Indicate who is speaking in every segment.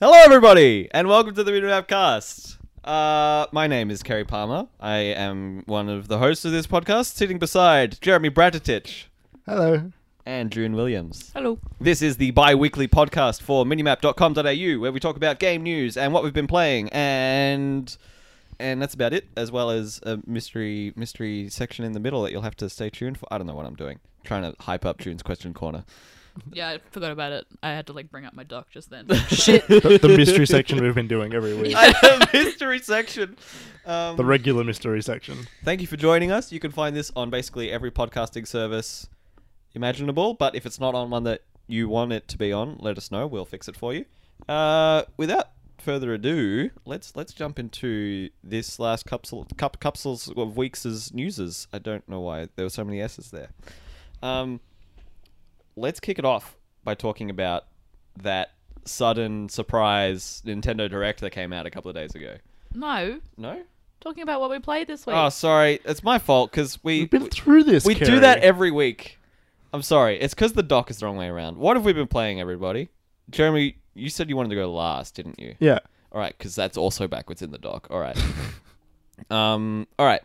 Speaker 1: Hello, everybody, and welcome to the Reader App Cast. Uh, my name is Kerry Palmer. I am one of the hosts of this podcast, sitting beside Jeremy Bratatich
Speaker 2: Hello.
Speaker 1: and June Williams.
Speaker 3: Hello.
Speaker 1: This is the bi weekly podcast for minimap.com.au, where we talk about game news and what we've been playing, and. And that's about it, as well as a mystery mystery section in the middle that you'll have to stay tuned for. I don't know what I'm doing. Trying to hype up June's question corner.
Speaker 3: Yeah, I forgot about it. I had to like bring up my doc just then.
Speaker 2: The, the mystery section we've been doing every week.
Speaker 3: Yeah.
Speaker 1: mystery section. Um,
Speaker 2: The regular mystery section.
Speaker 1: Thank you for joining us. You can find this on basically every podcasting service imaginable, but if it's not on one that you want it to be on, let us know. We'll fix it for you. Uh, without further ado, let's let's jump into this last capsule cup, capsules of weeks' newses. I don't know why there were so many S's there. Um, let's kick it off by talking about that sudden surprise Nintendo Direct that came out a couple of days ago.
Speaker 3: no,
Speaker 1: No?
Speaker 3: talking about what we played this week.
Speaker 1: Oh, sorry. It's my fault because we
Speaker 2: We've been through this.
Speaker 1: we do
Speaker 2: Kerry.
Speaker 1: that every week. I'm sorry. It's because the dock is the wrong way around. What have we been playing, everybody? Jeremy, you said you wanted to go last, didn't you?
Speaker 2: yeah.
Speaker 1: All right, because that's also backwards in the dock. All right. um. All right.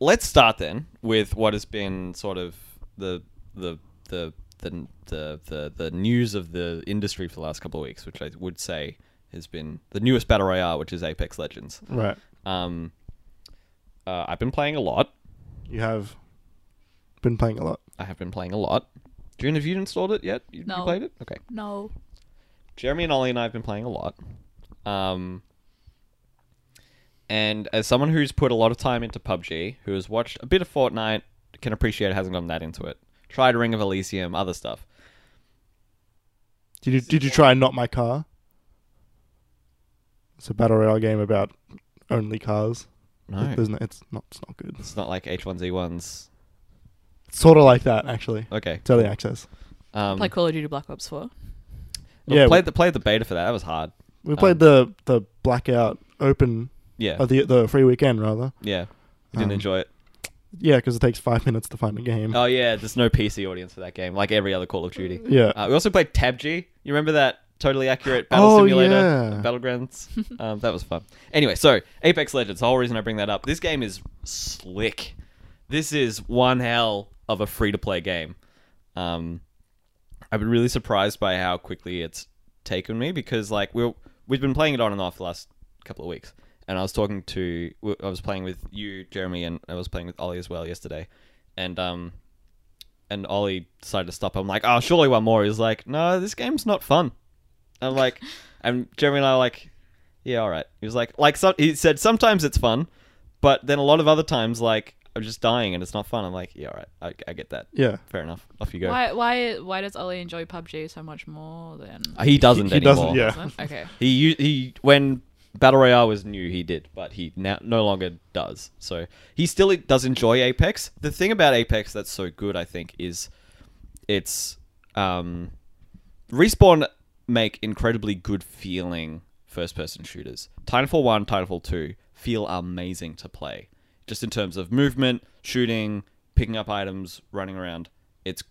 Speaker 1: Let's start then with what has been sort of the the the the the the, the news of the industry for the last couple of weeks, which I would say has been the newest battle royale, which is Apex Legends.
Speaker 2: Right.
Speaker 1: Um. uh, I've been playing a lot.
Speaker 2: You have been playing a lot.
Speaker 1: I have been playing a lot. June, have you installed it yet? You, you
Speaker 3: No.
Speaker 1: played it? Okay.
Speaker 3: no.
Speaker 1: Jeremy and Ollie and I have been playing a lot. Um, and as someone who's put a lot of time into PUBG, who has watched a bit of Fortnite, can appreciate it hasn't gone that into it. Tried Ring of Elysium, other stuff.
Speaker 2: Did you did you try not my car? It's a battle royale game about only cars.
Speaker 1: No,
Speaker 2: There's no, it's not it's not good.
Speaker 1: it's not like H1Z1's.
Speaker 2: It's sort of like that actually.
Speaker 1: Okay.
Speaker 2: It's early access.
Speaker 1: Um,
Speaker 3: Play Call of Duty Black Ops 4.
Speaker 2: yeah,
Speaker 1: yeah, played the played the beta for that. That was hard.
Speaker 2: We played the the blackout open
Speaker 1: Yeah,
Speaker 2: uh, the the free weekend rather.
Speaker 1: yeah. Didn't
Speaker 2: Um,
Speaker 1: enjoy it.
Speaker 2: Yeah, because it takes five minutes to find a game.
Speaker 1: Oh yeah, there's no PC audience for that game, like every other Call of Duty.
Speaker 2: yeah.
Speaker 1: Uh, we also played TabG. You remember that totally accurate battle
Speaker 2: Oh,
Speaker 1: simulator
Speaker 2: yeah.
Speaker 1: battlegrounds? um, that was fun. Anyway, so Apex Legends. The whole reason I bring that up. This game is slick. This is one hell of a free to play game. Um, I've been really surprised by how quickly it's taken me because like we we've been playing it on and off the last couple of weeks, and I was talking to w- I was playing with you, Jeremy, and I was playing with Ollie as well yesterday, and um, and Ollie decided to stop. I'm like, oh, surely one more. He's like, no, this game's not fun. I'm like, and Jeremy and I are like, yeah, all right. He was like, like so, he said, sometimes it's fun, but then a lot of other times, like I'm just dying and it's not fun. I'm like, yeah, all right, I, I get that.
Speaker 2: Yeah.
Speaker 1: Fair enough. Off you go.
Speaker 3: Why why why does Ollie enjoy PUBG so much more than
Speaker 1: Uh, He doesn't
Speaker 2: He- he
Speaker 1: anymore.
Speaker 2: doesn't, yeah.
Speaker 3: Okay.
Speaker 1: He u- he when Battle Royale was new, he did, but he now no longer does. So he still e, does enjoy Apex. The thing about Apex that's so good, I think, is it's um, respawn make incredibly good feeling first person shooters. Titanfall one, Titanfall two feel amazing to play, just in terms of movement, shooting, picking up items, running around. It's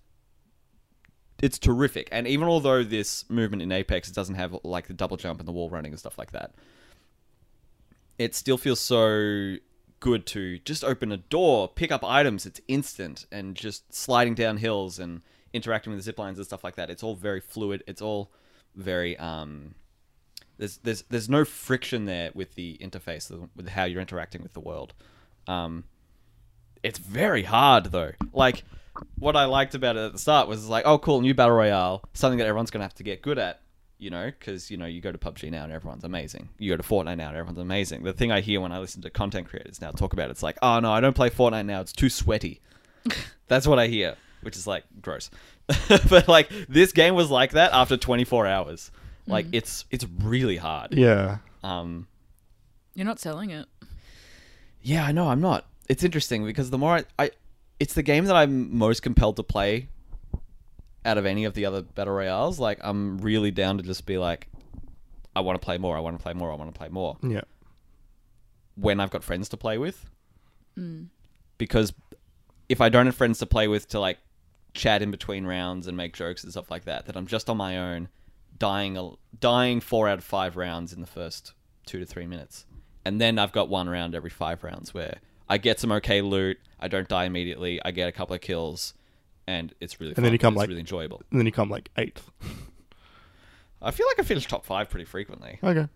Speaker 1: it's terrific. And even although this movement in Apex doesn't have like the double jump and the wall running and stuff like that, it still feels so good to just open a door, pick up items, it's instant, and just sliding down hills and interacting with the zip lines and stuff like that. It's all very fluid. It's all very um there's there's there's no friction there with the interface with how you're interacting with the world. Um it's very hard though. Like what I liked about it at the start was like, oh, cool, new battle royale, something that everyone's gonna have to get good at, you know, because you know you go to PUBG now and everyone's amazing. You go to Fortnite now and everyone's amazing. The thing I hear when I listen to content creators now talk about it, it's like, oh no, I don't play Fortnite now. It's too sweaty. That's what I hear, which is like gross. but like this game was like that after 24 hours. Like it's it's really hard.
Speaker 2: Yeah.
Speaker 1: Um,
Speaker 3: You're not selling it.
Speaker 1: yeah, I know. I'm not. It's interesting because the more I, I it's the game that I'm most compelled to play out of any of the other battle royales. Like, I'm really down to just be like, I want to play more. I want to play more. I want to play more
Speaker 2: Yeah.
Speaker 1: when I've got friends to play with. Because if I don't have friends to play with to like chat in between rounds and make jokes and stuff like that, that I'm just on my own, dying a, dying four out of five rounds in the first two to three minutes. And then I've got one round every five rounds where I get some okay loot, I don't die immediately, I get a couple of kills, and it's really fun.
Speaker 2: then you come,
Speaker 1: it's
Speaker 2: like-
Speaker 1: really enjoyable.
Speaker 2: and then you come like eighth.
Speaker 1: I feel like I finish top five pretty frequently.
Speaker 2: Okay,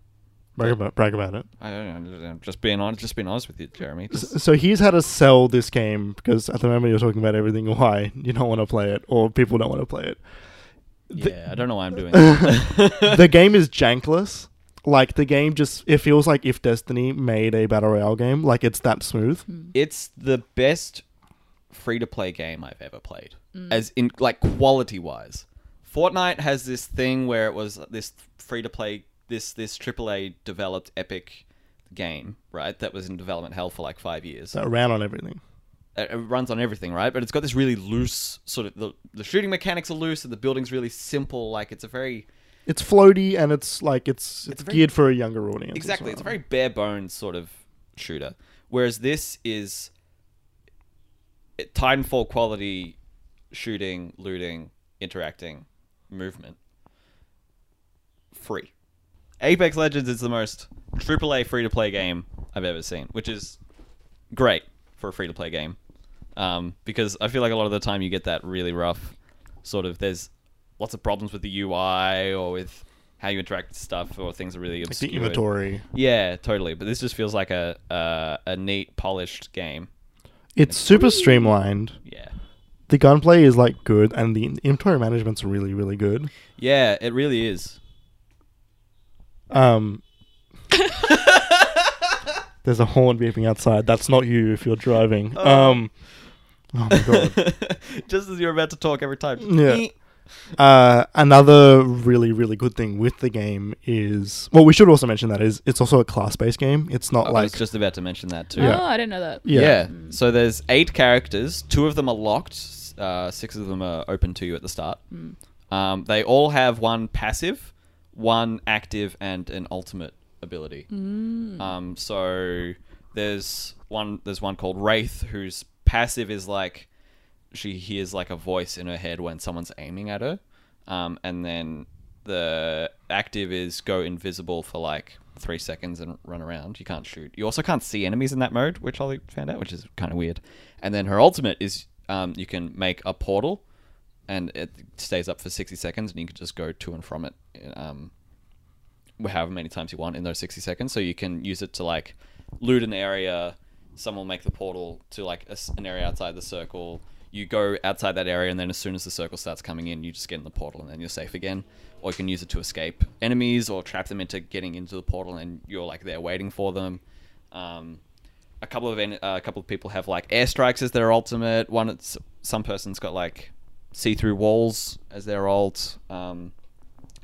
Speaker 2: brag about brag about it.
Speaker 1: I don't know. I'm just being honest. Just being honest with you, Jeremy. Just-
Speaker 2: So here's how to sell this game because at the moment you're talking about everything why you don't want to play it or people don't want to play it. The-
Speaker 1: yeah, I don't know why I'm doing that.
Speaker 2: the game is jankless. Like the game just it feels like if Destiny made a battle royale game, like it's that smooth.
Speaker 1: it's the best free to play game I've ever played, as in like quality wise. Fortnite has this thing where it was this free to play, this this AAA developed epic game, right? That was in development hell for like five years.
Speaker 2: So it ran on everything.
Speaker 1: it it runs on everything, right? But it's got this really loose sort of the, the shooting mechanics are loose and the building's really simple. Like it's a very
Speaker 2: It's floaty and it's like it's it's,
Speaker 1: It's very-
Speaker 2: geared for a younger audience. as
Speaker 1: Exactly. It's a
Speaker 2: well.
Speaker 1: very bare bones sort of shooter. Whereas this is it- Titanfall quality shooting, looting, interacting, movement. Free. Apex Legends is the most AAA free to play game I've ever seen, which is great for a free to play game. Um, because I feel like a lot of the time you get that really rough sort of there's lots of problems with the UI or with how you interact with stuff or things are really
Speaker 2: like the
Speaker 1: obscure.
Speaker 2: inventory.
Speaker 1: Yeah, totally. But this just feels like a uh, a neat, polished game.
Speaker 2: It's super streamlined.
Speaker 1: Yeah,
Speaker 2: The gunplay is like good and the inventory management's really really good.
Speaker 1: yeah, it really is.
Speaker 2: Um There's a horn beeping outside. That's not you if you're driving. Um Oh my god.
Speaker 1: just as you're about to talk every time.
Speaker 2: Yeah. Uh, another really really good thing with the game is well we should also mention that is it's also a class based game it's not
Speaker 1: I Oh, was
Speaker 2: like
Speaker 1: just about to mention that too.
Speaker 2: Yeah.
Speaker 3: Oh, I didn't know that.
Speaker 2: Yeah.
Speaker 1: So there's eight characters. Two of them are locked. Uh, six of them are open to you at the start. Um, they all have one passive, one active, and an ultimate ability. Um, so there's one. There's one called Wraith, whose passive is like she hears like a voice in her head when someone's aiming at her, um, and then the active is go invisible for like three seconds and run around. You can't shoot. You also can't see enemies in that mode, which I found out, which is kind of weird. And then her ultimate is um, you can make a portal, and it stays up for sixty seconds, and you can just go to and from it. Um, however many times you want in those 60 seconds. So you can use it to like loot an area. Someone will make the portal to like a s an area outside the circle. You go outside that area, and then as soon as the circle starts coming in, you just get in the portal, and then you're safe again. Or you can use it to escape enemies, or trap them into getting into the portal, and you're like there waiting for them. Um, a couple of en- uh, a couple of people have like airstrikes as their ultimate. One, it's, some person's got like see-through walls as their alt. Um,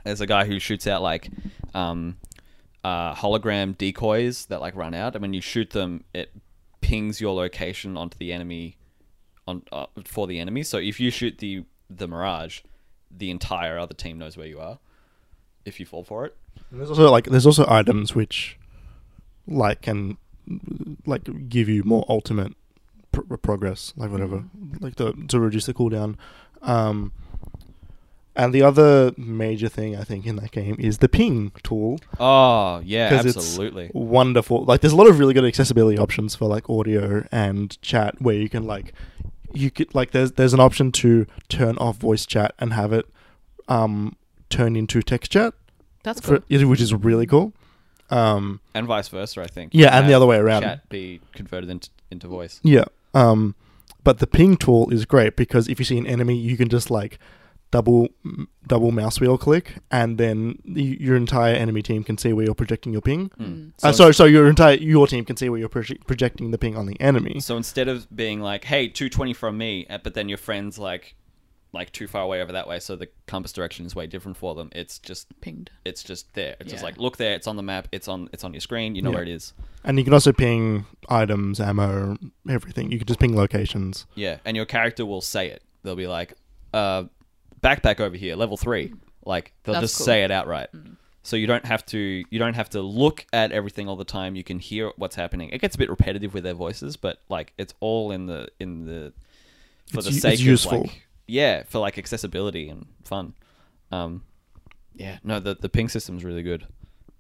Speaker 1: there's a guy who shoots out like um, uh, hologram decoys that like run out, and when you shoot them, it pings your location onto the enemy on uh, for the enemy. So if you shoot the the mirage, the entire other team knows where you are. If you fall for it,
Speaker 2: there's also like there's also items which like can like give you more ultimate pr- progress like whatever like the to reduce the cooldown um and the other major thing I think in that game is the ping tool
Speaker 1: oh yeah,
Speaker 2: 'Cause it's-
Speaker 1: absolutely.
Speaker 2: wonderful. Like, there's a lot of really good accessibility options for like audio and chat, where you can like, you could like, there's there's an option to turn off voice chat and have it, um, turn into text chat,
Speaker 3: That's cool.
Speaker 2: for, which is really cool. Um,
Speaker 1: and vice versa, I think.
Speaker 2: Yeah, and the other way around.
Speaker 1: Chat be converted into into voice.
Speaker 2: yeah. Um, but the ping tool is great because if you see an enemy, you can just like double double mouse wheel click, and then y- your entire enemy team can see where you're projecting your ping.
Speaker 1: Mm.
Speaker 2: So, uh, sorry, so your entire your team can see where you're proje- projecting the ping on the enemy.
Speaker 1: So instead of being like, "Hey, two twenty from me," uh, but then your friends like, like too far away over that way, so the compass direction is way different for them. It's just,
Speaker 3: Pinged.
Speaker 1: it's just there. It's just
Speaker 3: Yeah.
Speaker 1: like, look there. It's on the map. It's on, it's on your screen. You know
Speaker 2: Yeah.
Speaker 1: where it is.
Speaker 2: And you can also ping items, ammo, everything. You can just ping locations.
Speaker 1: Yeah, and your character will say it. They'll be like, uh, "Backpack over here, level three. Like they'll
Speaker 3: That's
Speaker 1: just
Speaker 3: cool. Mm-hmm.
Speaker 1: say it outright. So you don't have to, you don't have to look at everything all the time. You can hear what's happening. It gets a bit repetitive with their voices, but like it's all in the in the for
Speaker 2: It's
Speaker 1: the
Speaker 2: u- it's
Speaker 1: sake
Speaker 2: useful.
Speaker 1: of like yeah, for like accessibility and fun. Um, yeah, no, the the ping system's really good.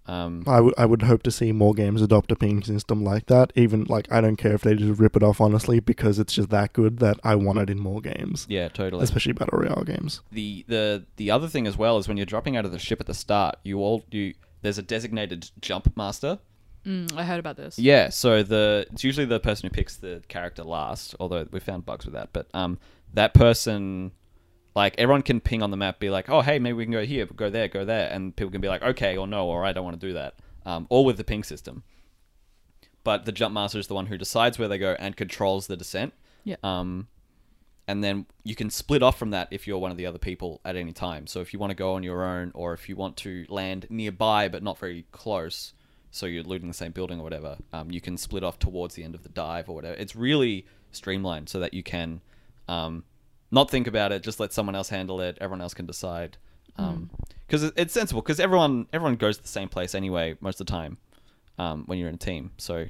Speaker 1: Um,
Speaker 2: I would I would hope to see more games adopt a ping system like that. Even like I don't care if they just rip it off honestly because it's just that good that I want it in more games,
Speaker 1: yeah, totally.
Speaker 2: especially battle royale games.
Speaker 1: the the the other thing as well is when you're dropping out of the ship at the start, you all you there's a designated jump master.
Speaker 3: Mm, I heard about this.
Speaker 1: Yeah, so the it's usually the person who picks the character last, although we found bugs with that. But um, that person, like everyone can ping on the map, be like, oh hey, maybe we can go here, go there, go there, and people can be like, okay or no or I don't want to do that. Um, all with the ping system. But the jump master is the one who decides where they go and controls the descent.
Speaker 3: Yeah.
Speaker 1: Um, and then you can split off from that if you're one of the other people at any time. So if you want to go on your own, or if you want to land nearby but not very close, so you're looting the same building or whatever, um, you can split off towards the end of the dive or whatever. It's really streamlined so that you can um, not think about it, just let someone else handle it. Everyone else can decide because it it's sensible. Because everyone everyone goes to the same place anyway most of the time um, when you're in a team. So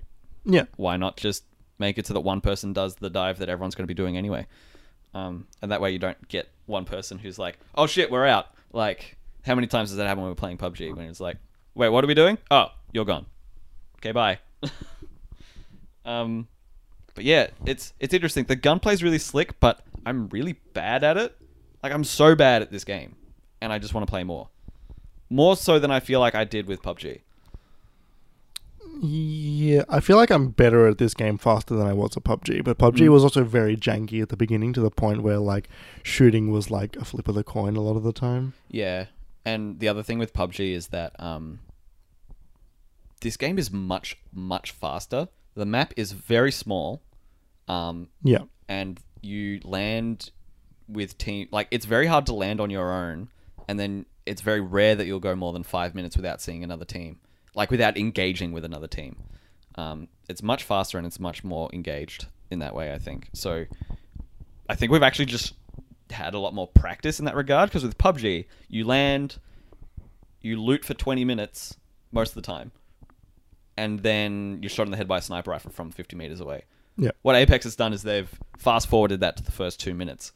Speaker 2: Yeah,
Speaker 1: why not just make it so that one person does the dive that everyone's going to be doing anyway? Um, and that way you don't get one person who's like, oh shit, we're out. Like, how many times does that happen when we're playing PUBG? When it's like, wait, what are we doing? Oh, you're gone. Okay, bye. um, but yeah, it's it's interesting. The gunplay's really slick, but I'm really bad at it. Like I'm so bad at this game, and I just want to play more, more so than I feel like I did with PUBG.
Speaker 2: yeah. I feel like I'm better at this game faster than I was at PUBG, but PUBG was also very janky at the beginning to the point where like shooting was like a flip of the coin a lot of the time.
Speaker 1: Yeah, and the other thing with PUBG is that um, this game is much much faster. The map is very small, um,
Speaker 2: Yeah,
Speaker 1: and you land with team like it's very hard to land on your own, and then it's very rare that you'll go more than five minutes without seeing another team, like without engaging with another team. Um, it's much faster and it's much more engaged in that way. I think so. I think we've actually just had a lot more practice in that regard because with PUBG, you land, you loot for 20 minutes most of the time, and then you're shot in the head by a sniper rifle from 50 meters away.
Speaker 2: Yeah.
Speaker 1: What Apex has done is they've fast forwarded that to the first two minutes.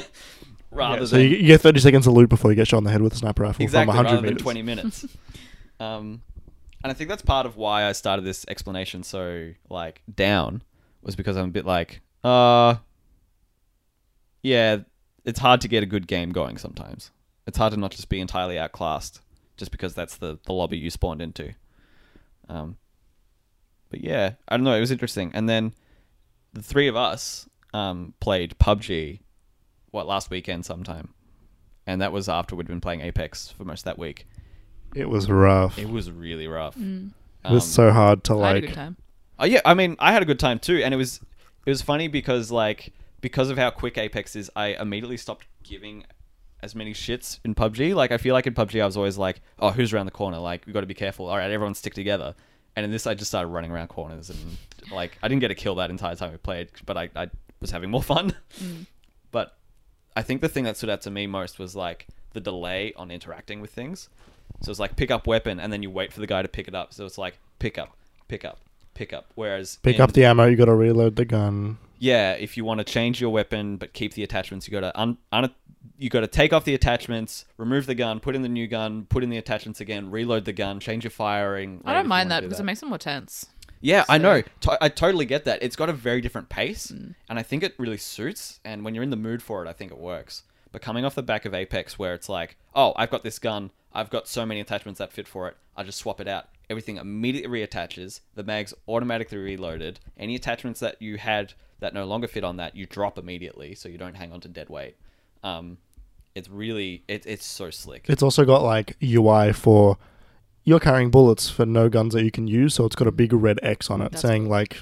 Speaker 1: rather
Speaker 2: so
Speaker 1: than
Speaker 2: you, you get 30 seconds of loot before you get shot in the head with a sniper rifle
Speaker 1: exactly
Speaker 2: from 100
Speaker 1: rather
Speaker 2: meters.
Speaker 1: than 20 minutes um, and i think that's part of why i started this explanation so like down was because i'm a bit like uh yeah it's hard to get a good game going sometimes it's hard to not just be entirely outclassed just because that's the, the lobby you spawned into um, but yeah i don't know it was interesting and then the three of us um, played pubg what last weekend sometime and that was after we'd been playing Apex for most of that week.
Speaker 2: It was rough.
Speaker 1: It was really rough.
Speaker 2: it was so hard to
Speaker 3: I had a good
Speaker 2: like.
Speaker 3: time.
Speaker 1: Oh yeah, I mean, I had a good time too, and it was it was funny because like because of how quick Apex is, I immediately stopped giving as many shits in PUBG. Like I feel like in PUBG, I was always like, oh, who's around the corner? Like we got to be careful. All right, everyone stick together. And in this, I just started running around corners and like I didn't get a kill that entire time we played, but I, I was having more fun. But I think the thing that stood out to me most was like the delay on interacting with things. So it's like pick up weapon and then you wait for the guy to pick it up. So it's like pick up, pick up, pick up. Whereas
Speaker 2: Pick
Speaker 1: in-
Speaker 2: up the ammo, you got to reload the gun.
Speaker 1: yeah, if you want to change your weapon but keep the attachments, you gotta un, un you gotta take off the attachments, remove the gun, put in the new gun, put in the attachments again, reload the gun, change your firing.
Speaker 3: I don't mind that because it makes it more tense.
Speaker 1: Yeah, I
Speaker 3: So-
Speaker 1: know. To- I totally get that. It's got a very different pace, and I think it really suits. And when you're in the mood for it, I think it works. But coming off the back of Apex, where it's like, oh, I've got this gun, I've got so many attachments that fit for it, I just swap it out. Everything immediately reattaches, the mag's automatically reloaded. Any attachments that you had that no longer fit on that, you drop immediately so you don't hang on to dead weight. Um, it's really, it, it's so slick.
Speaker 2: It's also got like UI for you're carrying bullets for no guns that you can use, so it's got a big red X on it
Speaker 3: That's
Speaker 2: saying like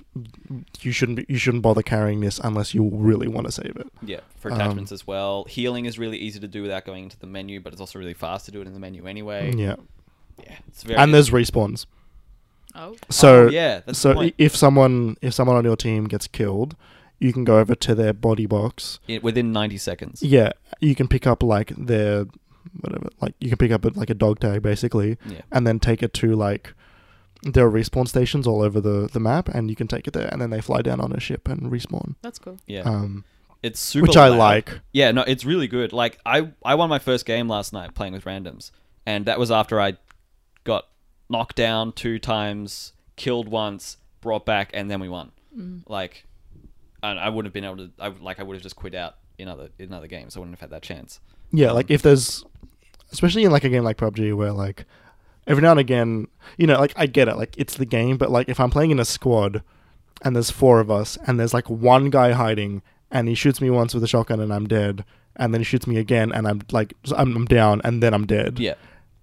Speaker 2: you shouldn't be, you shouldn't bother carrying this unless you really want to save it.
Speaker 1: Yeah, for attachments as well. Healing is really easy to do without going into the menu, but it's also really fast to do it in the menu anyway.
Speaker 2: Yeah,
Speaker 1: Yeah, it's very
Speaker 2: and there's respawns.
Speaker 3: Oh,
Speaker 2: So
Speaker 1: yeah, that's
Speaker 2: so
Speaker 1: the point.
Speaker 2: if someone if someone on your team gets killed, you can go over to their body box
Speaker 1: It- within ninety seconds.
Speaker 2: Yeah, you can pick up like their whatever, like you can pick up like a dog tag basically,
Speaker 1: Yeah.
Speaker 2: and then take it to like there are respawn stations all over the the map, and you can take it there, and then they fly down on a ship and respawn.
Speaker 3: that's cool.
Speaker 1: Yeah,
Speaker 2: Um,
Speaker 1: It's super
Speaker 2: which I
Speaker 1: loud.
Speaker 2: like.
Speaker 1: Yeah, no, it's really good. Like I I won my first game last night playing with randoms, and that was after I got knocked down two times, killed once, brought back, and then we won. Like, and I wouldn't have been able to. I would- like I would have just quit out in other in other games. I wouldn't have had that chance.
Speaker 2: Yeah, like if there's, especially in like a game like PUBG where like every now and again, you know, like I get it, like it's the game, but like if I'm playing in a squad and there's four of us and there's like one guy hiding and he shoots me once with a shotgun and I'm dead, and then he shoots me again and I'm like so I'm, I'm down and then I'm dead.
Speaker 1: Yeah,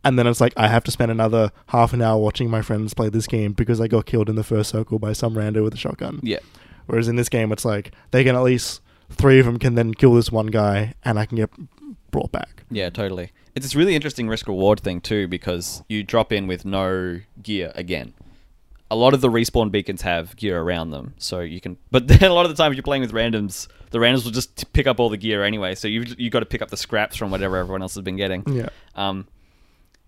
Speaker 2: And then it's like I have to spend another half an hour watching my friends play this game because I got killed in the first circle by some rando with a shotgun.
Speaker 1: yeah,
Speaker 2: Whereas in this game, it's like they can at least three of them can then kill this one guy, and I can get brought back.
Speaker 1: yeah, totally. It's this really interesting risk reward thing too because you drop in with no gear again. A lot of the respawn beacons have gear around them, so you can. But then a lot of the time, if you're playing with randoms, the randoms will just t- pick up all the gear anyway. So you you got to pick up the scraps from whatever everyone else has been getting.
Speaker 2: Yeah.
Speaker 1: Um,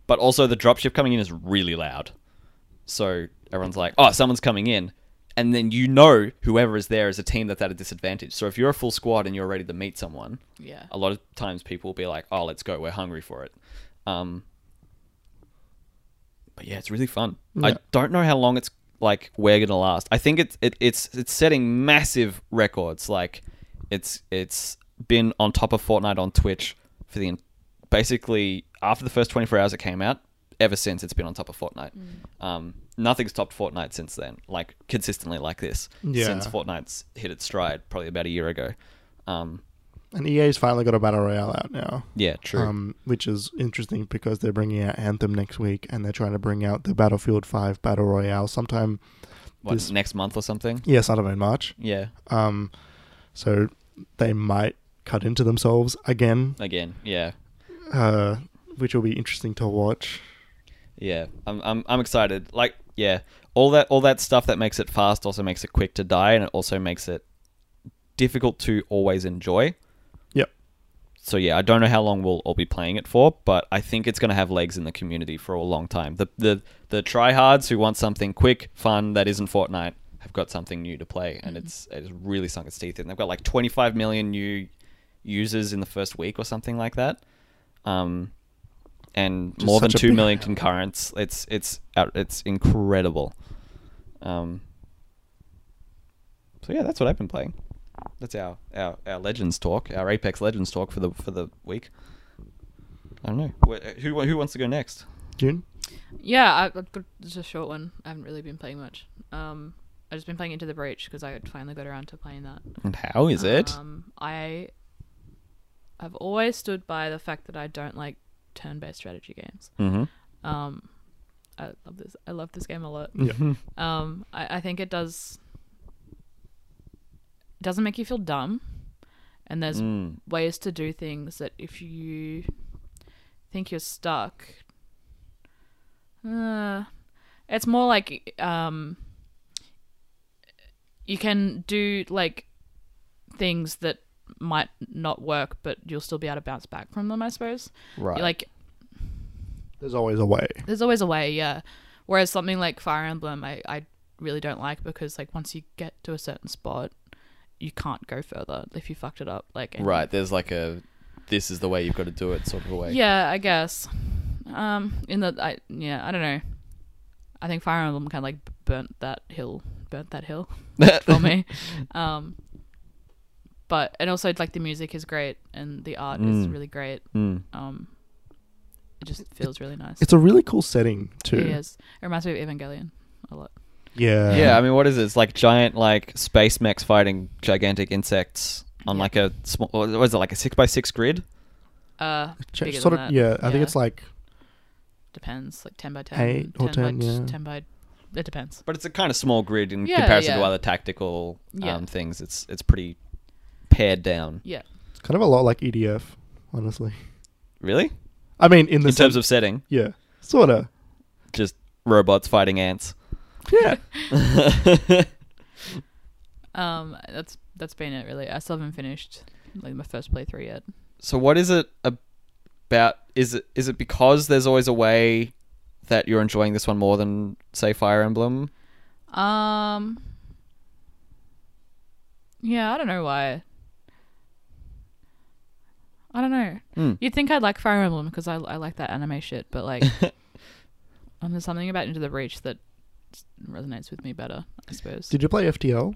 Speaker 1: but also the dropship coming in is really loud. So everyone's like, oh, someone's coming in. And then you know whoever is there is a team that's at a disadvantage. So if you're a full squad and you're ready to meet someone,
Speaker 3: Yeah.
Speaker 1: a lot of times people will be like, oh, let's go. We're hungry for it. Um, but yeah, it's really fun.
Speaker 2: Yeah.
Speaker 1: I don't know how long it's like we're gonna last. I think it's it, it's it's setting massive records. Like it's it's been on top of Fortnite on Twitch for the en- basically after the first 24 hours it came out. Ever since it's been on top of Fortnite, um, nothing's topped Fortnite since then. Like consistently like this
Speaker 2: Yeah.
Speaker 1: since Fortnite's hit its stride probably about a year ago. Um,
Speaker 2: And EA's finally got a battle royale out now,
Speaker 1: yeah, true.
Speaker 2: um, which is interesting because they're bringing out Anthem next week, and they're trying to bring out the Battlefield Five battle royale sometime.
Speaker 1: what,
Speaker 2: this-
Speaker 1: next month or something?
Speaker 2: Yes, out of in March.
Speaker 1: Yeah,
Speaker 2: Um, so they might cut into themselves again,
Speaker 1: again, yeah.
Speaker 2: uh, which will be interesting to watch.
Speaker 1: Yeah, I'm, I'm, I'm excited. Like, yeah, all that all that stuff that makes it fast also makes it quick to die, and it also makes it difficult to always enjoy.
Speaker 2: Yep.
Speaker 1: So yeah, I don't know how long we'll all be playing it for, but I think it's going to have legs in the community for a long time. The the the tryhards who want something quick, fun that isn't Fortnite have got something new to play,
Speaker 2: Mm-hmm.
Speaker 1: and it's it's really sunk its teeth in. They've got like 25 million new users in the first week or something like that. Um, and
Speaker 2: Just
Speaker 1: more than
Speaker 2: such a
Speaker 1: two
Speaker 2: big-
Speaker 1: million concurrents. It's it's out- it's incredible. Um, so yeah, that's what I've been playing. That's our, our our Legends talk, our Apex Legends talk for the for the week. I don't know Wh- uh, who who wants to go next.
Speaker 2: June.
Speaker 3: Yeah, I, I've got just a short one. I haven't really been playing much. Um, I've just been playing Into the Breach because I finally got around to playing that.
Speaker 1: And how is it?
Speaker 3: Um, I have always stood by the fact that I don't like turn-based strategy games.
Speaker 1: Mm-hmm.
Speaker 3: Um, I love this. I love this game a lot.
Speaker 2: Yeah.
Speaker 3: Um, I, I think it does. It doesn't make you feel dumb, and there's
Speaker 1: Mm.
Speaker 3: ways to do things that if you think you're stuck, uh, it's more like um, you can do like things that might not work, but you'll still be able to bounce back from them. I suppose.
Speaker 1: Right.
Speaker 3: Like
Speaker 2: There's always a way.
Speaker 3: there's always a way, yeah. Whereas something like Fire Emblem, I, I really don't like because like once you get to a certain spot, you can't go further if you fucked it up. Like and-
Speaker 1: right. There's like a this is the way you've got to do it sort of a way.
Speaker 3: Yeah, I guess. Um, in the I yeah, I don't know. I think Fire Emblem kind of like burnt that hill, burnt that hill for me. Um, but and also like the music is great and the art is
Speaker 1: Mm.
Speaker 3: really great.
Speaker 1: Mm.
Speaker 3: Um, it just feels really nice.
Speaker 2: It's a really cool setting too.
Speaker 3: It is. It reminds me of Evangelion a lot.
Speaker 2: Yeah.
Speaker 1: Yeah. I mean, what is it? It's like giant like space mechs fighting gigantic insects on
Speaker 3: Yeah.
Speaker 1: like a small. What is it like a six by six grid?
Speaker 3: Uh,
Speaker 2: Ch-
Speaker 3: bigger
Speaker 2: sort
Speaker 3: than
Speaker 2: of.
Speaker 3: that.
Speaker 2: Yeah. I think
Speaker 3: Yeah.
Speaker 2: it's like
Speaker 3: depends like 10 by 10
Speaker 2: Eight or 10,
Speaker 3: by,
Speaker 2: yeah.
Speaker 3: 10 by it depends
Speaker 1: But it's a kind of small grid in
Speaker 3: Yeah,
Speaker 1: comparison to
Speaker 3: yeah.
Speaker 1: other tactical
Speaker 3: Yeah.
Speaker 1: um, things. It's it's pretty pared down.
Speaker 3: yeah
Speaker 2: it's kind of a lot like EDF, honestly.
Speaker 1: Really,
Speaker 2: I mean, in the
Speaker 1: in terms
Speaker 2: sen-
Speaker 1: of setting,
Speaker 2: yeah, sort of.
Speaker 1: just robots fighting ants.
Speaker 2: Yeah.
Speaker 3: um that's that's been it really i still haven't finished like my first playthrough yet
Speaker 1: So what is it about? Is it is it because there's always a way that you're enjoying this one more than say Fire Emblem?
Speaker 3: um yeah i don't know why I don't know.
Speaker 1: Hmm.
Speaker 3: You'd think I'd like Fire Emblem because I, I like that anime shit, but like, um, there's something about Into the Breach that s- resonates with me better. I suppose
Speaker 2: Did you play FTL?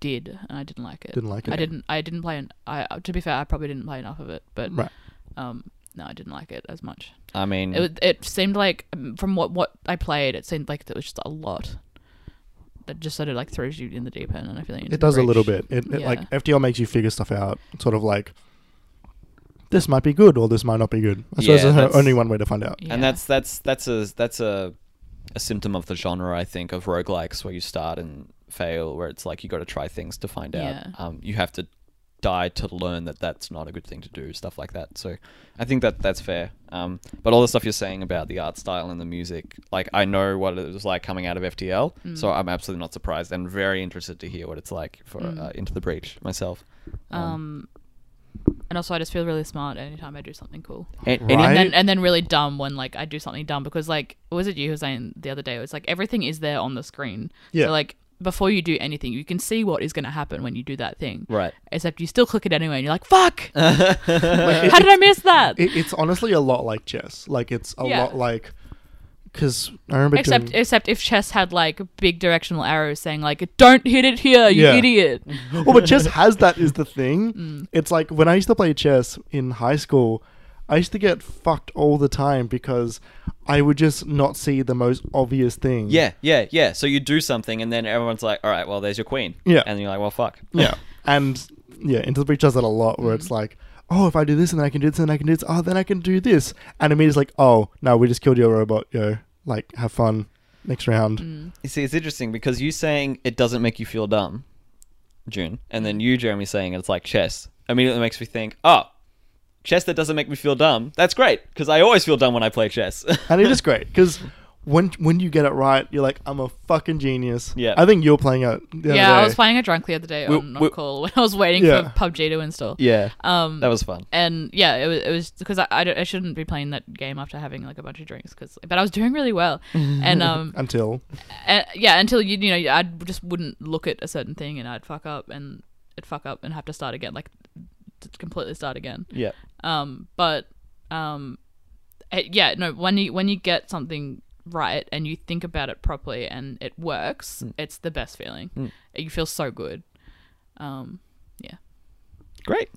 Speaker 3: did, and I didn't like it.
Speaker 2: Didn't like it.
Speaker 3: I didn't. I didn't play. En- I uh, to be fair, I probably didn't play enough of it, but
Speaker 2: Right.
Speaker 3: um, no, I didn't like it as much.
Speaker 1: I
Speaker 2: Mm.
Speaker 1: mean,
Speaker 3: It was- it seemed like um, from what what I played, it seemed like there was just a lot that just sort of like throws you in the deep end, and I feel like Into
Speaker 2: It
Speaker 3: the
Speaker 2: does a little
Speaker 3: Breach-
Speaker 2: bit. It, it
Speaker 3: Yeah.
Speaker 2: like FTL makes you figure stuff out. Sort of like this might be good or this might not be good.
Speaker 1: Yeah,
Speaker 2: I suppose there's
Speaker 1: that's-
Speaker 2: only one way to find out.
Speaker 3: Yeah.
Speaker 1: and that's that's that's a that's a a symptom of the genre I think of roguelikes where you start and fail where it's like you got to try things to find out
Speaker 3: Yeah.
Speaker 1: um, you have to die to learn that that's not a good thing to do stuff like that so I think that that's fair um, but all the stuff you're saying about the art style and the music like I know what it was like coming out of FTL
Speaker 3: Mm.
Speaker 1: so I'm absolutely not surprised and very interested to hear what it's like for uh, Into the Breach myself
Speaker 3: Mm. Um, and also I just feel really smart anytime I do something cool.
Speaker 1: and,
Speaker 2: Right.
Speaker 3: And then and then really dumb when like I do something dumb because like was it you who was saying the other day? It was like everything is there on the screen.
Speaker 2: Yeah.
Speaker 3: So like before you do anything, you can see what is going to happen when you do that thing.
Speaker 1: right
Speaker 3: Except you still click it anyway, and you're like, "Fuck! How did I miss that?"
Speaker 2: It, it's honestly a lot like chess. Like it's a
Speaker 3: Yeah.
Speaker 2: lot like because I remember
Speaker 3: except
Speaker 2: doing-
Speaker 3: except if chess had like big directional arrows saying like, "Don't hit it here, you
Speaker 2: Yeah.
Speaker 3: idiot."
Speaker 2: well, Oh, but chess has that is the thing.
Speaker 3: Mm.
Speaker 2: It's like when I used to play chess in high school, I used to get fucked all the time because I would just not see the most obvious thing.
Speaker 1: Yeah, yeah, yeah. So you do something, and then everyone's like, "All right, well, there's your queen."
Speaker 2: Yeah.
Speaker 1: and you're like, "Well, fuck."
Speaker 2: Yeah. And yeah, Into the Breach does that a lot where
Speaker 3: Mm.
Speaker 2: it's like, oh, if I do this and then I can do this and I can do this, oh, then I can do this. And immediately it's like, oh, no, we just killed your robot, yo. Like, have fun. Next round.
Speaker 3: Mm.
Speaker 1: You see, it's interesting because you saying it doesn't make you feel dumb, June, and then you, Jeremy, saying it's like chess immediately makes me think, "Oh, chess that doesn't make me feel dumb. That's great because I always feel dumb when I play chess."
Speaker 2: And it is great because when when you get it right, you're like, I'm a fucking genius.
Speaker 1: Yeah.
Speaker 2: I think you're playing it. The
Speaker 3: yeah,
Speaker 2: other day.
Speaker 3: I was playing a drunk the other day
Speaker 1: We-
Speaker 3: on
Speaker 1: we-
Speaker 3: not call when I was waiting
Speaker 2: Yeah.
Speaker 3: for PUBG to install.
Speaker 1: yeah,
Speaker 3: Um,
Speaker 1: that was fun.
Speaker 3: and yeah, it was it was because I, I, don't- I shouldn't be playing that game after having like a bunch of drinks because but I was doing really well and um
Speaker 2: Until
Speaker 3: uh, yeah until you you know I just wouldn't look at a certain thing and I'd fuck up and it'd fuck up and have to start again like t- completely start again
Speaker 1: Yeah,
Speaker 3: um but um eh, yeah no when you when you get something right and you think about it properly and it works
Speaker 1: Mm.
Speaker 3: it's the best feeling Eh, you feel so good um yeah
Speaker 1: great.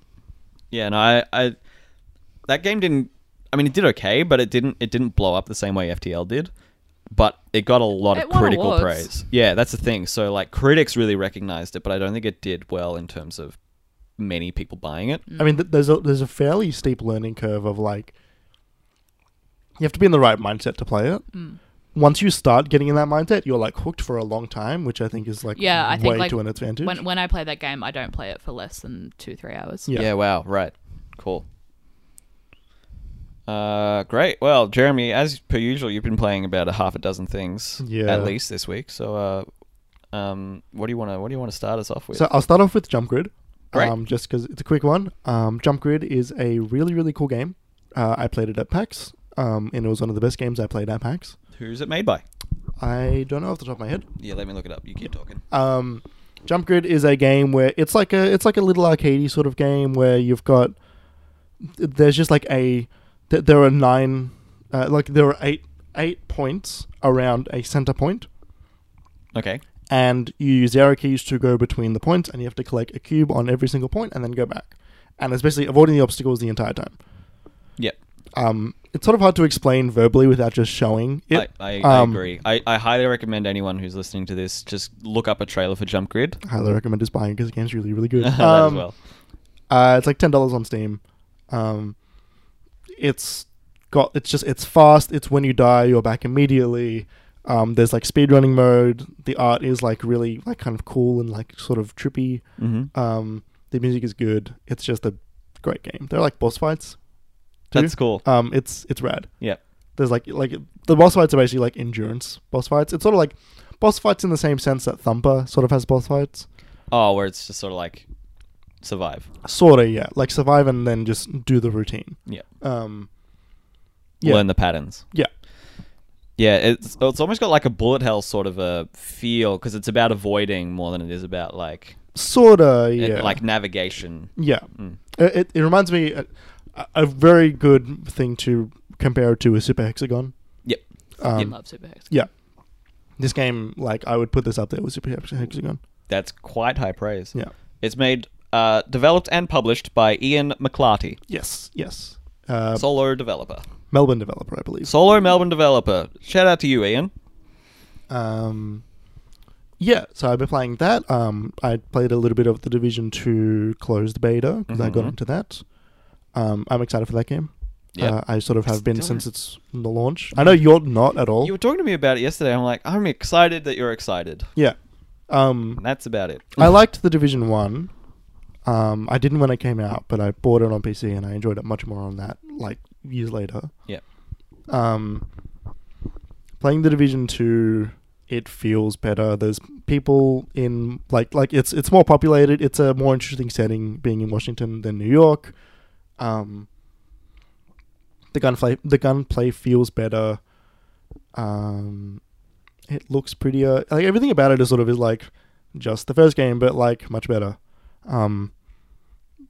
Speaker 1: Yeah, no, I, I that game didn't. I mean, it did okay, but it didn't. It didn't blow up the same way FTL did. But it got a lot
Speaker 3: It
Speaker 1: of
Speaker 3: won
Speaker 1: critical
Speaker 3: awards.
Speaker 1: praise. Yeah, that's the thing. So like critics really recognized it, but I don't think it did well in terms of many people buying it.
Speaker 2: I mean, th- there's a there's a fairly steep learning curve of like you have to be in the right mindset to play it.
Speaker 3: Mm.
Speaker 2: Once you start getting in that mindset, you're like hooked for a long time, which I think is like
Speaker 3: Yeah, I
Speaker 2: way
Speaker 3: think, like,
Speaker 2: to an advantage.
Speaker 3: when when I play that game I don't play it for less than two three hours
Speaker 2: Yeah.
Speaker 1: Yeah. wow. Right. Cool. Uh, great. Well, Jeremy, as per usual, you've been playing about a half a dozen things
Speaker 2: Yeah.
Speaker 1: at least this week. So, uh, um, what do you want to what do you want to start us off with?
Speaker 2: So I'll start off with Jump Grid,
Speaker 1: Great.
Speaker 2: um, just because it's a quick one. Um, Jump Grid is a really really cool game. Uh, I played it at PAX, um, and it was one of the best games I played at PAX.
Speaker 1: Who's it made by?
Speaker 2: I don't know off the top of my head.
Speaker 1: Yeah, let me look it up. You keep talking.
Speaker 2: Um, Jump Grid is a game where it's like a it's like a little arcadey sort of game where you've got there's just like a th- there are nine uh, like there are eight eight points around a center point
Speaker 1: Okay.
Speaker 2: and you use arrow keys to go between the points and you have to collect a cube on every single point and then go back and it's basically avoiding the obstacles the entire time
Speaker 1: Yep.
Speaker 2: um, it's sort of hard to explain verbally without just showing it
Speaker 1: I, I,
Speaker 2: Um,
Speaker 1: I agree. I, I highly recommend anyone who's listening to this just look up a trailer for Jump Grid.
Speaker 2: highly recommend just buying because the game's really really good
Speaker 1: That as
Speaker 2: Um,
Speaker 1: well.
Speaker 2: Uh, it's like ten dollars on Steam. Um, it's got it's just it's fast. It's when you die, you're back immediately. Um, there's like speedrunning mode. The art is like really like kind of cool and like sort of trippy.
Speaker 1: Mm-hmm.
Speaker 2: Um, the music is good. It's just a great game. There are like boss fights. too.
Speaker 1: That's cool.
Speaker 2: Um, it's it's rad.
Speaker 1: Yeah.
Speaker 2: There's like like the boss fights are basically like endurance boss fights. It's sort of like boss fights in the same sense that Thumper sort of has boss fights.
Speaker 1: Oh, where it's just sort of like survive.
Speaker 2: Sorta, yeah. Like survive and then just do the routine.
Speaker 1: Yeah.
Speaker 2: Um, yeah.
Speaker 1: Learn the patterns.
Speaker 2: Yeah.
Speaker 1: Yeah, it's it's almost got like a bullet hell sort of a feel because it's about avoiding more than it is about like
Speaker 2: sorta
Speaker 1: It-
Speaker 2: yeah
Speaker 1: like navigation.
Speaker 2: yeah
Speaker 1: Mm.
Speaker 2: it, it, it reminds me a, a very good thing to compare it to is super hexagon
Speaker 1: Yep.
Speaker 2: um,
Speaker 3: you love Super Hex.
Speaker 2: yeah. this game like i would put this up there with super Hex- hexagon
Speaker 1: That's quite high praise.
Speaker 2: yeah
Speaker 1: It's made, uh, developed and published by Ian McClarty,
Speaker 2: yes yes uh,
Speaker 1: solo developer,
Speaker 2: melbourne developer i believe
Speaker 1: solo Melbourne developer. Shout out to you, Ian.
Speaker 2: Um, yeah, so I've been playing that. Um, I played a little bit of the Division Two closed beta because I got
Speaker 1: Mhm.
Speaker 2: into that. Um, I'm excited for that game.
Speaker 1: Yeah.
Speaker 2: Uh, I sort of
Speaker 1: I
Speaker 2: have been
Speaker 1: still
Speaker 2: since it's the launch. I know you're not at all.
Speaker 1: You were talking to me about it yesterday. I'm like, I'm excited that you're excited.
Speaker 2: yeah.
Speaker 1: And
Speaker 2: Um,
Speaker 1: that's about it.
Speaker 2: I liked the Division One. Um, I didn't when it came out, but I bought it on PC and I enjoyed it much more on that. Like years later.
Speaker 1: Yeah.
Speaker 2: um, playing the division two it feels better there's people in like like it's it's more populated it's a more interesting setting being in washington than new york um the gunplay the gunplay feels better um it looks prettier like everything about it is sort of is like just the first game but like much better um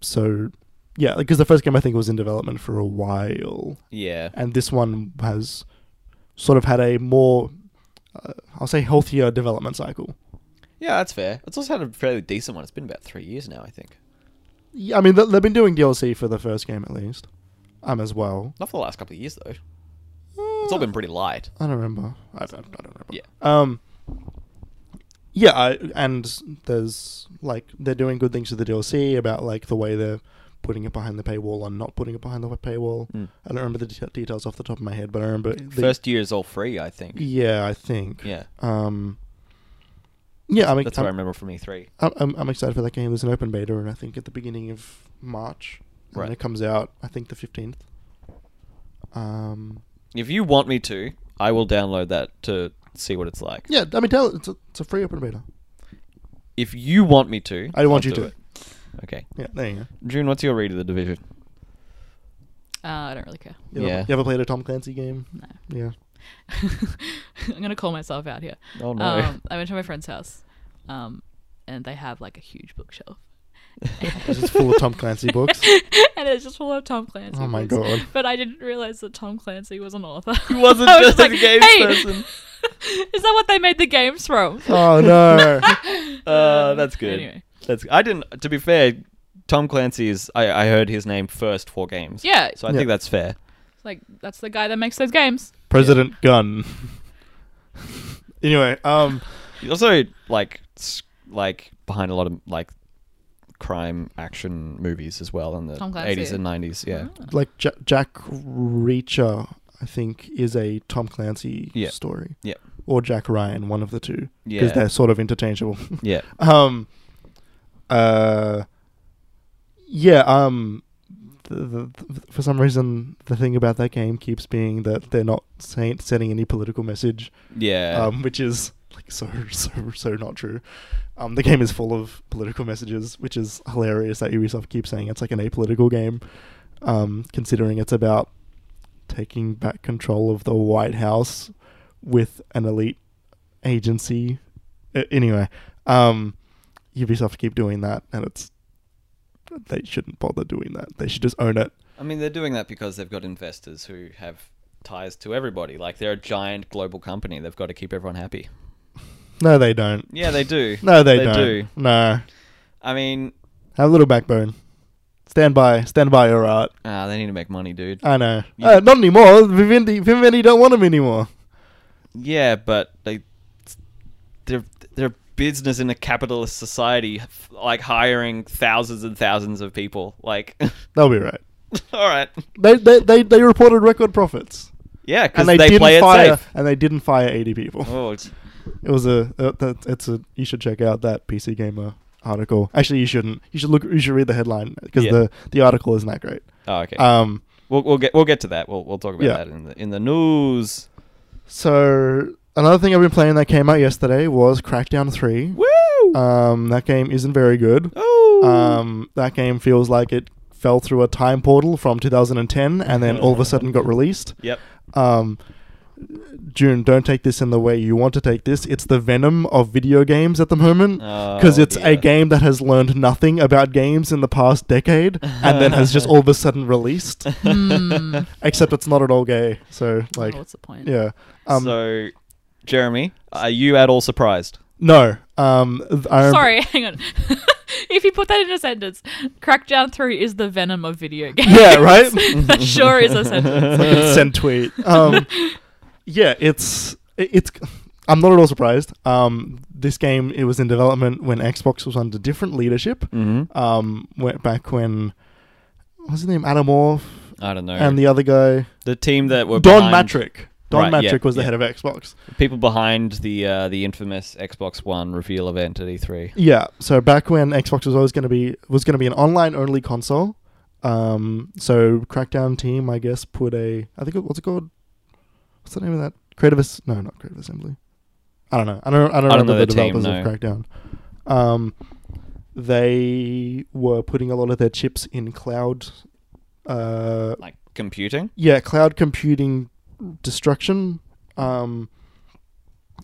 Speaker 2: so yeah because the first game i think was in development for a while
Speaker 1: Yeah.
Speaker 2: and this one has sort of had a more uh, I'll say healthier development cycle.
Speaker 1: Yeah, that's fair. It's also had a fairly decent one. It's been about three years now, I think.
Speaker 2: Yeah, I mean th- they've been doing DLC for the first game at least, um as well.
Speaker 1: Not for the last couple of years, though. It's all been pretty light.
Speaker 2: I don't remember. I don't, I don't remember.
Speaker 1: Yeah.
Speaker 2: Um. Yeah, I, and there's like they're doing good things to the DLC about like the way they're putting it behind the paywall and not putting it behind the paywall.
Speaker 1: Mm.
Speaker 2: I don't remember the deta details off the top of my head, but I remember the,
Speaker 1: First year is all free, I think.
Speaker 2: Yeah, I think.
Speaker 1: Yeah.
Speaker 2: Um. Yeah, I mean,
Speaker 1: That's
Speaker 2: I'm-
Speaker 1: what I remember from E E3.
Speaker 2: I'm, I'm, I'm excited for that game. There's an open beta, and I think at the beginning of March, and
Speaker 1: Right.
Speaker 2: it comes out. I think the fifteenth. Um,
Speaker 1: If you want me to, I will download that to see what it's like.
Speaker 2: yeah, I mean, tell it's a, it's a free open beta.
Speaker 1: If you want me to,
Speaker 2: I want
Speaker 1: I'll
Speaker 2: you to.
Speaker 1: Okay.
Speaker 2: Yeah, there you go.
Speaker 1: June, what's your read of the division?
Speaker 3: Uh, I don't really care.
Speaker 2: You ever,
Speaker 1: Yeah.
Speaker 2: you ever played a Tom Clancy game?
Speaker 3: No.
Speaker 2: Yeah.
Speaker 3: I'm gonna call myself out here.
Speaker 1: Oh no.
Speaker 3: Um, I went to my friend's house, um, and they have like a huge bookshelf,
Speaker 2: It's just full of Tom Clancy books.
Speaker 3: and it's just full of Tom Clancy.
Speaker 2: Oh my
Speaker 3: books.
Speaker 2: god.
Speaker 3: But I didn't realize that Tom Clancy was an author.
Speaker 1: He wasn't
Speaker 3: I was
Speaker 1: just a games
Speaker 3: "Hey,
Speaker 1: person."
Speaker 3: Is that what they made the games from?
Speaker 2: Oh no.
Speaker 1: uh, that's good.
Speaker 3: Anyway,
Speaker 1: That's. I didn't. To be fair, Tom Clancy is. I, I heard his name first for games.
Speaker 3: yeah,
Speaker 1: So I
Speaker 2: Yeah.
Speaker 1: think that's fair.
Speaker 3: like that's the guy that makes those games.
Speaker 2: President Gunn. anyway, um,
Speaker 1: He's also like s- like behind a lot of like crime action movies as well in the
Speaker 3: Tom Clancy.
Speaker 1: 80s and 90s. Yeah.
Speaker 3: Ah.
Speaker 2: like J- Jack Reacher, I think is a Tom Clancy
Speaker 1: Yeah.
Speaker 2: story.
Speaker 1: Yeah.
Speaker 2: Or Jack Ryan, one of the two. because
Speaker 1: Yeah.
Speaker 2: they're sort of interchangeable.
Speaker 1: Yeah.
Speaker 2: um, uh, yeah. Um, the, the, the- for some reason, the thing about that game keeps being that they're not saying, sending any political message,
Speaker 1: Yeah.
Speaker 2: um, which is like so so so not true. Um, the game is full of political messages, which is hilarious that Ubisoft keeps saying it's like an apolitical game, um, considering it's about taking back control of the White House with an elite agency. A- anyway, um, Ubisoft keep doing that, and it's they shouldn't bother doing that. They should just own it.
Speaker 1: I mean, they're doing that because they've got investors who have ties to everybody. Like they're a giant global company. They've got to keep everyone happy.
Speaker 2: No, they don't.
Speaker 1: Yeah, they do.
Speaker 2: No, they,
Speaker 1: They
Speaker 2: don't.
Speaker 1: do.
Speaker 2: No,
Speaker 1: I mean,
Speaker 2: have a little backbone. Stand by, stand by your art.
Speaker 1: ah, they need to make money, dude.
Speaker 2: I know.
Speaker 1: You-
Speaker 2: Uh, not anymore. Vivendi, Vivendi don't want him anymore.
Speaker 1: Yeah, but they they're they're a business in a capitalist society, like hiring thousands and thousands of people. Like,
Speaker 2: They'll be right.
Speaker 1: all right,
Speaker 2: They they, they, they reported record profits,
Speaker 1: yeah, because
Speaker 2: and
Speaker 1: they,
Speaker 2: they, didn't
Speaker 1: play it
Speaker 2: fire
Speaker 1: safe.
Speaker 2: and they didn't fire eighty people.
Speaker 1: Oh, it's-
Speaker 2: It was a uh, that, it's a you should check out that PC Gamer article. Actually, you shouldn't. You should look. You should read the headline because
Speaker 1: Yeah.
Speaker 2: the the article isn't that great.
Speaker 1: oh, okay.
Speaker 2: Um.
Speaker 1: we'll we'll get we'll get to that. We'll we'll talk about
Speaker 2: Yeah.
Speaker 1: that in the in the news.
Speaker 2: So another thing I've been playing that came out yesterday was Crackdown Three.
Speaker 1: Woo! Uh,
Speaker 2: Um. That game isn't very good.
Speaker 1: oh,
Speaker 2: Um, that game feels like it fell through a time portal from 2010 and then all of a sudden got released.
Speaker 1: yep.
Speaker 2: Um, June, don't take this in the way you want to take this. It's the venom of video games at the moment. Because
Speaker 1: Oh,
Speaker 2: it's a
Speaker 1: dear.
Speaker 2: game that has learned nothing about games in the past decade and then has just all of a sudden released.
Speaker 3: Hmm.
Speaker 2: Except it's not at all gay. So,
Speaker 3: Oh,
Speaker 2: like,
Speaker 3: what's the point?
Speaker 2: yeah. Um,
Speaker 1: so, Jeremy, are you at all surprised?
Speaker 2: No. Um, th- I rem-
Speaker 3: Sorry, hang on. if you put that in a sentence, Crackdown 3 is the venom of video games.
Speaker 2: Yeah, right?
Speaker 3: that sure is a sentence.
Speaker 1: Uh.
Speaker 2: Fucking send tweet. Um, yeah, it's it- it's. I'm not at all surprised. Um, this game it was in development when Xbox was under different leadership.
Speaker 1: Mm-hmm.
Speaker 2: Um, went back when what was his name Adam Orff
Speaker 1: I don't know.
Speaker 2: and the other guy
Speaker 1: the team Oh, that were
Speaker 2: Don
Speaker 1: behind-
Speaker 2: Matrick. Don
Speaker 1: Right, yeah,
Speaker 2: Matrick was the
Speaker 1: yeah.
Speaker 2: head of Xbox.
Speaker 1: people behind the uh, the infamous Xbox One reveal event at E3.
Speaker 2: Yeah. So back when Xbox was always going to be was going to be an online only console. Um, so Crackdown team, I guess, put a I think it, what's it called? What's the name of that? Creative Ass- no, not Creative Assembly. I don't know. I don't. I don't,
Speaker 1: I don't
Speaker 2: remember
Speaker 1: know
Speaker 2: the
Speaker 1: the team,
Speaker 2: developers of
Speaker 1: no.
Speaker 2: Crackdown. Um, they were putting a lot of their chips in cloud. Uh,
Speaker 1: Like computing.
Speaker 2: yeah, cloud computing destruction. Um,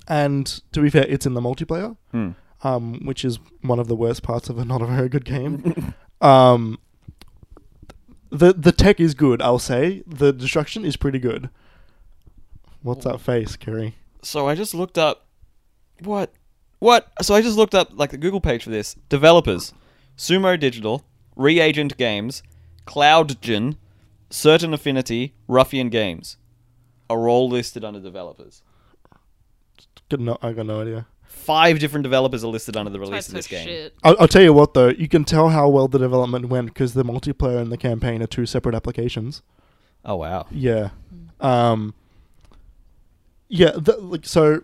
Speaker 2: and to be fair, it's in the multiplayer
Speaker 1: Hmm.
Speaker 2: um, which is one of the worst parts of a not a very good game. um, the the tech is good, I'll say. The destruction is pretty good. What's that face, Kerry?
Speaker 1: So I just looked up what what. So I just looked up like the Google page for this developers, Sumo Digital, Reagent Games, CloudGen, Certain Affinity, Ruffian Games, are all listed under developers.
Speaker 2: Good, no, I got no idea.
Speaker 1: Five different developers are listed under the release
Speaker 3: That's
Speaker 1: of this
Speaker 3: so
Speaker 1: game.
Speaker 3: shit.
Speaker 2: I'll, I'll tell you what though, you can tell how well the development went because the multiplayer and the campaign are two separate applications.
Speaker 1: Oh wow.
Speaker 2: Yeah. Um. Yeah. The, like so,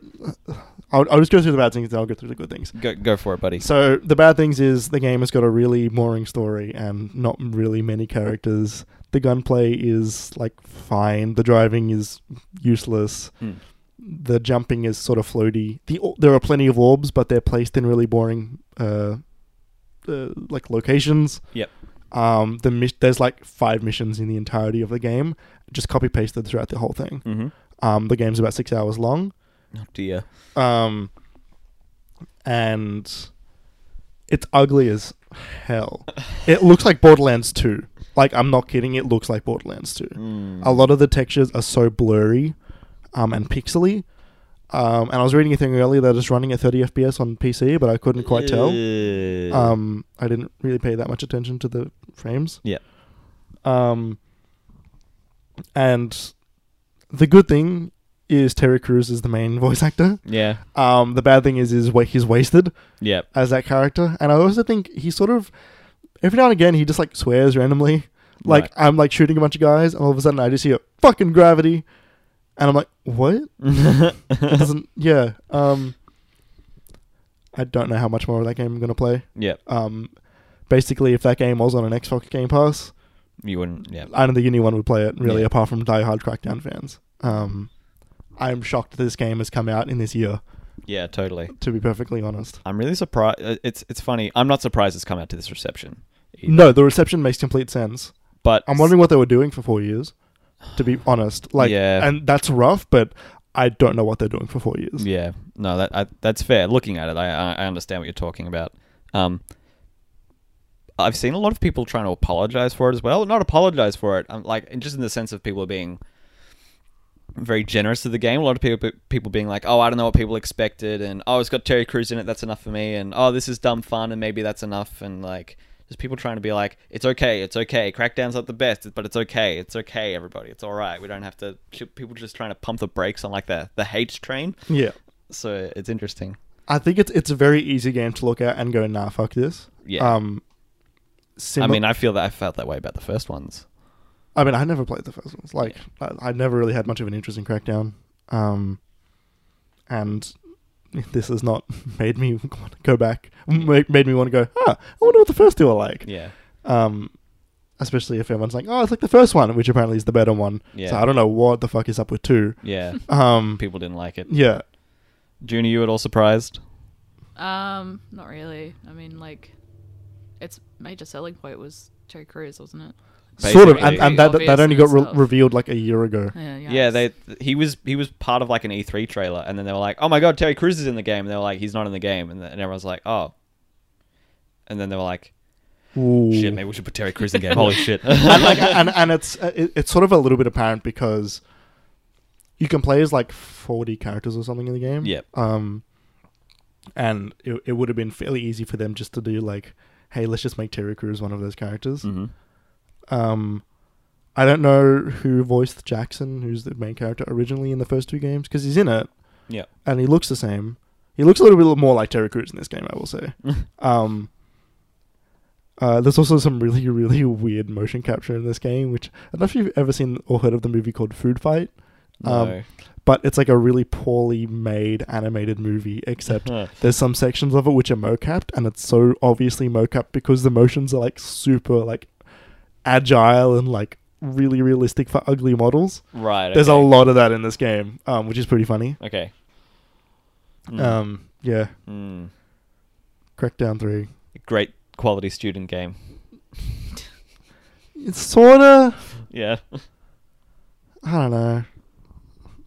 Speaker 2: I'll, I'll just go through the bad things, then I'll go through the good things.
Speaker 1: Go go for it, buddy.
Speaker 2: So the bad things is the game has got a really boring story and not really many characters. The gunplay is like fine. The driving is useless.
Speaker 1: Hmm.
Speaker 2: The jumping is sort of floaty. The or- there are plenty of orbs, but they're placed in really boring, uh, uh like locations.
Speaker 1: Yep.
Speaker 2: Um, the mis- there's like five missions in the entirety of the game, just copy pasted throughout the whole thing.
Speaker 1: Mm-hmm.
Speaker 2: Um, the game's about six hours long.
Speaker 1: Oh dear.
Speaker 2: Um, and it's ugly as hell. It looks like Borderlands 2. Like, I'm not kidding. It looks like Borderlands 2.
Speaker 1: Mm.
Speaker 2: A lot of the textures are so blurry um, and pixely. Um, and I was reading a thing earlier that it's running at 30 FPS on PC, but I couldn't quite tell.
Speaker 1: Ew.
Speaker 2: Um, I didn't really pay that much attention to the frames.
Speaker 1: Yeah.
Speaker 2: Um, and the good thing is Terry Crews is the main voice actor.
Speaker 1: Yeah.
Speaker 2: Um, the bad thing is, is wa- he's wasted
Speaker 1: Yeah.
Speaker 2: as that character, and I also think he sort of every now and again he just like swears randomly. Like
Speaker 1: Right.
Speaker 2: I'm like shooting a bunch of guys, and all of a sudden I just hear fucking gravity, and I'm like, what? It doesn't yeah. Um, I don't know how much more of that game I'm gonna play.
Speaker 1: Yeah.
Speaker 2: Um, basically, if that game was on an Xbox Game Pass,
Speaker 1: You wouldn't. Yeah.
Speaker 2: I don't think anyone would play it really,
Speaker 1: Yeah.
Speaker 2: apart from diehard Crackdown fans. Um, I'm shocked this game has come out in this year.
Speaker 1: Yeah. Totally.
Speaker 2: To be perfectly honest.
Speaker 1: I'm really surprised. It's it's funny. I'm not surprised it's come out to this reception. either.
Speaker 2: No, the reception makes complete sense.
Speaker 1: but
Speaker 2: I'm wondering what they were doing for four years, to be honest. Like,
Speaker 1: Yeah.
Speaker 2: and that's rough, but I don't know what they're doing for four years.
Speaker 1: Yeah. No. That I, that's fair. Looking at it, I I- I understand what you're talking about. Um. I've seen a lot of people trying to apologize for it as well. Not apologize for it. I'm like in- just in the sense of people being very generous to the game. A lot of people people being like, "Oh, I don't know what people expected," and "Oh, it's got Terry Crews in it. That's enough for me." And "Oh, this is dumb fun," and maybe that's enough. And like, just people trying to be like, "It's okay. It's okay. Crackdown's not the best, but it's okay. It's okay, everybody. It's all right. We don't have to." People just trying to pump the brakes on like the the hate train.
Speaker 2: Yeah.
Speaker 1: So it's interesting.
Speaker 2: I think it's it's a very easy game to look at and go, nah, fuck this.
Speaker 1: Yeah.
Speaker 2: Um, simi-
Speaker 1: I mean, I feel that I felt that way about the first ones.
Speaker 2: I mean, I never played the first ones. Like, I, I never really had much of an interest in Crackdown. Um, and this has not made me want to go back. Made, made me want to go. Huh, I wonder what the first two are like.
Speaker 1: Yeah.
Speaker 2: Um, especially if everyone's like, oh, it's like the first one, which apparently is the better one.
Speaker 1: Yeah.
Speaker 2: So I don't know what the fuck is up with two.
Speaker 1: Yeah.
Speaker 2: Um,
Speaker 1: people didn't like it.
Speaker 2: yeah.
Speaker 1: Junior, you at all surprised?
Speaker 3: Um, not really. I mean, like, its major selling point was Terry Crews, wasn't it?
Speaker 2: sort of, and,
Speaker 1: Basically.
Speaker 2: and that that- that
Speaker 3: Obvious
Speaker 2: only
Speaker 3: and
Speaker 2: got re-
Speaker 3: stuff.
Speaker 2: revealed like a year ago.
Speaker 3: Yeah,
Speaker 1: Yeah,
Speaker 3: yikes.
Speaker 1: they he was he was part of like an E3 trailer, and then they were like, "Oh my god, Terry Crews is in the game," and they were like, "He's not in the game," and, th- and everyone's like, "Oh," and then they were like,
Speaker 2: Ooh.
Speaker 1: "Shit, maybe we should put Terry Crews in the game." Holy shit!
Speaker 2: and, like, and and it's uh, it, it's sort of a little bit apparent because you can play as like forty characters or something in the game.
Speaker 1: Yep.
Speaker 2: Um, and it it would have been fairly easy for them just to do like, hey, let's just make Terry Crews one of those characters.
Speaker 1: Mhm.
Speaker 2: Um, I don't know who voiced Jackson, who's the main character originally in the first two games, because he's in it.
Speaker 1: Yeah.
Speaker 2: and he looks the same. He looks a little bit more like Terry Crews in this game, I will say. um, uh, there's also some really, really weird motion capture in this game, which I don't know if you've ever seen or heard of the movie called Food Fight, Um,
Speaker 1: No.
Speaker 2: but it's like a really poorly made animated movie, except
Speaker 1: Huh.
Speaker 2: there's some sections of it which are mocapped, and it's so obviously mocapped because the motions are like super like agile and like really realistic for ugly models.
Speaker 1: right.
Speaker 2: There's a
Speaker 1: okay.
Speaker 2: lot of that in this game, um, which is pretty funny.
Speaker 1: Okay. Mm.
Speaker 2: Um, yeah,
Speaker 1: Mm.
Speaker 2: Crackdown Three.
Speaker 1: Great quality student game.
Speaker 2: It's sorta.
Speaker 1: Yeah.
Speaker 2: I don't know.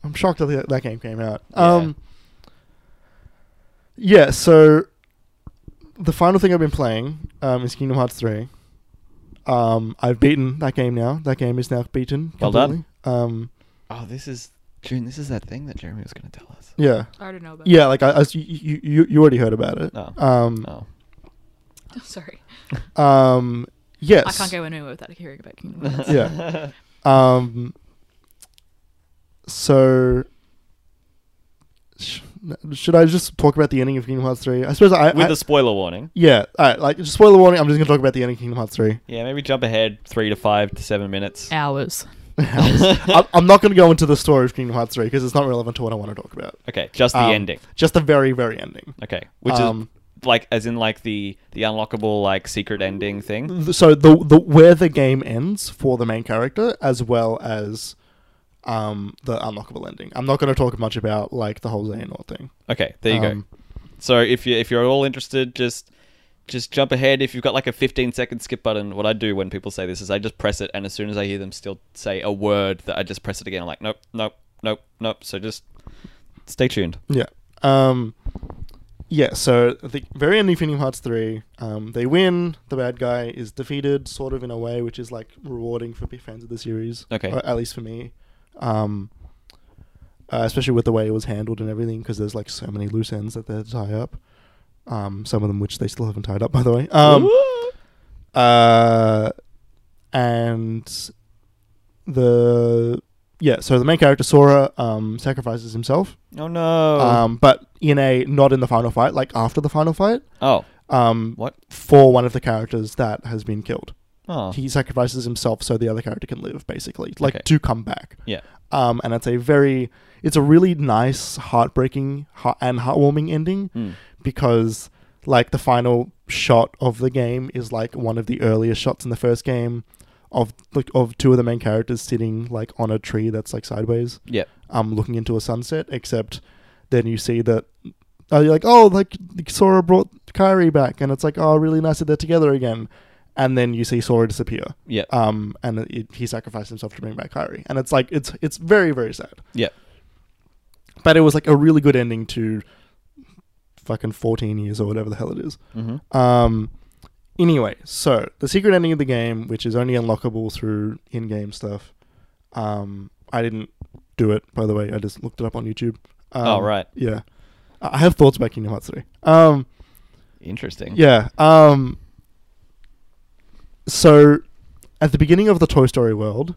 Speaker 2: I'm shocked that that game came out.
Speaker 1: Yeah.
Speaker 2: Um. Yeah. So, the final thing I've been playing um, is Kingdom Hearts Three. Um, I've beaten that game now. That game is now beaten.
Speaker 1: Well done.
Speaker 2: done. Um.
Speaker 1: Oh, this is June. This is that thing that Jeremy was going to tell us.
Speaker 2: Yeah.
Speaker 3: I already know about
Speaker 2: Yeah. Like I, I s- you, you, you already heard about it.
Speaker 1: Oh.
Speaker 2: Um.
Speaker 1: Oh.
Speaker 3: it. Sorry.
Speaker 2: Um. Yes.
Speaker 3: I can't go anywhere without hearing about Kingdom Hearts.
Speaker 2: Yeah. Um. So. Sh- should I just talk about the ending of Kingdom Hearts Three? I suppose I.
Speaker 1: With
Speaker 2: I-
Speaker 1: a spoiler warning.
Speaker 2: yeah. All right. Like spoiler warning. I'm just gonna talk about the ending of Kingdom Hearts Three.
Speaker 1: Yeah, maybe jump ahead three to five to seven minutes.
Speaker 3: Hours.
Speaker 2: I'm, I'm not gonna go into the story of Kingdom Hearts Three because it's not relevant to what I want to talk about.
Speaker 1: Okay, just the
Speaker 2: Um,
Speaker 1: ending.
Speaker 2: Just the very very ending.
Speaker 1: Okay, which
Speaker 2: um,
Speaker 1: is like as in like the the unlockable like secret ending thing.
Speaker 2: th- so the the where the game ends for the main character as well as um the unlockable ending. I'm not going to talk much about like the whole Xehanort thing.
Speaker 1: Okay, there you
Speaker 2: Um,
Speaker 1: go. So if you if you're at all interested, just just jump ahead. If you've got like a 15 second skip button, what I do when people say this is I just press it, and as soon as I hear them still say a word, that I just press it again. I'm like, nope, nope, nope, nope. So just stay tuned.
Speaker 2: Yeah. Um yeah, so at the very end of Kingdom Hearts 3, um, they win, the bad guy is defeated, sort of in a way, which is like rewarding for big fans of the series.
Speaker 1: Okay.
Speaker 2: Or at least for me. Um, uh, especially with the way it was handled and everything, because there's like so many loose ends that they had to tie up. Um, some of them which they still haven't tied up, by the way. Um,
Speaker 1: Oh,
Speaker 2: uh, and the yeah, so the main character Sora um, sacrifices himself,
Speaker 1: oh no.
Speaker 2: um, but in a not in the final fight, like after the final fight,
Speaker 1: oh
Speaker 2: um,
Speaker 1: what?
Speaker 2: for one of the characters that has been killed.
Speaker 1: Oh
Speaker 2: He sacrifices himself so the other character can live, basically, like
Speaker 1: Okay.
Speaker 2: to come back.
Speaker 1: yeah.
Speaker 2: Um, and it's a very, it's a really nice, heartbreaking heart- and heartwarming ending
Speaker 1: Mm.
Speaker 2: because like the final shot of the game is like one of the earliest shots in the first game of like of two of the main characters sitting like on a tree that's like sideways
Speaker 1: Yeah.
Speaker 2: um looking into a sunset except then you see that oh you're like oh like Sora brought Kyrie back and it's like oh really nice that they're together again and then you see Sora disappear
Speaker 1: Yeah.
Speaker 2: um and it, he sacrificed himself to bring back Kyrie and it's like it's it's very very sad
Speaker 1: Yeah.
Speaker 2: but it was like a really good ending to fucking 14 years or whatever the hell it is.
Speaker 1: Mm-hmm.
Speaker 2: Um, anyway, so the secret ending of the game, which is only unlockable through in game stuff. Um, I didn't do it, by the way. I just looked it up on YouTube. Um,
Speaker 1: oh right.
Speaker 2: Yeah. I I have thoughts about Kingdom Hearts 3. Um,
Speaker 1: Interesting.
Speaker 2: yeah. Um, so, at the beginning of the Toy Story world,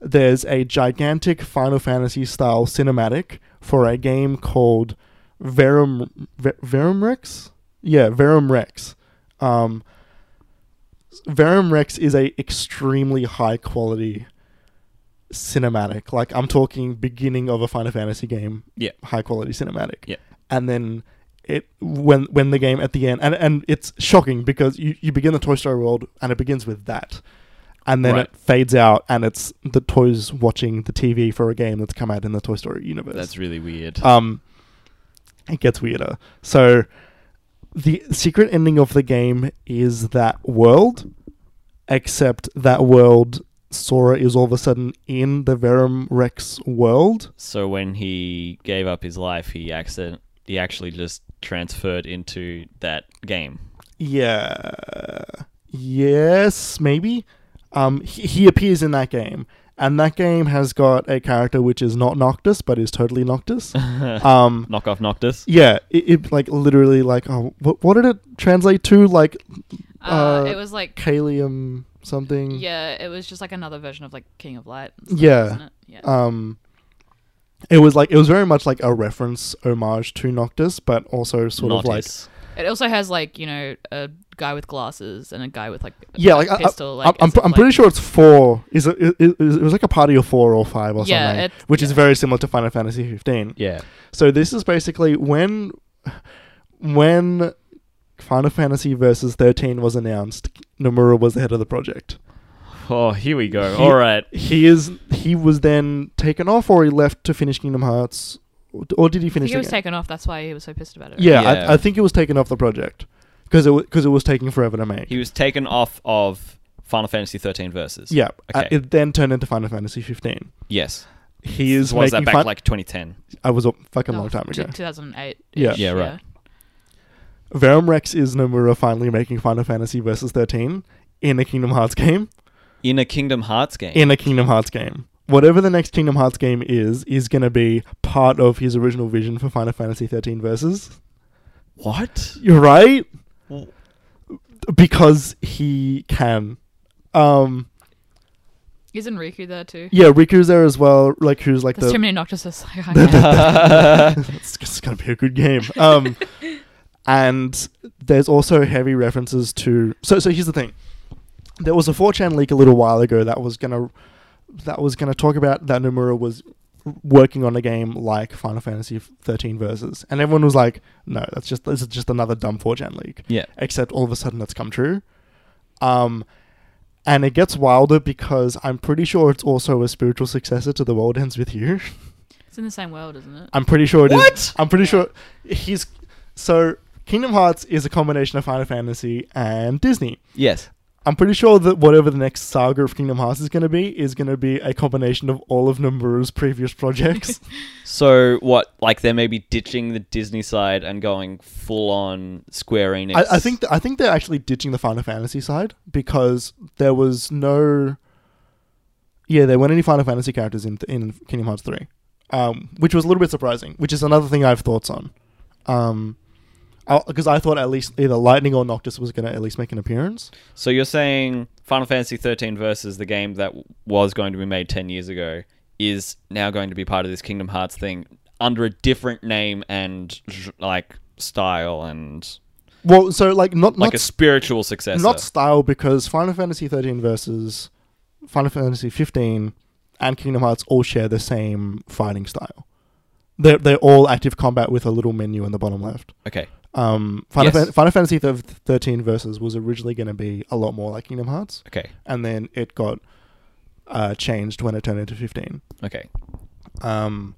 Speaker 2: there's a gigantic Final Fantasy style cinematic for a game called Verum Ver, Verum Rex. Yeah, Verum Rex. Um, Verum Rex is a extremely high quality cinematic. Like I'm talking beginning of a Final Fantasy game.
Speaker 1: Yeah.
Speaker 2: high quality cinematic.
Speaker 1: Yeah.
Speaker 2: and then it when when the game at the end and and it's shocking because you you begin the Toy Story world and it begins with that, and then
Speaker 1: Right.
Speaker 2: it fades out and it's the toys watching the TV for a game that's come out in the Toy Story universe.
Speaker 1: That's really weird.
Speaker 2: Um, it gets weirder. So, the secret ending of the game is that world except that world Sora is all of a sudden in the Verum Rex world.
Speaker 1: So when he gave up his life, he accident he actually just transferred into that game.
Speaker 2: Yeah. Yes, maybe. Um, he, he appears in that game, and that game has got a character which is not Noctis, but is totally Noctis. um,
Speaker 1: Knock off Noctis.
Speaker 2: yeah, it, it like literally like oh, what, what did it translate to? Like
Speaker 3: Uh,
Speaker 2: Uh,
Speaker 3: it was like
Speaker 2: Kalium something.
Speaker 3: yeah, it was just like another version of like King of Light. and
Speaker 2: Yeah.
Speaker 3: wasn't it? yeah.
Speaker 2: um it was like it was very much like a reference homage to Noctis, but also sort of like
Speaker 1: Noctis.
Speaker 3: It also has like you know a guy with glasses and a guy with like a
Speaker 2: yeah, like, I- I,
Speaker 3: pistol. like
Speaker 2: I'm, I'm,
Speaker 3: as if,
Speaker 2: I'm
Speaker 3: like-
Speaker 2: pretty sure it's four. Is it, it, it, it was like a party of four or five or
Speaker 3: Yeah,
Speaker 2: something,
Speaker 3: it-
Speaker 2: which is
Speaker 3: yeah.
Speaker 2: very similar to Final Fantasy 15.
Speaker 1: Yeah.
Speaker 2: So this is basically when when Final Fantasy versus 13 was announced, Nomura was the head of the project.
Speaker 1: Oh, here we go.
Speaker 2: He-
Speaker 1: All right.
Speaker 2: He is he was then taken off, or he left to finish Kingdom Hearts, or, or did he
Speaker 3: I think
Speaker 2: finish?
Speaker 3: he
Speaker 2: the
Speaker 3: was
Speaker 2: game?
Speaker 3: taken off. That's why he was so pissed about it. right?
Speaker 2: Yeah,
Speaker 1: Yeah.
Speaker 2: I, I think it was taken off the project because it because it was taking forever to make.
Speaker 1: He was taken off of Final Fantasy 13 verses.
Speaker 2: yeah, uh,
Speaker 1: Okay.
Speaker 2: it then turned into Final Fantasy 15.
Speaker 1: Yes.
Speaker 2: He is
Speaker 1: was
Speaker 2: making
Speaker 1: that back
Speaker 2: fun-
Speaker 1: like Oh, 2010?
Speaker 2: I was a fucking
Speaker 3: No,
Speaker 2: long time ago.
Speaker 3: Oh, t- 2008.
Speaker 2: Yeah.
Speaker 1: Yeah, right.
Speaker 2: Verum Rex is Nomura finally making Final Fantasy versus 13 in a Kingdom Hearts game.
Speaker 1: In a Kingdom Hearts game.
Speaker 2: In a Kingdom Hearts game. Whatever the next Kingdom Hearts game is, is going to be part of his original vision for Final Fantasy 13 versus.
Speaker 1: what?
Speaker 2: You're right
Speaker 1: W-
Speaker 2: because he can. Um,
Speaker 3: Isn't Riku there too?
Speaker 2: yeah, Riku's there as well. Like who's like
Speaker 3: There's
Speaker 2: the
Speaker 3: too many Noctises. Like, I can't-
Speaker 2: it's, it's gonna be a good game. Um, and there's also heavy references to. So, so here's the thing. There was a 4chan leak a little while ago that was gonna that was gonna talk about that Nomura was working on a game like Final Fantasy 13 versus, and everyone was like, "No, that's just this is just another dumb 4chan leak."
Speaker 1: Yeah.
Speaker 2: Except all of a sudden, that's come true. Um, and it gets wilder because I'm pretty sure it's also a spiritual successor to The World Ends with You.
Speaker 3: it's in the same world, isn't it?
Speaker 2: I'm pretty sure it is.
Speaker 1: What?
Speaker 2: I'm pretty sure he's so Kingdom Hearts is a combination of Final Fantasy and Disney.
Speaker 1: Yes.
Speaker 2: I'm pretty sure that whatever the next saga of Kingdom Hearts is going to be is going to be a combination of all of Nomura's previous projects.
Speaker 1: So what? Like they're maybe ditching the Disney side and going full on Square Enix.
Speaker 2: I, I think th- I think they're actually ditching the Final Fantasy side because there was no. Yeah, there weren't any Final Fantasy characters in in Kingdom Hearts three, um, which was a little bit surprising. Which is another thing I have thoughts on, because I thought at least either Lightning or Noctis was going to at least make an appearance.
Speaker 1: so. You're saying Final Fantasy 13 versus the game that w- was going to be made 10 years ago is now going to be part of this Kingdom Hearts thing under a different name and j- like style and
Speaker 2: Well, so like not
Speaker 1: like
Speaker 2: not
Speaker 1: a spiritual successor.
Speaker 2: not style because Final Fantasy 13 versus Final Fantasy 15 and Kingdom Hearts all share the same fighting style. They're, they're all active combat with a little menu in the bottom left.
Speaker 1: okay.
Speaker 2: Um, Final,
Speaker 1: Yes.
Speaker 2: Fan- Final Fantasy th- 13 versus was originally going to be a lot more like Kingdom Hearts,
Speaker 1: Okay.
Speaker 2: and then it got uh, changed when it turned into 15.
Speaker 1: Okay.
Speaker 2: Um,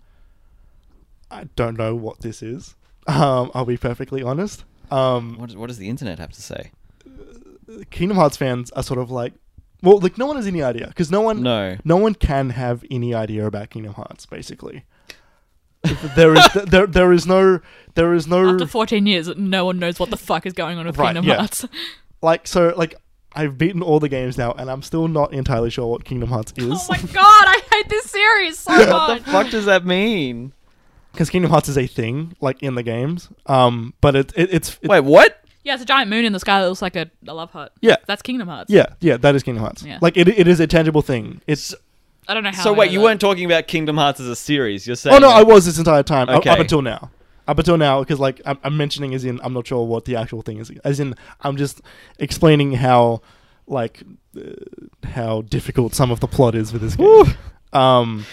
Speaker 2: I don't know what this is. Um, I'll be perfectly honest. Um,
Speaker 1: What, what does the internet have to say?
Speaker 2: Kingdom Hearts fans are sort of like, well, like no one has any idea because no one,
Speaker 1: No.
Speaker 2: no one can have any idea about Kingdom Hearts. Basically, there is there there is no there is no
Speaker 3: After 14 years, no one knows what the fuck is going on with
Speaker 2: Right,
Speaker 3: Kingdom
Speaker 2: yeah.
Speaker 3: Hearts.
Speaker 2: like so like I've beaten all the games now, and I'm still not entirely sure what Kingdom Hearts
Speaker 3: oh
Speaker 2: is
Speaker 3: my god, I hate this series so much.
Speaker 1: What the fuck does that mean?
Speaker 2: because Kingdom Hearts is a thing like in the games. Um, but it, it it's it-
Speaker 1: Wait, what?
Speaker 3: Yeah, it's a giant moon in the sky that looks like a, a love heart.
Speaker 2: Yeah.
Speaker 3: That's Kingdom Hearts.
Speaker 2: yeah yeah that is Kingdom Hearts.
Speaker 3: Yeah.
Speaker 2: Like it it is a tangible thing. It's
Speaker 3: I don't know how.
Speaker 1: So
Speaker 3: I
Speaker 1: wait,
Speaker 3: know
Speaker 1: you
Speaker 3: that.
Speaker 1: weren't talking about Kingdom Hearts as a series. You're saying
Speaker 2: Oh no,
Speaker 1: that-
Speaker 2: I was this entire time up- up
Speaker 1: Okay.
Speaker 2: until now. Up until now, because like I'm, I'm mentioning, as in I'm not sure what the actual thing is. As in, I'm just explaining how, like, uh, how difficult some of the plot is with this game. Um,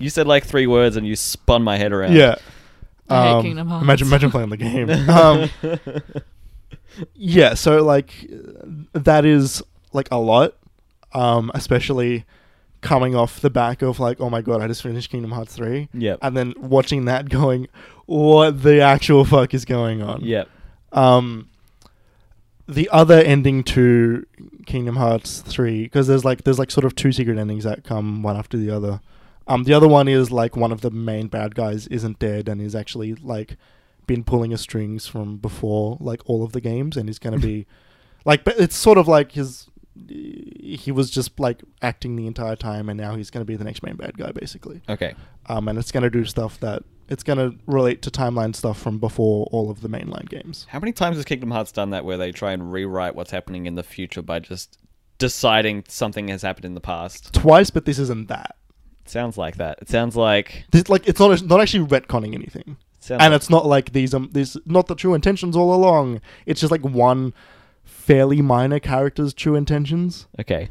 Speaker 1: You said like three words and you spun my head around.
Speaker 2: yeah.
Speaker 3: I hate
Speaker 2: Um,
Speaker 3: Kingdom Hearts.
Speaker 2: Imagine, imagine playing the game. Um, yeah, so like that is like a lot, um, especially coming off the back of like, oh my god, I just finished Kingdom Hearts three.
Speaker 1: Yep.
Speaker 2: and then watching that going what the actual fuck is going on
Speaker 1: Yep.
Speaker 2: um the other ending to Kingdom Hearts three because there's like there's like sort of two secret endings that come one after the other. Um, the other one is like one of the main bad guys isn't dead and is actually like been pulling his strings from before like all of the games and he's gonna be like but it's sort of like his he was just like acting the entire time and now he's gonna be the next main bad guy basically
Speaker 1: Okay.
Speaker 2: um, and it's going to do stuff that it's going to relate to timeline stuff from before all of the mainline games.
Speaker 1: How many times has Kingdom Hearts done that where they try and rewrite what's happening in the future by just deciding something has happened in the past?
Speaker 2: Twice, but this isn't that.
Speaker 1: It sounds like that. It sounds like.
Speaker 2: This, like it's not it's not actually retconning anything,
Speaker 1: it sounds
Speaker 2: and
Speaker 1: like-
Speaker 2: it's not like these um these not the true intentions all along. It's just like one fairly minor character's true intentions.
Speaker 1: okay.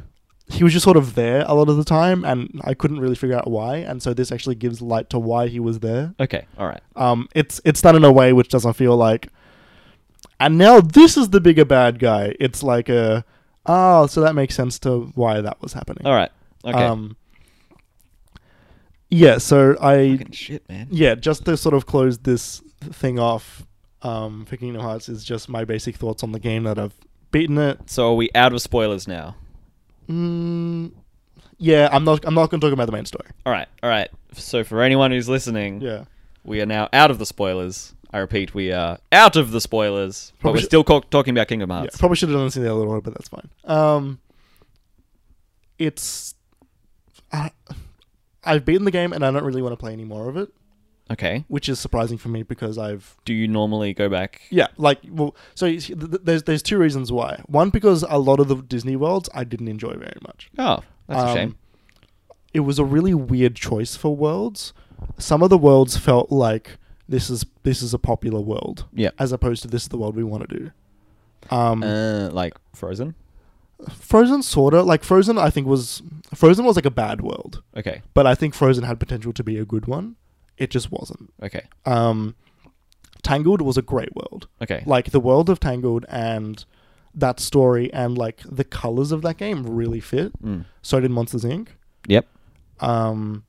Speaker 2: He was just sort of there a lot of the time, and I couldn't really figure out why. And so this actually gives light to why he was there.
Speaker 1: Okay. All right.
Speaker 2: Um, it's it's done in a way which doesn't feel like. And now this is the bigger bad guy. It's like a oh, so that makes sense to why that was happening.
Speaker 1: All right. Oh, Okay.
Speaker 2: Um, yeah. So I
Speaker 1: Fucking shit, man.
Speaker 2: yeah, just to sort of close this thing off. Um, for Kingdom Hearts is just my basic thoughts on the game that I've beaten it.
Speaker 1: So are we out of spoilers now?
Speaker 2: Mm, yeah, I'm not. I'm not going to talk about the main story.
Speaker 1: All right. All right. So for anyone who's listening,
Speaker 2: Yeah.
Speaker 1: we are now out of the spoilers. I repeat, we are out of the spoilers, but
Speaker 2: Probably
Speaker 1: we're
Speaker 2: should-
Speaker 1: still co- talking about Kingdom Hearts.
Speaker 2: Yeah, probably should have done this in the other order, but that's fine. Um, it's I, I've beaten the game and I don't really want to play any more of it,
Speaker 1: okay.
Speaker 2: which is surprising for me because I've
Speaker 1: Do you normally go back?
Speaker 2: yeah like well so you see, th- th- there's there's two reasons why. One because a lot of the Disney worlds I didn't enjoy very much.
Speaker 1: Oh, that's a
Speaker 2: Um,
Speaker 1: shame.
Speaker 2: It was a really weird choice for worlds. Some of the worlds felt like this is this is a popular world,
Speaker 1: Yeah.
Speaker 2: as opposed to this is the world we want to do. Um,
Speaker 1: Uh, like Frozen.
Speaker 2: Frozen sorta like Frozen I think was Frozen was like a bad world,
Speaker 1: Okay.
Speaker 2: but I think Frozen had potential to be a good one. It just wasn't.
Speaker 1: Okay.
Speaker 2: Um Tangled was a great world.
Speaker 1: Okay.
Speaker 2: Like the world of Tangled and that story and like the colors of that game really fit.
Speaker 1: Mm.
Speaker 2: So did Monsters Inc.
Speaker 1: Yep.
Speaker 2: Um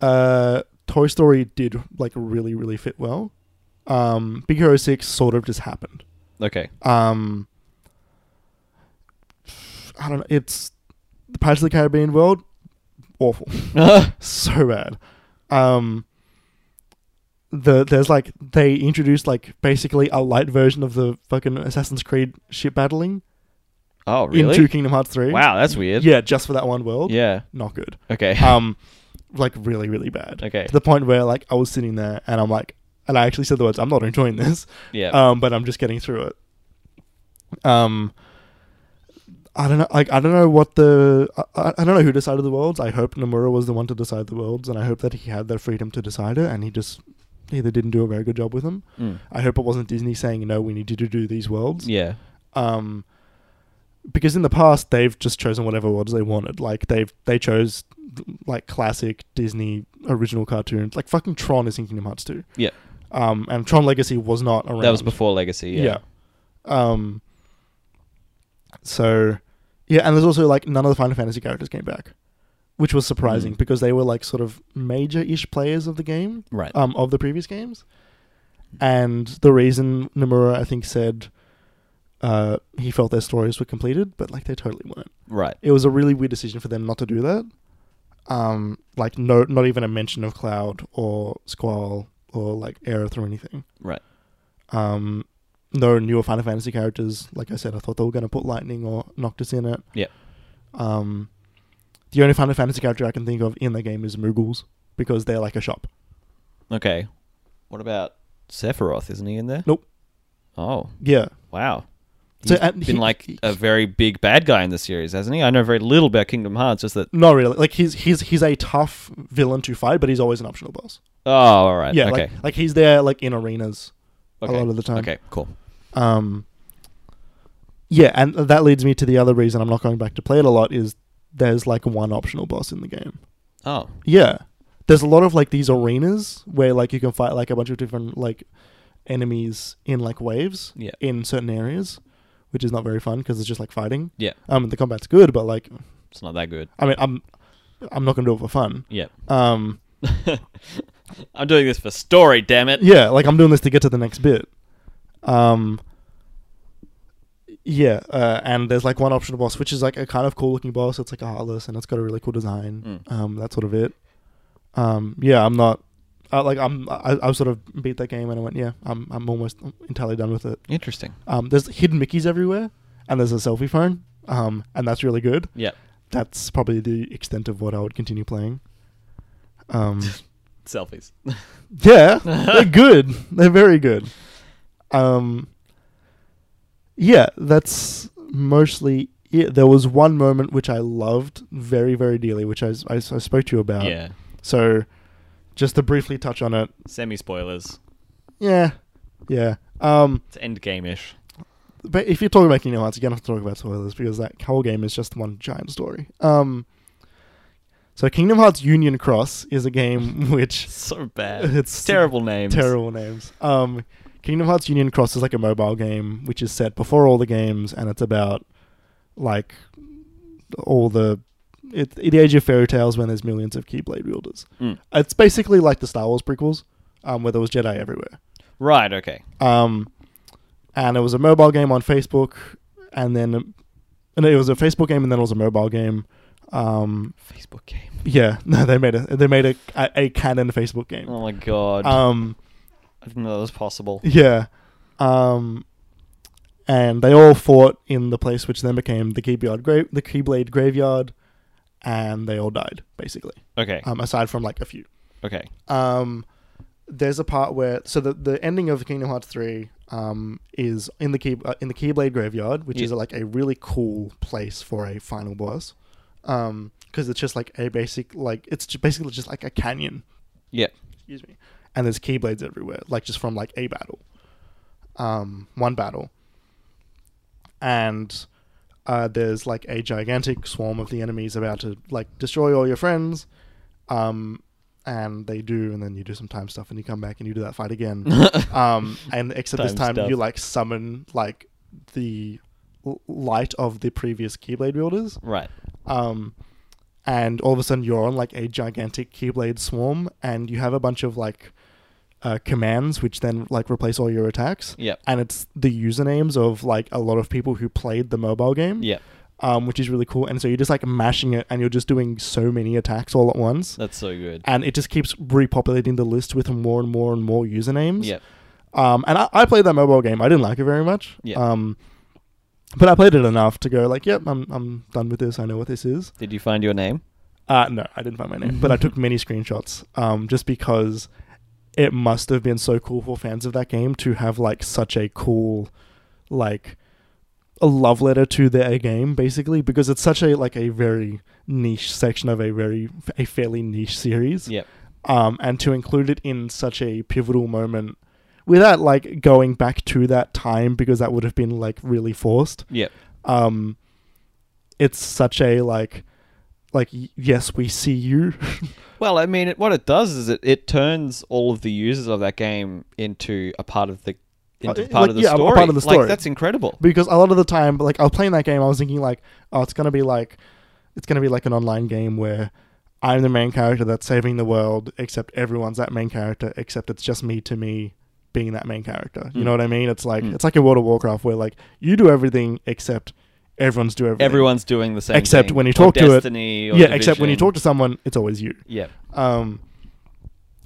Speaker 2: uh Toy Story did like really really fit well. Um Big Hero 6 sort of just happened.
Speaker 1: Okay.
Speaker 2: Um, I don't know. It's the Pirates of the Caribbean world. Awful, so bad. Um, the there's like they introduced like basically a light version of the fucking Assassin's Creed ship battling
Speaker 1: oh,
Speaker 2: into
Speaker 1: really?
Speaker 2: Kingdom Hearts three.
Speaker 1: Wow, that's weird.
Speaker 2: Yeah, just for that one world.
Speaker 1: Yeah.
Speaker 2: Not good.
Speaker 1: Okay.
Speaker 2: Um, like really, really bad.
Speaker 1: okay.
Speaker 2: To the point where like I was sitting there and I'm like, and I actually said the words, "I'm not enjoying this."
Speaker 1: Yeah.
Speaker 2: um, but I'm just getting through it. Um, I don't know. Like I don't know what the I- I, I don't know who decided the worlds. I hope Nomura was the one to decide the worlds, and I hope that he had the freedom to decide it, and he just either didn't do a very good job with them.
Speaker 1: Mm.
Speaker 2: I hope it wasn't Disney saying no, we need you to do these worlds.
Speaker 1: Yeah.
Speaker 2: Um, because in the past they've just chosen whatever worlds they wanted. Like they've they chose like classic Disney original cartoons. Like fucking Tron is in Kingdom Hearts too.
Speaker 1: Yeah.
Speaker 2: Um, and Tron Legacy was not around.
Speaker 1: That was before Legacy. Yeah.
Speaker 2: Yeah. Um. So, yeah, and there's also like none of the Final Fantasy characters came back, which was surprising
Speaker 1: Mm.
Speaker 2: because they were like sort of major-ish players of the game,
Speaker 1: Right.
Speaker 2: um, of the previous games. And the reason Nomura, I think, said uh, he felt their stories were completed, but like they totally weren't.
Speaker 1: right.
Speaker 2: It was a really weird decision for them not to do that. Um, like no, not even a mention of Cloud or Squall or like Aerith or anything.
Speaker 1: Right.
Speaker 2: Um, no newer Final Fantasy characters. Like I said, I thought they were going to put Lightning or Noctis in it.
Speaker 1: Yep.
Speaker 2: Um, the only Final Fantasy character I can think of in the game is Moogles because they're like a shop.
Speaker 1: Okay. What about Sephiroth? Isn't he in there?
Speaker 2: Nope.
Speaker 1: Oh,
Speaker 2: Yeah.
Speaker 1: wow. He's
Speaker 2: So, and
Speaker 1: been
Speaker 2: he-
Speaker 1: like
Speaker 2: he-
Speaker 1: a very big bad guy in the series, hasn't he? I know very little about Kingdom Hearts, just that.
Speaker 2: Not really. Like he's he's he's a tough villain to fight, but he's always an optional boss.
Speaker 1: Oh, all right.
Speaker 2: Yeah.
Speaker 1: okay.
Speaker 2: Like, like he's there like in arenas
Speaker 1: okay.
Speaker 2: a lot of the time.
Speaker 1: Okay, cool.
Speaker 2: Um, yeah, and that leads me to the other reason I'm not going back to play it a lot is there's like one optional boss in the game.
Speaker 1: Oh,
Speaker 2: Yeah. There's a lot of like these arenas where like you can fight like a bunch of different like enemies in like waves
Speaker 1: Yeah.
Speaker 2: in certain areas, which is not very fun because it's just like fighting.
Speaker 1: Yeah.
Speaker 2: Um the combat's good, but like
Speaker 1: it's not that good.
Speaker 2: I mean I'm I'm not going to do it for fun.
Speaker 1: Yeah.
Speaker 2: Um
Speaker 1: I'm doing this for story, damn it.
Speaker 2: yeah, like I'm doing this to get to the next bit. Um Yeah, uh, and there's like one optional boss, which is like a kind of cool looking boss. It's like a heartless, and it's got a really cool design.
Speaker 1: Mm.
Speaker 2: Um, that's sort of it. Um, yeah, I'm not. I, like I'm, I, I sort of beat that game, and I went, yeah, I'm, I'm almost entirely done with it.
Speaker 1: Interesting.
Speaker 2: Um, there's hidden Mickey's everywhere, and there's a selfie phone, um, and that's really good.
Speaker 1: Yeah.
Speaker 2: That's probably the extent of what I would continue playing. Um,
Speaker 1: Selfies.
Speaker 2: yeah, they're good. They're very good. Um, yeah, that's mostly it. There was one moment which I loved very, very dearly, which I, s- I s- I spoke to you about.
Speaker 1: yeah.
Speaker 2: So, just to briefly touch on it.
Speaker 1: Semi spoilers.
Speaker 2: Yeah, yeah. Um,
Speaker 1: It's end game ish.
Speaker 2: but if you're talking about Kingdom Hearts, you don't have to talk about spoilers because that whole game is just one giant story. Um, so Kingdom Hearts Union Cross is a game which
Speaker 1: So bad.
Speaker 2: It's
Speaker 1: It's terrible names.
Speaker 2: terrible names. Um, Kingdom Hearts Union Cross is like a mobile game which is set before all the games, and it's about like all the it, the age of fairy tales when there's millions of Keyblade wielders.
Speaker 1: Mm.
Speaker 2: It's basically like the Star Wars prequels, um, where there was Jedi everywhere.
Speaker 1: Right. Okay.
Speaker 2: Um, and it was a mobile game on Facebook, and then and it was a Facebook game, and then it was a mobile game. Um,
Speaker 1: Facebook game.
Speaker 2: yeah, no, they made a they made a a, a canon Facebook game.
Speaker 1: Oh my god.
Speaker 2: Um,
Speaker 1: I didn't know that was possible.
Speaker 2: yeah, um, and they all fought in the place which then became the Keyblade grave the Keyblade graveyard, and they all died basically.
Speaker 1: Okay.
Speaker 2: Um, aside from like a few.
Speaker 1: okay.
Speaker 2: Um, there's a part where so the the ending of Kingdom Hearts three um is in the key uh, in the Keyblade graveyard, which
Speaker 1: Yeah.
Speaker 2: is like a really cool place for a final boss, um because it's just like a basic like it's ju- basically just like a canyon.
Speaker 1: Yeah.
Speaker 2: Excuse me. And there's keyblades everywhere, like just from like a battle, um one battle, and uh, there's like a gigantic swarm of the enemies about to like destroy all your friends, um, and they do, and then you do some time stuff, and you come back and you do that fight again, um, and except this
Speaker 1: Time
Speaker 2: time
Speaker 1: stuff.
Speaker 2: you like summon like the l- light of the previous Keyblade wielders,
Speaker 1: Right.
Speaker 2: um, and all of a sudden you're on like a gigantic Keyblade swarm, and you have a bunch of like uh, commands which then like replace all your attacks.
Speaker 1: Yep.
Speaker 2: And it's the usernames of like a lot of people who played the mobile game,
Speaker 1: Yep.
Speaker 2: um, which is really cool. And so you're just like mashing it, and you're just doing so many attacks all at once,
Speaker 1: That's so good.
Speaker 2: and it just keeps repopulating the list with more and more and more usernames.
Speaker 1: Yep.
Speaker 2: Um, and I, I played that mobile game. I didn't like it very much.
Speaker 1: Yeah.
Speaker 2: Um, but I played it enough to go like, yep, I'm I'm done with this. I know what this is.
Speaker 1: Did you find your name?
Speaker 2: Uh, no, I didn't find my name, but I took many screenshots um, just because it must have been so cool for fans of that game to have like such a cool, like, a love letter to their game basically because it's such a like a very niche section of a very a fairly niche series
Speaker 1: Yep.
Speaker 2: um, and to include it in such a pivotal moment without like going back to that time because that would have been like really forced.
Speaker 1: Yep.
Speaker 2: Um, it's such a like, like y- yes, we see you.
Speaker 1: Well, I mean, it, what it does is it, it turns all of the users of that game into a part of the into
Speaker 2: Uh,
Speaker 1: part
Speaker 2: like,
Speaker 1: of the
Speaker 2: yeah, a
Speaker 1: story.
Speaker 2: part of the story.
Speaker 1: Like that's incredible.
Speaker 2: because a lot of the time, like I was playing that game, I was thinking like, oh, it's gonna be like, it's gonna be like an online game where I'm the main character that's saving the world, except everyone's that main character, except it's just me to me being that main character. You
Speaker 1: Mm.
Speaker 2: know what I mean? It's like
Speaker 1: Mm.
Speaker 2: it's like in World of Warcraft where like you do everything except everyone's do everything.
Speaker 1: Everyone's doing the same.
Speaker 2: Except
Speaker 1: thing.
Speaker 2: when you
Speaker 1: Or
Speaker 2: talk to it-
Speaker 1: Destiny Or
Speaker 2: yeah, except when you
Speaker 1: Division.
Speaker 2: talk to someone, it's always you.
Speaker 1: Yep.
Speaker 2: Um,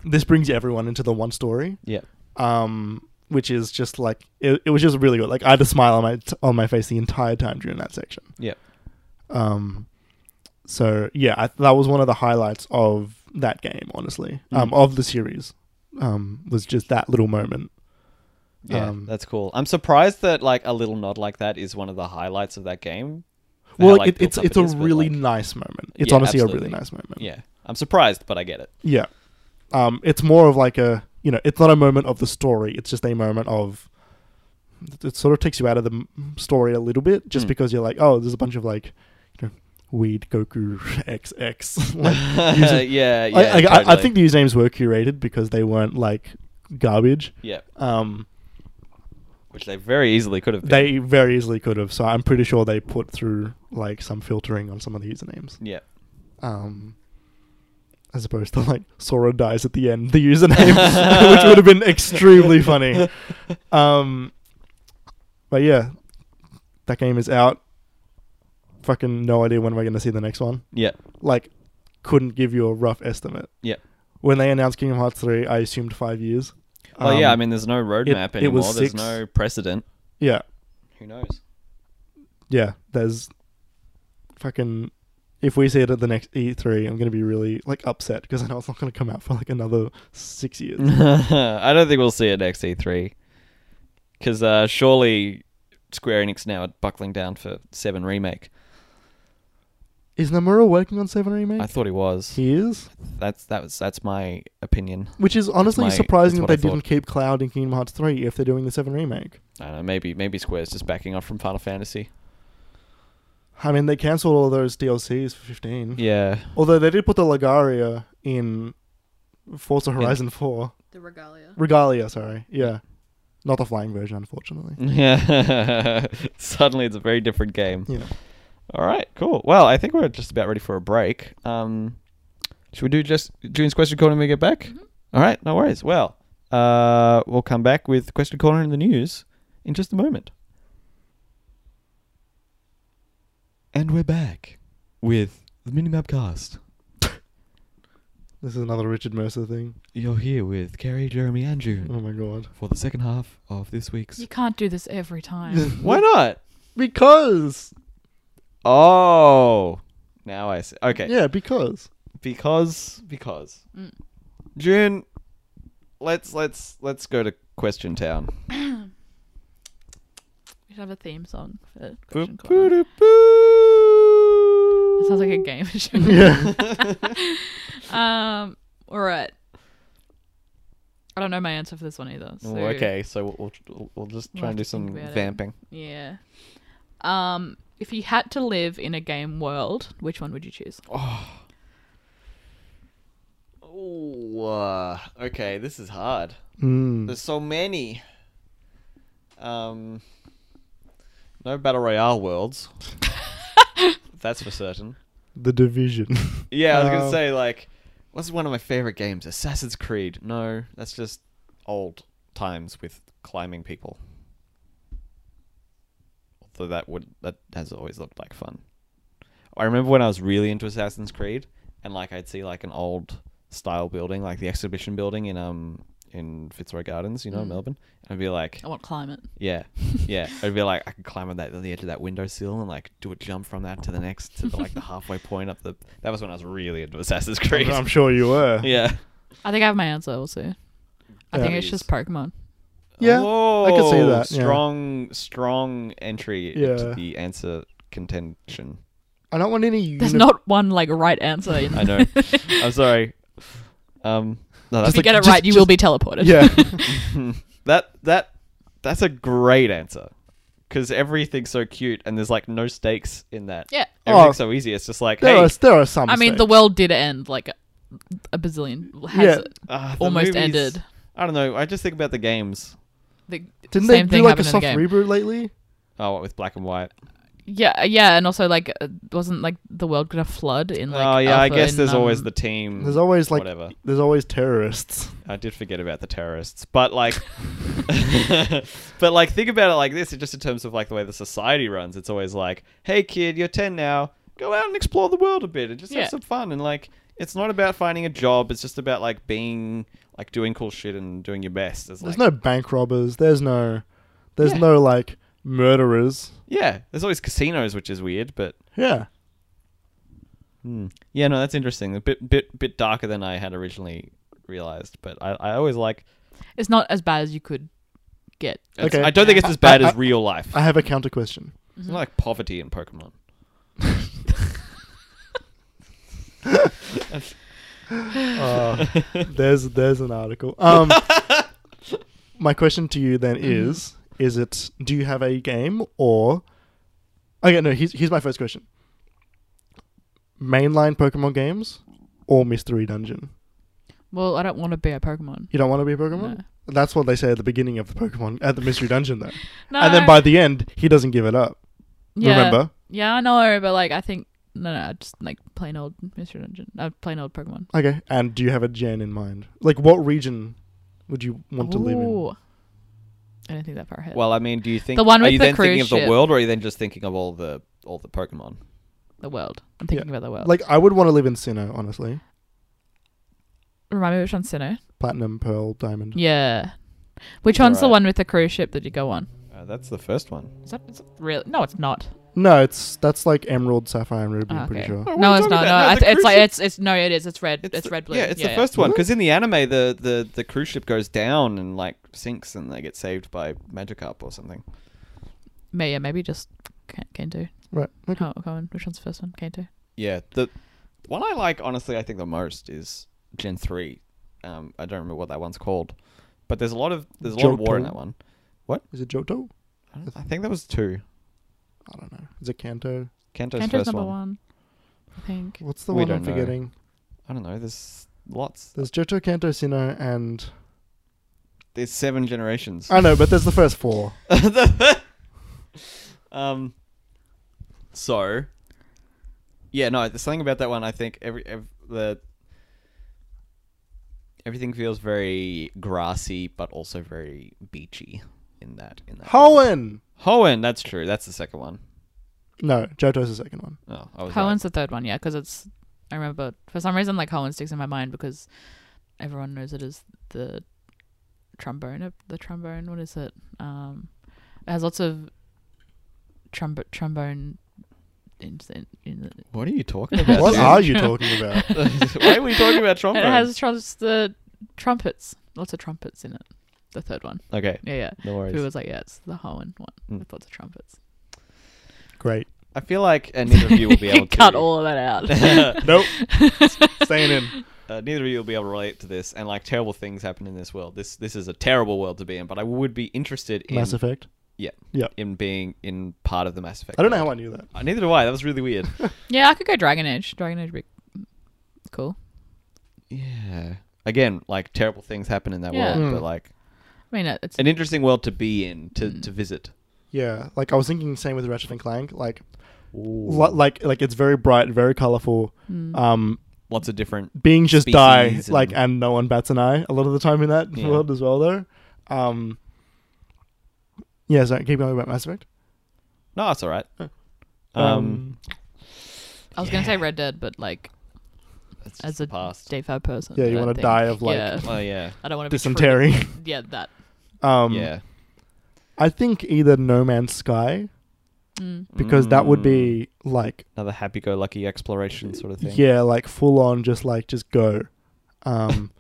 Speaker 2: this brings everyone into the one story,
Speaker 1: Yep.
Speaker 2: um, which is just like it, it was just really good. Like I had a smile on my t- on my face the entire time during that section.
Speaker 1: Yep.
Speaker 2: Um, so yeah, I, that was one of the highlights of that game, honestly, um,
Speaker 1: Mm.
Speaker 2: of the series. Um, was just that little moment.
Speaker 1: Yeah,
Speaker 2: Um,
Speaker 1: that's cool. I'm surprised that like a little nod like that is one of the highlights of that game. How,
Speaker 2: well,
Speaker 1: like,
Speaker 2: it, it's
Speaker 1: built up
Speaker 2: it's a
Speaker 1: is, but,
Speaker 2: really
Speaker 1: like,
Speaker 2: nice moment. It's
Speaker 1: Yeah,
Speaker 2: honestly a
Speaker 1: absolutely.
Speaker 2: really nice moment.
Speaker 1: yeah. I'm surprised, but I get it.
Speaker 2: Yeah. Um, it's more of like a you know, it's not a moment of the story. It's just a moment of. It sort of takes you out of the m- story a little bit, just
Speaker 1: Mm.
Speaker 2: because you're like, oh, there's a bunch of like, you know, weed Goku XX. like, user-
Speaker 1: yeah, yeah.
Speaker 2: I, I, I- I
Speaker 1: totally.
Speaker 2: think these names were curated because they weren't like garbage.
Speaker 1: Yeah,
Speaker 2: Um,
Speaker 1: which they very easily could have. Been.
Speaker 2: they very easily could have, so I'm pretty sure they put through like some filtering on some of the usernames.
Speaker 1: Yeah.
Speaker 2: Um, as opposed to like Sora dies at the end, the username, which would have been extremely funny. Um, but yeah, That game is out. Fucking no idea when we're going to see the next one.
Speaker 1: Yeah.
Speaker 2: Like, couldn't give you a rough estimate.
Speaker 1: Yeah.
Speaker 2: When they announced Kingdom Hearts 3, I assumed five years.
Speaker 1: Well, Oh, yeah.
Speaker 2: Um,
Speaker 1: I mean, there's no roadmap
Speaker 2: it was
Speaker 1: anymore. There's
Speaker 2: six.
Speaker 1: no precedent.
Speaker 2: Yeah.
Speaker 1: Who knows?
Speaker 2: yeah, there's fucking. If we see it at the next E3, I'm going to be really like upset because I know it's not going to come out for like another six years.
Speaker 1: I don't think we'll see it next E3. Because uh, surely Square Enix now are buckling down for Seven remake.
Speaker 2: is Nomura working on Seven Remake?
Speaker 1: I thought he was.
Speaker 2: Mm. he is,
Speaker 1: That's that was that's my opinion.
Speaker 2: which is honestly
Speaker 1: my-
Speaker 2: surprising that
Speaker 1: that's
Speaker 2: they
Speaker 1: what I
Speaker 2: didn't keep Cloud in Kingdom Hearts 3 if they're doing the Seven Remake.
Speaker 1: I don't know. Maybe maybe Square's just backing off from Final Fantasy.
Speaker 2: I mean, they cancelled all those DLCs for 15.
Speaker 1: Yeah.
Speaker 2: Although they did put the Legaria in Forza Horizon 4.
Speaker 3: The regalia.
Speaker 2: Regalia, sorry. Yeah. Not the flying version, unfortunately.
Speaker 1: Yeah. Suddenly, it's a very different game.
Speaker 2: Yeah.
Speaker 1: All right, cool. Well, I think we're just about ready for a break. Um, should we do just June's question corner when we get back? All right, no worries. Well, uh, we'll come back with question corner and the news in just a moment. And we're back with the Minimap Cast.
Speaker 2: This is another Richard Mercer thing.
Speaker 1: You're here with Carrie, Jeremy, and June
Speaker 2: Oh my god.
Speaker 1: for the second half of this week's.
Speaker 3: You can't do this every time.
Speaker 1: Why not?
Speaker 2: Because.
Speaker 1: Oh, now I see. Okay.
Speaker 2: Yeah, because.
Speaker 1: because because
Speaker 3: Mm.
Speaker 1: June, let's let's let's go to Question Town.
Speaker 3: we should have a theme song for
Speaker 1: Boop,
Speaker 3: Question Corner.
Speaker 1: boop, boop.
Speaker 3: That sounds like a game.
Speaker 2: Yeah.
Speaker 3: um. All right. I don't know my answer for this one either.
Speaker 1: Oh,
Speaker 3: So
Speaker 1: okay, so we'll, we'll we'll just
Speaker 3: We'll
Speaker 1: try and
Speaker 3: have
Speaker 1: do
Speaker 3: to think
Speaker 1: some
Speaker 3: about it.
Speaker 1: vamping.
Speaker 3: Yeah. Um. If you had to live in a game world, which one would you choose?
Speaker 1: Oh, uh, okay, this is hard.
Speaker 2: Mm.
Speaker 1: There's so many. Um, no battle royale worlds. That's for certain.
Speaker 2: The Division.
Speaker 1: Yeah, I was
Speaker 2: Um,
Speaker 1: gonna say like, what's one of my favorite games? Assassin's Creed. No, that's just old times with climbing people. Although that would that has always looked like fun. I remember when I was really into Assassin's Creed, and like I'd see like an old style building, like the exhibition building in um in Fitzroy Gardens, you know,
Speaker 3: Mm.
Speaker 1: Melbourne, and I'd be like,
Speaker 3: I want climate.
Speaker 1: yeah, yeah. I'd be like, I could climb on that on the edge of that windowsill and like do a jump from that to the next to the, like the halfway point up the. That was when I was really into Assassin's Creed.
Speaker 2: Oh, I'm sure you were.
Speaker 1: yeah,
Speaker 3: I think I have my answer also. I
Speaker 2: Yeah.
Speaker 3: think it's just Pokemon.
Speaker 2: Yeah, I could see
Speaker 1: Whoa,
Speaker 2: that, yeah.
Speaker 1: Strong, strong entry into
Speaker 2: Yeah.
Speaker 1: the answer contention.
Speaker 2: I don't want any. Uni-
Speaker 3: There's not one like right answer. In
Speaker 1: I know. I'm sorry. Um, no,
Speaker 3: if
Speaker 1: that's
Speaker 3: you
Speaker 1: like,
Speaker 3: get it
Speaker 2: just-
Speaker 3: right, you
Speaker 2: just-
Speaker 3: will be teleported.
Speaker 2: Yeah.
Speaker 1: that that that's a great answer because everything's so cute and there's like no stakes in that.
Speaker 3: Yeah.
Speaker 2: Oh.
Speaker 1: everything's so easy. It's just like,
Speaker 2: there,
Speaker 1: hey,
Speaker 2: are, there are some.
Speaker 3: I mean, the
Speaker 2: states.
Speaker 3: world did end like a, a bazillion. Has
Speaker 2: Yeah.
Speaker 1: ah, the
Speaker 3: almost
Speaker 1: movies-
Speaker 3: ended.
Speaker 1: I don't know. I just think about the games.
Speaker 3: The
Speaker 2: Didn't
Speaker 3: same
Speaker 2: they
Speaker 3: thing
Speaker 2: do like a
Speaker 3: happened
Speaker 2: soft
Speaker 3: in the game.
Speaker 2: reboot lately?
Speaker 1: Oh, what, with black and white.
Speaker 3: yeah, yeah, and also like uh, wasn't like the world gonna flood in like?
Speaker 1: oh yeah, I
Speaker 3: Alpha
Speaker 1: guess
Speaker 3: and,
Speaker 1: there's always
Speaker 3: um,
Speaker 1: the team.
Speaker 2: There's always like.
Speaker 1: Mm. whatever.
Speaker 2: There's always terrorists.
Speaker 1: I did forget about the terrorists, but like, but like, think about it like this: just in terms of like the way the society runs. It's always like, hey kid, you're ten now. Go out and explore the world a bit and just
Speaker 3: Yeah.
Speaker 1: have some fun. And like, it's not about finding a job. It's just about like being like doing cool shit and doing your best. It's
Speaker 2: There's
Speaker 1: like,
Speaker 2: no bank robbers. There's no. There's
Speaker 1: Yeah.
Speaker 2: no like murderers.
Speaker 1: yeah. There's always casinos, which is weird, but
Speaker 2: Yeah.
Speaker 1: Hmm. Yeah, no, that's interesting. A bit, bit, bit darker than I had originally realized. But I, I always like.
Speaker 3: It's not as bad as you could get.
Speaker 1: it's-
Speaker 2: Okay.
Speaker 1: I don't think it's as
Speaker 2: I- I-
Speaker 1: bad as
Speaker 2: I-
Speaker 1: real life.
Speaker 2: I have a counter question.
Speaker 1: It's not like poverty in Pokemon.
Speaker 2: Uh, there's there's an article. Um, my question to you then
Speaker 1: Mm-hmm.
Speaker 2: is: Is it? Do you have a game or? Okay, no. Here's here's my first question. Mainline Pokemon games or mystery dungeon?
Speaker 3: Well, I don't want to be a Pokemon.
Speaker 2: You don't want to be a Pokemon.
Speaker 3: No.
Speaker 2: That's what they say at the beginning of the Pokemon at the mystery dungeon though.
Speaker 3: No.
Speaker 2: And then by the end, he doesn't give it up.
Speaker 3: Uh. yeah,
Speaker 2: Remember,
Speaker 3: Yeah, I know, but like I think no, no, I just like plain old Mystery Dungeon. Uh, plain old Pokemon.
Speaker 2: okay. And do you have a gen in mind? Like, what region would you want to live in?
Speaker 3: Ooh. I don't think that far ahead.
Speaker 1: Well, I mean, do you think
Speaker 3: The one
Speaker 1: are
Speaker 3: with
Speaker 1: you
Speaker 3: the
Speaker 1: then thinking
Speaker 3: cruise
Speaker 1: of the
Speaker 3: ship.
Speaker 1: world, or are you then just thinking of all the all the Pokemon?
Speaker 3: the world. I'm thinking about the world.
Speaker 2: Like I would want to live in Sinnoh, honestly.
Speaker 3: Remind me which one's Sinnoh.
Speaker 2: Platinum, pearl, diamond.
Speaker 3: Yeah. Which one's the
Speaker 1: Right.
Speaker 3: one with the cruise ship that you go on?
Speaker 1: Uh, that's the first one.
Speaker 3: Is that, is that real? No, it's not.
Speaker 2: No, it's that's like emerald, sapphire, and ruby.
Speaker 3: Ah,
Speaker 2: I'm pretty
Speaker 3: okay.
Speaker 2: sure.
Speaker 1: Oh, what
Speaker 3: No,
Speaker 1: are you
Speaker 3: it's
Speaker 1: talking
Speaker 3: not. No,
Speaker 1: about? No,
Speaker 3: I
Speaker 1: the
Speaker 3: th- it's
Speaker 1: cruise
Speaker 3: like
Speaker 1: ship-
Speaker 3: it's it's no, it is. It's red. It's,
Speaker 1: the-
Speaker 3: red blue.
Speaker 1: Yeah, it's the first one because in the anime, the, the the cruise ship goes down and like sinks, and they get saved by Magikarp or something.
Speaker 3: May, yeah, maybe just K- Kanto.
Speaker 2: Right. Okay.
Speaker 3: Oh, come on. Which one's the first one? Kanto.
Speaker 1: Yeah, the one I like honestly, I think the most is Gen three. Um, I don't remember what that one's called, but there's a lot of there's a lot of war in
Speaker 2: Johto.
Speaker 1: that one.
Speaker 2: Is it Johto?
Speaker 1: I don't- I think that was two.
Speaker 2: I don't know. Is it Kanto?
Speaker 1: Kanto's,
Speaker 3: Kanto's
Speaker 1: first
Speaker 3: number
Speaker 1: one.
Speaker 3: one. I think.
Speaker 2: What's the
Speaker 1: We
Speaker 2: one I'm
Speaker 1: don't know.
Speaker 2: forgetting?
Speaker 1: I don't know. There's lots.
Speaker 2: There's Johto, Kanto, Sinnoh, and
Speaker 1: There's seven generations.
Speaker 2: I know, but there's the first four.
Speaker 1: um. So. Yeah, no. There's something about that one. I think every, ev the everything feels very grassy, but also very beachy in that. In that.
Speaker 2: Hoenn.
Speaker 1: Hoenn, that's true. That's the second one.
Speaker 2: No, Johto's the second one.
Speaker 1: Oh, I was right.
Speaker 3: Hoen's the third one, yeah, because it's. I remember for some reason like Hoenn sticks in my mind because everyone knows it as the trombone. of- The trombone, what is it? Um, it has lots of trombo- trombone. In, in, in the,
Speaker 1: What are you talking about?
Speaker 2: what
Speaker 1: dude?
Speaker 2: are you talking about?
Speaker 1: Why are we talking about
Speaker 3: it
Speaker 1: trombone?
Speaker 3: has trom- the trumpets, lots of trumpets in it. The third one,
Speaker 1: Okay,
Speaker 3: yeah, yeah.
Speaker 1: no
Speaker 3: Who
Speaker 1: worries.
Speaker 3: was like, yeah, it's the Hoenn one
Speaker 1: Mm.
Speaker 3: with lots of trumpets.
Speaker 2: Great.
Speaker 1: I feel like uh, neither of you will be able to
Speaker 3: cut all of that out.
Speaker 2: Nope. Staying in.
Speaker 1: uh, neither of you will be able to relate to this, and like terrible things happen in this world. This this is a terrible world to be in, but I would be interested in
Speaker 2: Mass Effect.
Speaker 1: in being in part of the Mass Effect.
Speaker 2: I don't know
Speaker 1: world.
Speaker 2: how I knew that.
Speaker 1: Uh, neither do I. That was really weird.
Speaker 3: yeah, I could go Dragon Age. Dragon Age would be cool.
Speaker 1: yeah. Again, like terrible things happen in that
Speaker 3: Yeah.
Speaker 1: world,
Speaker 2: Mm.
Speaker 1: but like
Speaker 3: I mean, it- it's
Speaker 1: an interesting world to be in to to visit.
Speaker 2: Yeah, like I was thinking, same with Ratchet and Clank. Like, lo- like, like it's very bright, very colorful.
Speaker 3: hmm.
Speaker 2: Um,
Speaker 1: Lots of different.
Speaker 2: beings just die,
Speaker 1: Species
Speaker 2: like,
Speaker 1: and-
Speaker 2: and no one bats an eye a lot of the time in that
Speaker 1: Yeah.
Speaker 2: world as well, though. Um, yeah, so keep going about Mass Effect.
Speaker 1: No, that's all right.
Speaker 2: Huh.
Speaker 1: Um,
Speaker 3: I was gonna say Red Dead, but like
Speaker 1: that's
Speaker 3: as
Speaker 1: just
Speaker 3: a
Speaker 1: past.
Speaker 3: day five person.
Speaker 2: Yeah,
Speaker 3: I
Speaker 2: you
Speaker 3: don't
Speaker 2: wanna
Speaker 3: think-
Speaker 2: die of, like,
Speaker 3: yeah,
Speaker 1: Oh yeah,
Speaker 3: I don't want to
Speaker 2: dysentery.
Speaker 3: Yeah, that.
Speaker 2: um,
Speaker 1: yeah.
Speaker 2: I think either No Man's Sky because that would
Speaker 1: Mm.
Speaker 2: be like,
Speaker 1: another happy-go-lucky exploration sort of thing.
Speaker 2: yeah, like full on, just like just go, um,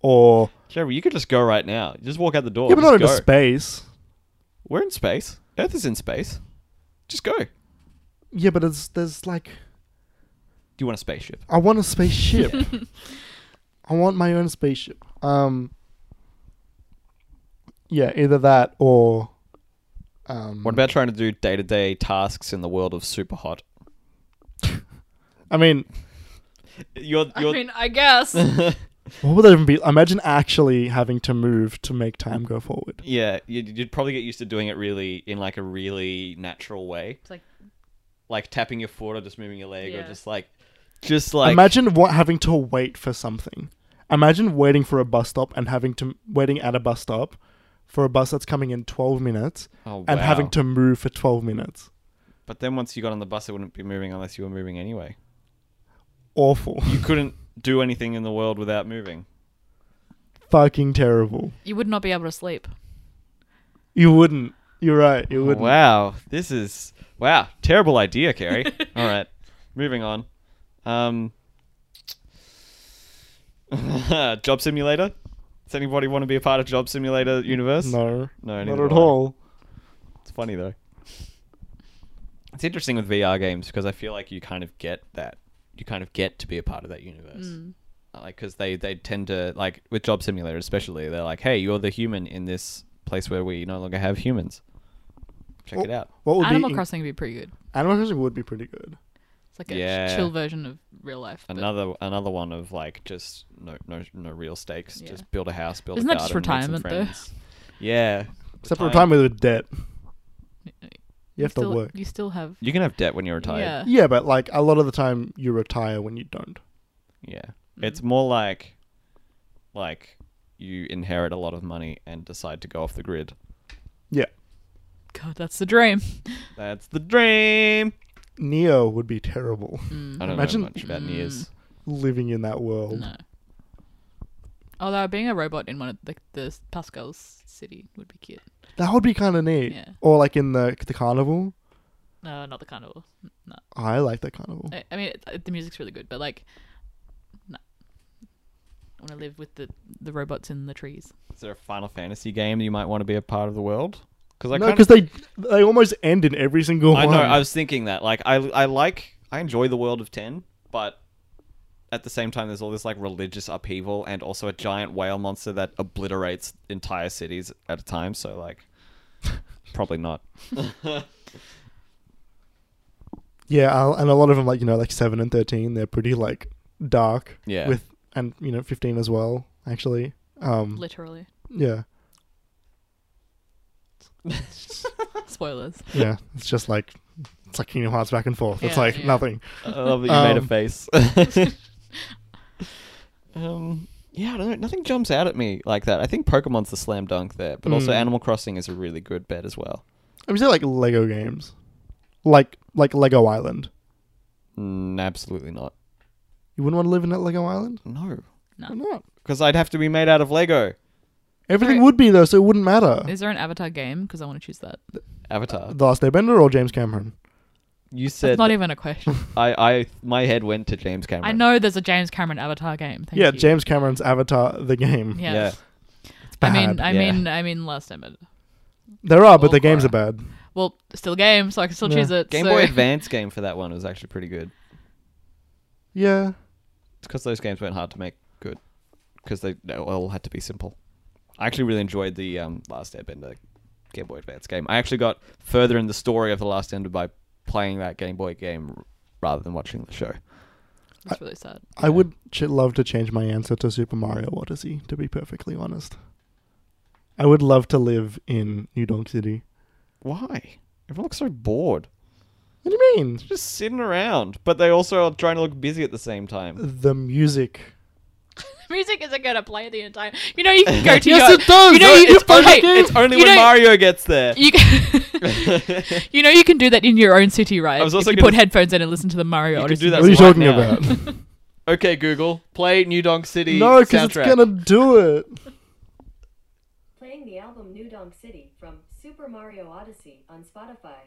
Speaker 2: or
Speaker 1: Jeremy, you could just go right now. Just walk out the door.
Speaker 2: yeah, but
Speaker 1: Just
Speaker 2: not into
Speaker 1: go.
Speaker 2: space.
Speaker 1: We're in space. Earth is in space. Just go. Do
Speaker 2: Yeah, but it's there's like
Speaker 1: you want a spaceship?
Speaker 2: I want a spaceship. I want my own spaceship. Um. Yeah, either that or. Um,
Speaker 1: What about trying to do day-to-day tasks in the world of super hot?
Speaker 2: I mean,
Speaker 1: You're,
Speaker 3: I
Speaker 1: you're
Speaker 3: mean, I guess.
Speaker 2: what would that even be? Imagine actually having to move to make time go forward.
Speaker 1: yeah. You'd, you'd probably get used to doing it really in like a really natural way,
Speaker 3: it's like
Speaker 1: like tapping your foot or just moving your leg or
Speaker 3: Yeah.
Speaker 1: just like, just like
Speaker 2: Imagine what having to wait for something. Imagine waiting for a bus stop and having to waiting at a bus stop for a bus that's coming in twelve minutes
Speaker 1: oh,
Speaker 2: and having
Speaker 1: wow.
Speaker 2: to move for twelve minutes.
Speaker 1: But then once you got on the bus, it wouldn't be moving unless you were moving anyway.
Speaker 2: Awful.
Speaker 1: You couldn't do anything in the world without moving.
Speaker 2: Fucking terrible.
Speaker 3: you would not be able to sleep.
Speaker 2: You wouldn't. You're right. You wouldn't.
Speaker 1: Wow, this is wow, terrible idea, Carrie. All right, moving on. Um, job simulator. Does anybody want to be a part of job simulator universe?
Speaker 2: No.
Speaker 1: no,
Speaker 2: Not
Speaker 1: neither
Speaker 2: at
Speaker 1: do I.
Speaker 2: all.
Speaker 1: It's funny though. It's interesting with VR games because I feel like you kind of get that. You kind of get to be a part of that universe.
Speaker 3: Hmm. Mm.
Speaker 1: Like, because they they tend to like with job simulator especially, they're like, hey, you're the human in this place where we no longer have humans. Check it
Speaker 2: Well,
Speaker 1: out.
Speaker 2: What would
Speaker 3: Animal
Speaker 2: be
Speaker 3: Crossing would be pretty good.
Speaker 2: Animal Crossing would be pretty good.
Speaker 3: It's like a
Speaker 1: Yeah.
Speaker 3: chill version of real life. but-
Speaker 1: Another another one of like just no no no real stakes.
Speaker 3: Yeah.
Speaker 1: Just build a house, build
Speaker 3: Isn't
Speaker 1: a
Speaker 3: that just
Speaker 1: garden, make some
Speaker 3: retirement, though?
Speaker 1: friends. Yeah.
Speaker 2: Except for retirement with debt. You have
Speaker 3: still,
Speaker 2: to work.
Speaker 3: You still have.
Speaker 1: You can have debt when you're
Speaker 3: Yeah.
Speaker 1: retired.
Speaker 2: Yeah, but like a lot of the time you retire when you don't.
Speaker 1: Yeah.
Speaker 3: Mm.
Speaker 1: It's more like like you inherit a lot of money and decide to go off the grid.
Speaker 2: Yeah.
Speaker 3: God, that's the dream.
Speaker 1: That's the dream.
Speaker 2: Neo would be terrible
Speaker 1: I don't
Speaker 2: Imagine-
Speaker 1: know much about Niers.
Speaker 2: living in that world.
Speaker 3: Mm. No. Although being a robot in one of the, the Pascal's city would be cute.
Speaker 2: That would be kind of neat.
Speaker 3: Yeah.
Speaker 2: Or like in the the carnival.
Speaker 3: No, not the carnival. No.
Speaker 2: I like the carnival.
Speaker 3: I, I mean, it, it- the music's really good, but like, no. I want to live with the, the robots in the trees.
Speaker 1: Is there a Final Fantasy game you might want to be a part of the world? Because I
Speaker 2: No,
Speaker 1: kind
Speaker 2: because they they almost end in every single
Speaker 1: I
Speaker 2: one.
Speaker 1: know. I was thinking that. Like, I I like I enjoy the world of ten, but at the same time, there's all this like religious upheaval and also a giant whale monster that obliterates entire cities at a time. So like, probably not.
Speaker 2: yeah, I'll, and a lot of them, like you know, like seven and thirteen, they're pretty like dark.
Speaker 1: Yeah.
Speaker 2: With and you know fifteen as well, actually. Um.
Speaker 3: Literally.
Speaker 2: Yeah.
Speaker 3: Spoilers.
Speaker 2: Yeah. it's just like it's like Kingdom Hearts back and forth. it's
Speaker 3: Yeah,
Speaker 2: like
Speaker 3: yeah.
Speaker 2: nothing.
Speaker 1: I love that you made a
Speaker 2: Um,
Speaker 1: face. um, yeah, I don't know. Nothing jumps out at me like that. I think Pokemon's the slam dunk there, but also
Speaker 2: Mm.
Speaker 1: Animal Crossing is a really good bet as well.
Speaker 2: I would say like Lego games, like like Lego Island.
Speaker 1: Mm, absolutely not.
Speaker 2: You wouldn't want to live in that Lego Island.
Speaker 1: No,
Speaker 3: No.
Speaker 2: Why not?
Speaker 1: because I'd have to be made out of Lego
Speaker 2: Everything
Speaker 3: Alright.
Speaker 2: would be though, so it wouldn't matter.
Speaker 3: Is there an Avatar game? Because I want to choose that.
Speaker 1: Avatar.
Speaker 2: The Last Airbender or James Cameron?
Speaker 1: You
Speaker 3: Uh, That's
Speaker 1: said
Speaker 3: not even a question.
Speaker 1: I, I my head went to James Cameron.
Speaker 3: I know there's a James Cameron Avatar game. Thank
Speaker 2: yeah,
Speaker 3: you.
Speaker 2: James Cameron's Avatar, the game.
Speaker 3: Yeah.
Speaker 1: Yeah.
Speaker 3: I mean,
Speaker 2: bad.
Speaker 3: I
Speaker 1: Yeah.
Speaker 3: mean, I mean, Last Airbender.
Speaker 2: There are, but the
Speaker 3: Oh,
Speaker 2: games are
Speaker 3: alright.
Speaker 2: bad.
Speaker 3: Well, still a game, so I can still
Speaker 2: Yeah.
Speaker 3: choose it.
Speaker 1: Game
Speaker 3: so-
Speaker 1: Boy Advance game for that one was actually pretty good.
Speaker 2: Yeah,
Speaker 1: It's because those games weren't hard to make good. Because they they all had to be simple. I actually really enjoyed the um, Last Airbender Game Boy Advance game. I actually got further in the story of The Last Airbender by playing that Game Boy game r- rather than watching the show.
Speaker 3: That's really sad.
Speaker 2: I would ch- love to change my answer to Super Mario Odyssey. To be perfectly honest, I would love to live in New Donk City.
Speaker 1: Why? Everyone looks so bored.
Speaker 2: What do you mean?
Speaker 1: They're just sitting around, but they also are trying to look busy at the same time.
Speaker 2: The music.
Speaker 3: Music isn't gonna play the entire. You know, you can go to
Speaker 2: Yes,
Speaker 3: your.
Speaker 2: it does!
Speaker 3: You know,
Speaker 2: No,
Speaker 3: you
Speaker 2: it's
Speaker 3: can,
Speaker 2: fucking
Speaker 3: hey,
Speaker 2: game.
Speaker 1: It's only
Speaker 3: you
Speaker 1: when
Speaker 3: know-
Speaker 1: Mario gets there.
Speaker 3: You can, you know you can do that in your own city, right?
Speaker 1: I was also
Speaker 3: if you
Speaker 1: gonna
Speaker 3: put
Speaker 1: s-
Speaker 3: headphones in and listen to the Mario
Speaker 1: You can
Speaker 3: Odyssey.
Speaker 1: do that
Speaker 2: what are you
Speaker 1: right
Speaker 2: talking
Speaker 1: now.
Speaker 2: about?
Speaker 1: Okay, Google, play New Donk City.
Speaker 2: no, because it's
Speaker 1: soundtrack.
Speaker 2: gonna do it.
Speaker 4: Playing the album New Donk City from Super Mario Odyssey on Spotify.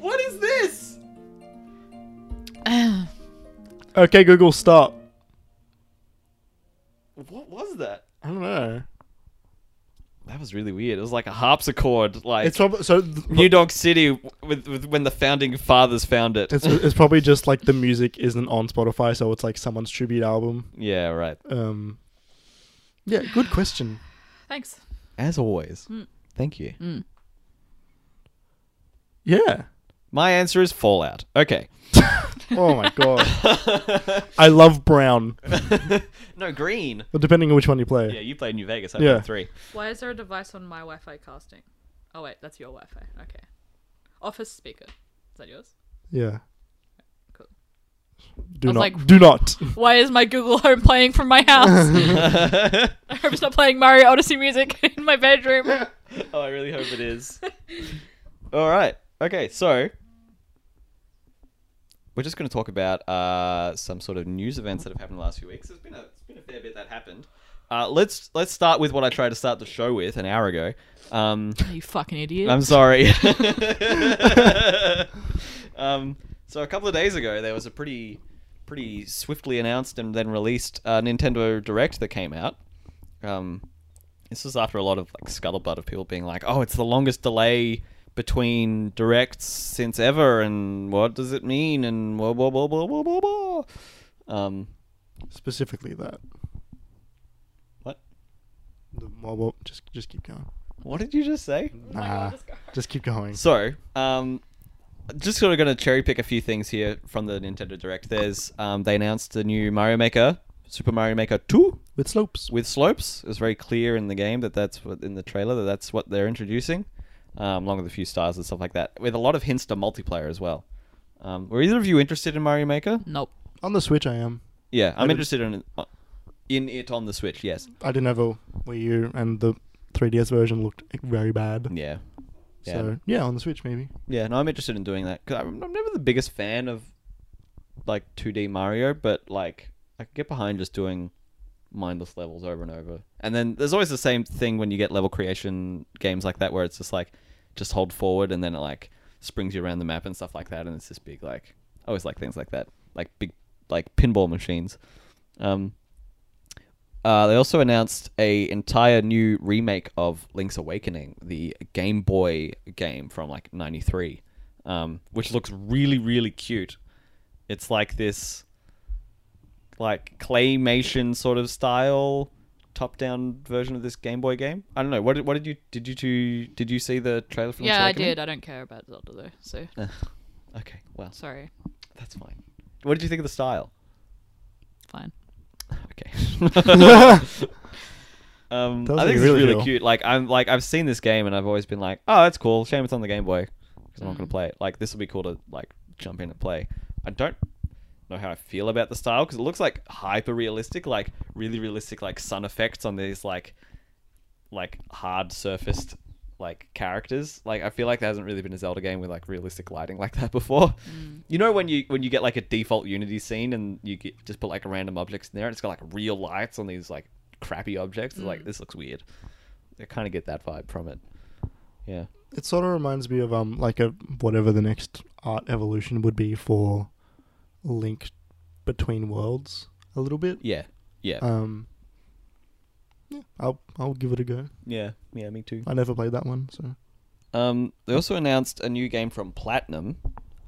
Speaker 1: What is this?
Speaker 2: Okay, Google, stop.
Speaker 1: What was that?
Speaker 2: I don't know.
Speaker 1: That was really weird. It was like a harpsichord, like
Speaker 2: It's probably so. th-
Speaker 1: New Donk City, w- with, with when the founding fathers found it.
Speaker 2: It's, it's probably just like the music isn't on Spotify, so it's like someone's tribute album.
Speaker 1: yeah, right.
Speaker 2: Um, yeah, good question.
Speaker 3: Thanks.
Speaker 1: As always,
Speaker 3: Hmm.
Speaker 1: thank you.
Speaker 2: Yeah.
Speaker 1: My answer is Fallout. Okay.
Speaker 2: Oh my god. I love brown,
Speaker 1: No, green.
Speaker 2: but depending on which one you play.
Speaker 1: Yeah, you played New Vegas. I
Speaker 2: Yeah.
Speaker 1: played three.
Speaker 3: Why is there a device on my Wi-Fi casting? Oh wait, that's your Wi-Fi. Okay. Office speaker. Is that yours?
Speaker 2: Yeah.
Speaker 3: Cool. I
Speaker 2: Do
Speaker 3: was
Speaker 2: not.
Speaker 3: like-
Speaker 2: do not.
Speaker 3: Why is my Google Home playing from my house? I hope it's not playing Mario Odyssey music in my bedroom.
Speaker 1: Oh, I really hope it is. All right. Okay, so we're just going to talk about uh, some sort of news events that have happened the last few weeks. There's been a, it's been a fair bit that happened. Uh, let's let's start with what I tried to start the show with an hour ago. Um,
Speaker 3: You fucking idiot.
Speaker 1: I'm sorry. um, so a couple of days ago, there was a pretty, pretty swiftly announced and then released uh, Nintendo Direct that came out. Um, this was after a lot of like scuttlebutt of people being like, "Oh, it's the longest delay between directs since ever," and what does it mean? And blah blah blah blah blah blah blah. Um,
Speaker 2: Specifically that.
Speaker 1: what?
Speaker 2: The mobile. Just just keep going.
Speaker 1: What did you just say?
Speaker 2: Nah. Oh Just keep going.
Speaker 1: So, um, just sort of going to cherry pick a few things here from the Nintendo Direct. There's um, they announced the new Mario Maker, Super Mario Maker Two,
Speaker 2: With slopes.
Speaker 1: with slopes. It was very clear in the game that that's what in the trailer that that's what they're introducing, um, along with a few stars and stuff like that, with a lot of hints to multiplayer as well. Um, were either of you interested in Mario Maker?
Speaker 3: Nope.
Speaker 2: On the Switch, I am.
Speaker 1: Yeah, I'm
Speaker 2: did-
Speaker 1: interested in uh, in it on the Switch. Yes.
Speaker 2: I didn't have a Wii U, and the 3DS version looked very bad.
Speaker 1: Yeah. Yeah.
Speaker 2: So yeah, on the Switch maybe.
Speaker 1: Yeah, no, I'm interested in doing that because I'm, I'm never the biggest fan of like 2D Mario, but like I could get behind just doing mindless levels over and over. And then there's always the same thing when you get level creation games like that, where it's just like just hold forward and then it like springs you around the map and stuff like that, and it's this big like I always like things like that, like big like pinball machines. Um, uh, they also announced a entire new remake of Link's Awakening, the Game Boy game from like '93, um, which looks really, really cute. It's like this, like claymation sort of style, top-down version of this Game Boy game. I don't know. What did, what did you did you two, did you see the trailer for?
Speaker 3: yeah, I
Speaker 1: Link's
Speaker 3: did. I don't care about Zelda though, so
Speaker 1: Awakening? Uh, okay, well,
Speaker 3: sorry.
Speaker 1: that's fine. What did you think of the style?
Speaker 3: Fine.
Speaker 1: Okay. um,
Speaker 2: That was
Speaker 1: I think
Speaker 2: like
Speaker 1: it's
Speaker 2: really
Speaker 1: really
Speaker 2: cool.
Speaker 1: cute. Like I'm like I've seen this game and I've always been like, oh, that's cool. Shame it's on the Game Boy because I'm not gonna play it. Like this will be cool to like jump in and play. I don't know how I feel about the style because it looks like hyper realistic, like really realistic, like sun effects on these like like hard surfaced like characters. Like I feel like there hasn't really been a Zelda game with like realistic lighting like that before. You know when you when you get like a default Unity scene and you get, just put like random objects in there and it's got like real lights on these like crappy objects. It's like this looks weird. I kind of get that vibe from it. Yeah.
Speaker 2: It sort of reminds me of um like a whatever the next art evolution would be for Link Between Worlds a little bit.
Speaker 1: Yeah. Yeah.
Speaker 2: Um. Yeah, I'll I'll give it a go.
Speaker 1: yeah. Yeah, me too.
Speaker 2: I never played that one, so
Speaker 1: Um they also announced a new game from Platinum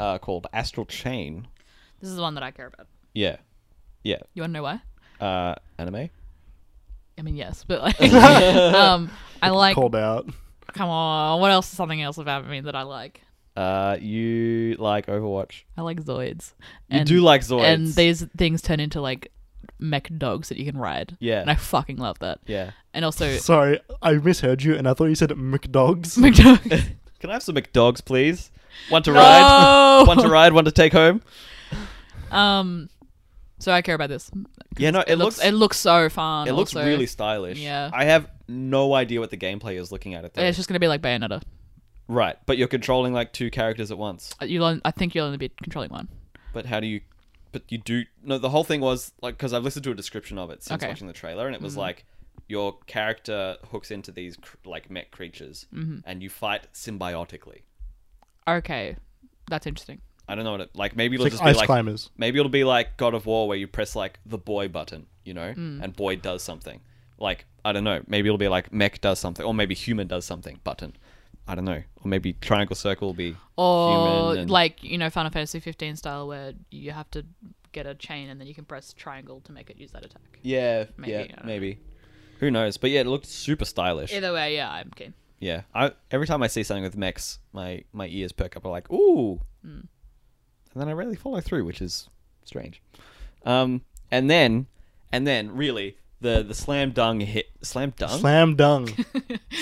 Speaker 1: uh called Astral Chain.
Speaker 3: This is the one that I care about.
Speaker 1: Yeah. Yeah.
Speaker 3: You want to know why?
Speaker 1: Uh anime.
Speaker 3: I mean, yes, but like, um, I like.
Speaker 2: called out.
Speaker 3: Come on, what else is something else about me that I like?
Speaker 1: Uh you like Overwatch.
Speaker 3: I like Zoids.
Speaker 1: You do like Zoids.
Speaker 3: And these things turn into like mech dogs that you can ride.
Speaker 1: Yeah.
Speaker 3: And I fucking love that.
Speaker 1: Yeah.
Speaker 3: And also
Speaker 2: Sorry, I misheard you, and I thought you said McDogs.
Speaker 3: mech dogs.
Speaker 1: Can I have some McDogs, please? One to ride, one to ride, one to take home.
Speaker 3: Um, so I care about this.
Speaker 1: Yeah, no, it,
Speaker 3: It, looks,
Speaker 1: looks,
Speaker 3: it looks so fun.
Speaker 1: it looks
Speaker 3: also.
Speaker 1: really stylish.
Speaker 3: yeah.
Speaker 1: I have no idea what the gameplay is looking at it though.
Speaker 3: It's just gonna be like Bayonetta.
Speaker 1: right, but you're controlling like two characters at once.
Speaker 3: You, will I think Uh, you'll only be controlling one.
Speaker 1: But how do you? But you do. No, the whole thing was like because I've listened to a description of it since
Speaker 3: Okay. Mm-hmm.
Speaker 1: watching the trailer, and it was like your character hooks into these cr- like mech creatures,
Speaker 3: Mm-hmm.
Speaker 1: and you fight symbiotically.
Speaker 3: Okay, that's interesting.
Speaker 1: I don't know what it like. Maybe it'll
Speaker 2: It's
Speaker 1: just
Speaker 2: like ice
Speaker 1: be like
Speaker 2: climbers.
Speaker 1: Maybe it'll be like God of War where you press like the boy button, you know,
Speaker 3: Mm.
Speaker 1: and boy does something. Like, I don't know. Maybe it'll be like mech does something, or maybe human does something button. I don't know. Or maybe triangle circle will be
Speaker 3: Or
Speaker 1: human. and-
Speaker 3: like you know Final Fantasy 15 style where you have to get a chain and then you can press triangle to make it use that attack.
Speaker 1: Yeah,
Speaker 3: Maybe, I
Speaker 1: yeah,
Speaker 3: don't know.
Speaker 1: maybe. Who knows? But yeah, it looked super stylish.
Speaker 3: Either way, yeah, I'm keen.
Speaker 1: yeah. I, every time I see something with mechs, my, my ears perk up. I'm like, ooh.
Speaker 3: Mm.
Speaker 1: And then I rarely follow through, which is strange. Um, and then, and then, really, the, the slam dunk hit. Slam dunk?
Speaker 2: Slam dunk.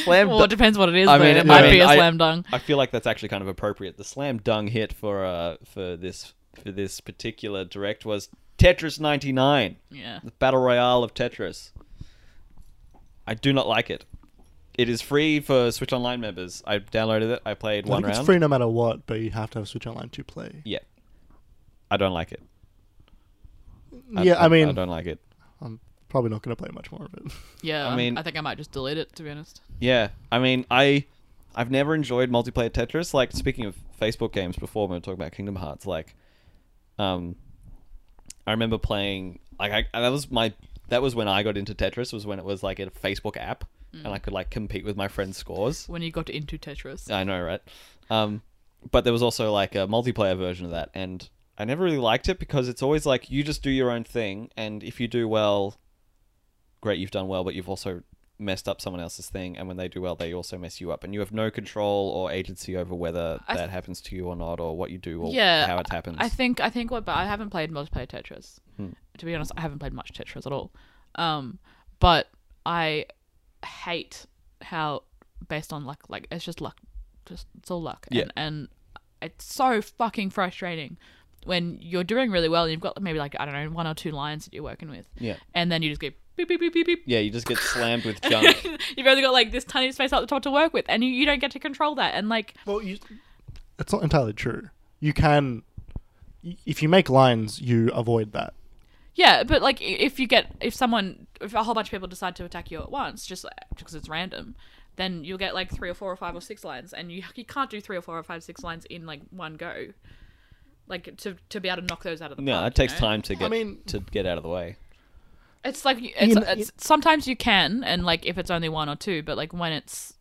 Speaker 1: slam
Speaker 3: Well, it depends what it is.
Speaker 1: I
Speaker 3: though.
Speaker 1: mean-
Speaker 3: it
Speaker 1: I
Speaker 3: might be
Speaker 1: mean,
Speaker 3: a
Speaker 1: I-
Speaker 3: slam dunk.
Speaker 1: I feel like that's actually kind of appropriate. The slam dunk hit for uh for this for this particular direct was Tetris 99,
Speaker 3: Yeah.
Speaker 1: the battle royale of Tetris. I do not like it. It is free for Switch Online members. I downloaded it. I played
Speaker 2: I
Speaker 1: one
Speaker 2: think
Speaker 1: round.
Speaker 2: it's free no matter what, but you have to have Switch Online to play.
Speaker 1: Yeah, I don't like it.
Speaker 2: yeah, I mean,
Speaker 1: I don't like it.
Speaker 2: I'm probably not going to play much more of it.
Speaker 1: I
Speaker 3: Yeah. I
Speaker 1: mean-
Speaker 3: mean, I think I might just delete it to be honest.
Speaker 1: Yeah, I mean, I I've never enjoyed multiplayer Tetris. Like speaking of Facebook games, before when we were talking about Kingdom Hearts, like, um, I remember playing like I, that was my that was when I got into Tetris was when it was like a Facebook app and I could like compete with my friends' scores.
Speaker 3: When you got into Tetris,
Speaker 1: I know, right? Um, but there was also like a multiplayer version of that, and I never really liked it because it's always like you just do your own thing, and if you do well, great, you've done well, but you've also messed up someone else's thing, and when they do well, they also mess you up, and you have no control or agency over whether
Speaker 3: I th-
Speaker 1: that happens to you or not, or what you do or
Speaker 3: yeah,
Speaker 1: how it happens. Hmm.
Speaker 3: I think I think what, but I haven't played multiplayer Tetris. To be honest, I haven't played much Tetris at all. Um, but I hate how based on luck, like it's just luck, just it's all luck.
Speaker 1: Yeah.
Speaker 3: And, and it's so fucking frustrating when you're doing really well and you've got maybe like I don't know one or two lines that you're working with,
Speaker 1: Yeah.
Speaker 3: and then you just go beep beep beep beep beep.
Speaker 1: Yeah, you just get slammed with junk.
Speaker 3: You've only got like this tiny space at the top to work with, and you, you don't get to control that. And like,
Speaker 2: Well, you, it's not entirely true. You can, if you make lines, you avoid that.
Speaker 3: yeah, but like i- if you get if someone if a whole bunch of people decide to attack you at once, just because it's random, then you'll get like three or four or five or six lines, and you you can't do three or four or five six lines in like one go. Like to to be able to knock those out of the
Speaker 1: No,
Speaker 3: park,
Speaker 1: it takes
Speaker 3: you know?
Speaker 1: time to get
Speaker 2: mean-
Speaker 1: to get out of the way.
Speaker 3: It's like it's,
Speaker 2: know-
Speaker 3: it's sometimes you can, and like if it's only one or two, but like when it's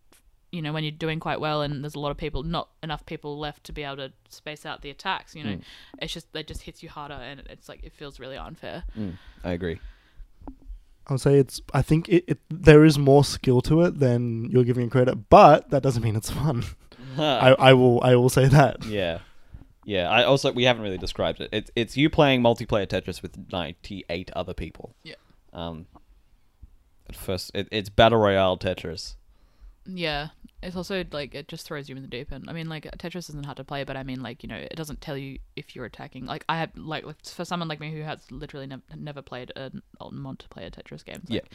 Speaker 3: you know when you're doing quite well and there's a lot of people, not enough people left to be able to space out the attacks. You know,
Speaker 1: Mm.
Speaker 3: it's just that just hits you harder, and it's like it feels really unfair.
Speaker 1: I agree.
Speaker 2: I would say it's. I think it, it there is more skill to it than you're giving it credit, but that doesn't mean it's fun. I, I will I will say that.
Speaker 1: Yeah. Yeah, I also we haven't really described it. It's it's you playing multiplayer Tetris with ninety eight other people.
Speaker 3: Yeah.
Speaker 1: Um. At first, it, it's battle royale Tetris.
Speaker 3: Yeah, it's also like it just throws you in the deep end. I mean, like Tetris isn't hard to play, but I mean, like you know, it doesn't tell you if you're attacking. Like I have like for someone like me who has literally nev- never played a multiplayer Tetris game. it's
Speaker 1: Yeah.
Speaker 3: like,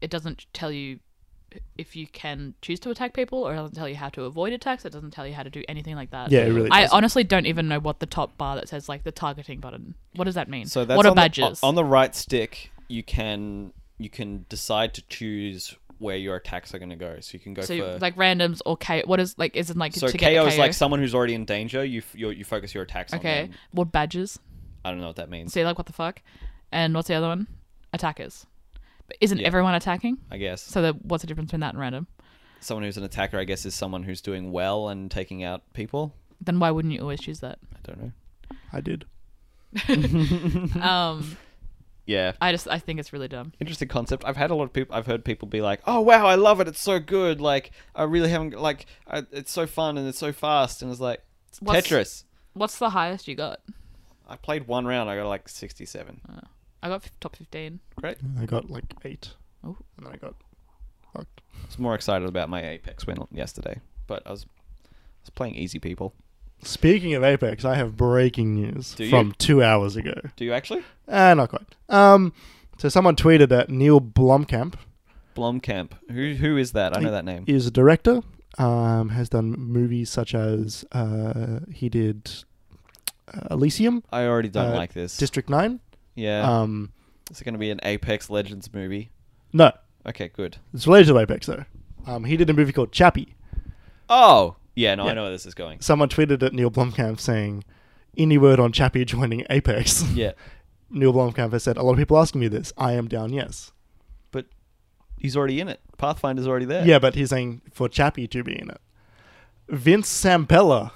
Speaker 3: it doesn't tell you if you can choose to attack people, or it doesn't tell you how to avoid attacks. It doesn't tell you how to do anything like that.
Speaker 2: Yeah, it really.
Speaker 3: I
Speaker 2: does.
Speaker 3: honestly don't even know what the top bar that says like the targeting button. What does that mean?
Speaker 1: So that's
Speaker 3: what are
Speaker 1: on
Speaker 3: badges?
Speaker 1: The, on the right stick, you can you can decide to choose where your attacks are going to go. So you can go
Speaker 3: so
Speaker 1: for
Speaker 3: like randoms or K. What is like? Is it like
Speaker 1: so
Speaker 3: to get
Speaker 1: KO
Speaker 3: the
Speaker 1: is like someone who's already in danger. You f- you, you focus your attacks on
Speaker 3: okay.
Speaker 1: them.
Speaker 3: What badges?
Speaker 1: I don't know what that means.
Speaker 3: So you're like, what the fuck? And what's the other one? Attackers. But isn't
Speaker 1: Yeah.
Speaker 3: everyone attacking?
Speaker 1: I guess
Speaker 3: So the, what's the difference between that and random?
Speaker 1: someone who's an attacker, I guess, is someone who's doing well and taking out people.
Speaker 3: Then why wouldn't you always choose that?
Speaker 1: I don't know.
Speaker 2: I did.
Speaker 3: Um,
Speaker 1: Yeah,
Speaker 3: I just I think it's really dumb.
Speaker 1: interesting concept. I've had a lot of people. I've heard people be like, "Oh wow, I love it. It's so good. Like I really haven't like I, it's so fun and it's so fast." And it's like it's
Speaker 3: What's-
Speaker 1: Tetris.
Speaker 3: What's the highest you got?
Speaker 1: I played one round. I got like sixty-seven.
Speaker 3: I got f- top fifteen.
Speaker 1: Great.
Speaker 2: I got like eight.
Speaker 3: Oh.
Speaker 2: And then I got fucked.
Speaker 1: I was more excited about my Apex win yesterday, but I was I was playing easy people.
Speaker 2: Speaking of Apex, I have breaking news
Speaker 1: Do you?
Speaker 2: from two hours ago.
Speaker 1: Do you actually?
Speaker 2: Uh, not quite. Um, so someone tweeted that Neil Blomkamp
Speaker 1: Blomkamp. Who who is that? I know that name.
Speaker 2: is a director. Um, has done movies such as uh, he did uh, Elysium,
Speaker 1: I already don't
Speaker 2: Uh,
Speaker 1: like this.
Speaker 2: District Nine.
Speaker 1: yeah.
Speaker 2: Um,
Speaker 1: it's going to be an Apex Legends movie.
Speaker 2: no,
Speaker 1: Okay, good.
Speaker 2: it's related to Apex though. Um, he did a movie called Chappie.
Speaker 1: Oh, yeah, no,
Speaker 2: Yeah.
Speaker 1: I know where this is going.
Speaker 2: Someone tweeted at Neil Blomkamp saying, "Any word on Chappie joining Apex?"
Speaker 1: Yeah.
Speaker 2: Neil Blomkamp has said, "A lot of people asking me this. I am down. Yes.
Speaker 1: But he's already in it. Pathfinder's already there.
Speaker 2: Yeah, but he's saying for Chappie to be in it. Vince Sampella,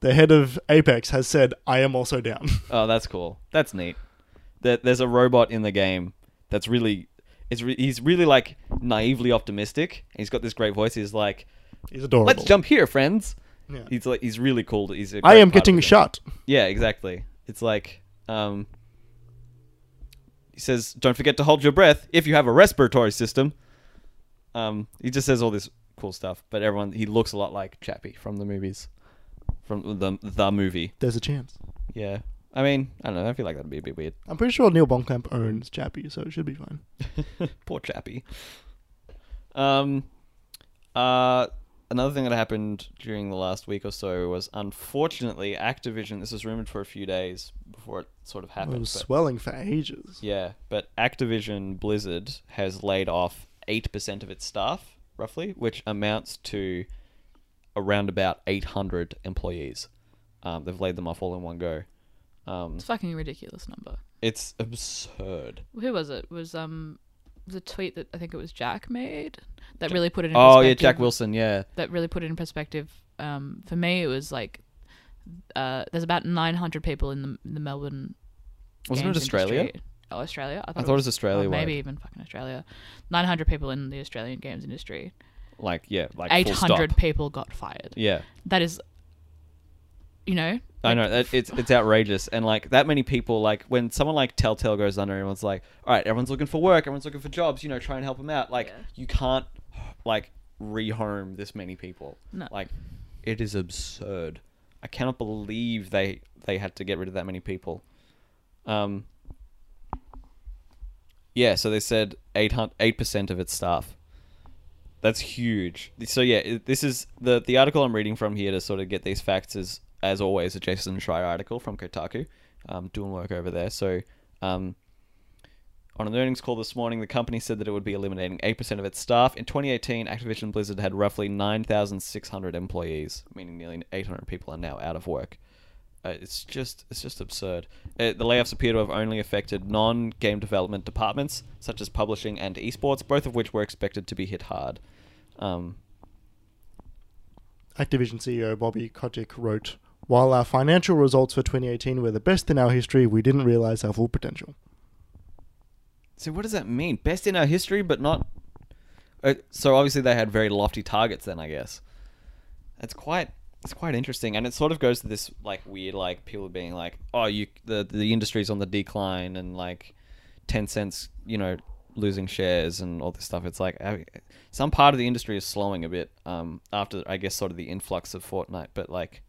Speaker 2: the head of Apex, has said, I am also down.
Speaker 1: Oh, that's cool. That's neat. That there's a robot in the game that's really it's re- he's really like naively optimistic. He's got this great voice. He's like,
Speaker 2: He's adorable.
Speaker 1: "Let's jump here, friends."
Speaker 2: Yeah.
Speaker 1: He's like he's really cool. He's a
Speaker 2: I
Speaker 1: great part
Speaker 2: am
Speaker 1: of
Speaker 2: getting
Speaker 1: the game.
Speaker 2: shot.
Speaker 1: Yeah, exactly. It's like um he says, "Don't forget to hold your breath if you have a respiratory system." Um he just says all this cool stuff, but everyone he looks a lot like Chappie from the movies. From the the movie.
Speaker 2: There's a chance.
Speaker 1: Yeah. I mean, I don't know. I feel like that'd be a bit weird.
Speaker 2: I'm pretty sure Neil Blomkamp owns Chappie, so it should be fine.
Speaker 1: Poor Chappie. Um, uh, another thing that happened during the last week or so was unfortunately Activision. This was rumored for a few days before it sort of
Speaker 3: Oh,
Speaker 1: happened.
Speaker 2: It was
Speaker 1: but-
Speaker 2: swelling for ages.
Speaker 1: yeah, but Activision Blizzard has laid off eight percent of its staff, roughly, which amounts to around about eight hundred employees. Um, they've laid them off all in one go. Um,
Speaker 3: It's a fucking ridiculous number.
Speaker 1: it's absurd.
Speaker 3: Who was it? Was um the tweet that I think it was Jack made that really put it in
Speaker 1: Oh
Speaker 3: perspective.
Speaker 1: yeah, Jack Wilson. Yeah,
Speaker 3: that really put it in perspective. Um, for me, it was like uh, there's about 900 people in the, the Melbourne.
Speaker 1: Wasn't it
Speaker 3: games
Speaker 1: Australia?
Speaker 3: industry. Oh, Australia.
Speaker 1: I thought it was Australia.
Speaker 3: or
Speaker 1: wide.
Speaker 3: Oh, maybe even fucking Australia. 900 people in the Australian games industry.
Speaker 1: like yeah, like full stop.
Speaker 3: 800 people got fired.
Speaker 1: Yeah,
Speaker 3: That is, you know,
Speaker 1: I know that it's it's outrageous, and like that many people, like when someone like Telltale goes under, everyone's like, all right, everyone's looking for work, everyone's looking for jobs, you know, try and help them out. Like
Speaker 3: Yeah.
Speaker 1: you can't like rehome this many people.
Speaker 3: No.
Speaker 1: Like it is absurd. I cannot believe they they had to get rid of that many people. Um. Yeah, so they said eight eight percent of its staff. That's huge. So yeah, it- this is the the article I'm reading from here to sort of get these facts is as always a Jason Schreier article from Kotaku, um, doing work over there. So um, on an earnings call this morning, the company said that it would be eliminating 8% of its staff. In 2018, Activision Blizzard had roughly 9,600 employees, meaning nearly 800 people are now out of work. Uh, it's just it's just absurd. Uh, the layoffs appear to have only affected non-game development departments such as publishing and esports, both of which were expected to be hit hard. Um,
Speaker 2: Activision CEO Bobby Kotick wrote, "While our financial results for 2018 were the best in our history, we didn't realize our full potential."
Speaker 1: So what does that mean? Best in our history, but not. Uh, so obviously they had very lofty targets then, I guess. That's quite. It's quite interesting, and it sort of goes to this like weird like people being like, oh, you the the industry's on the decline, and like, ten cents, you know, losing shares and all this stuff. It's like I- some part of the industry is slowing a bit um, after I guess sort of the influx of Fortnite, but like,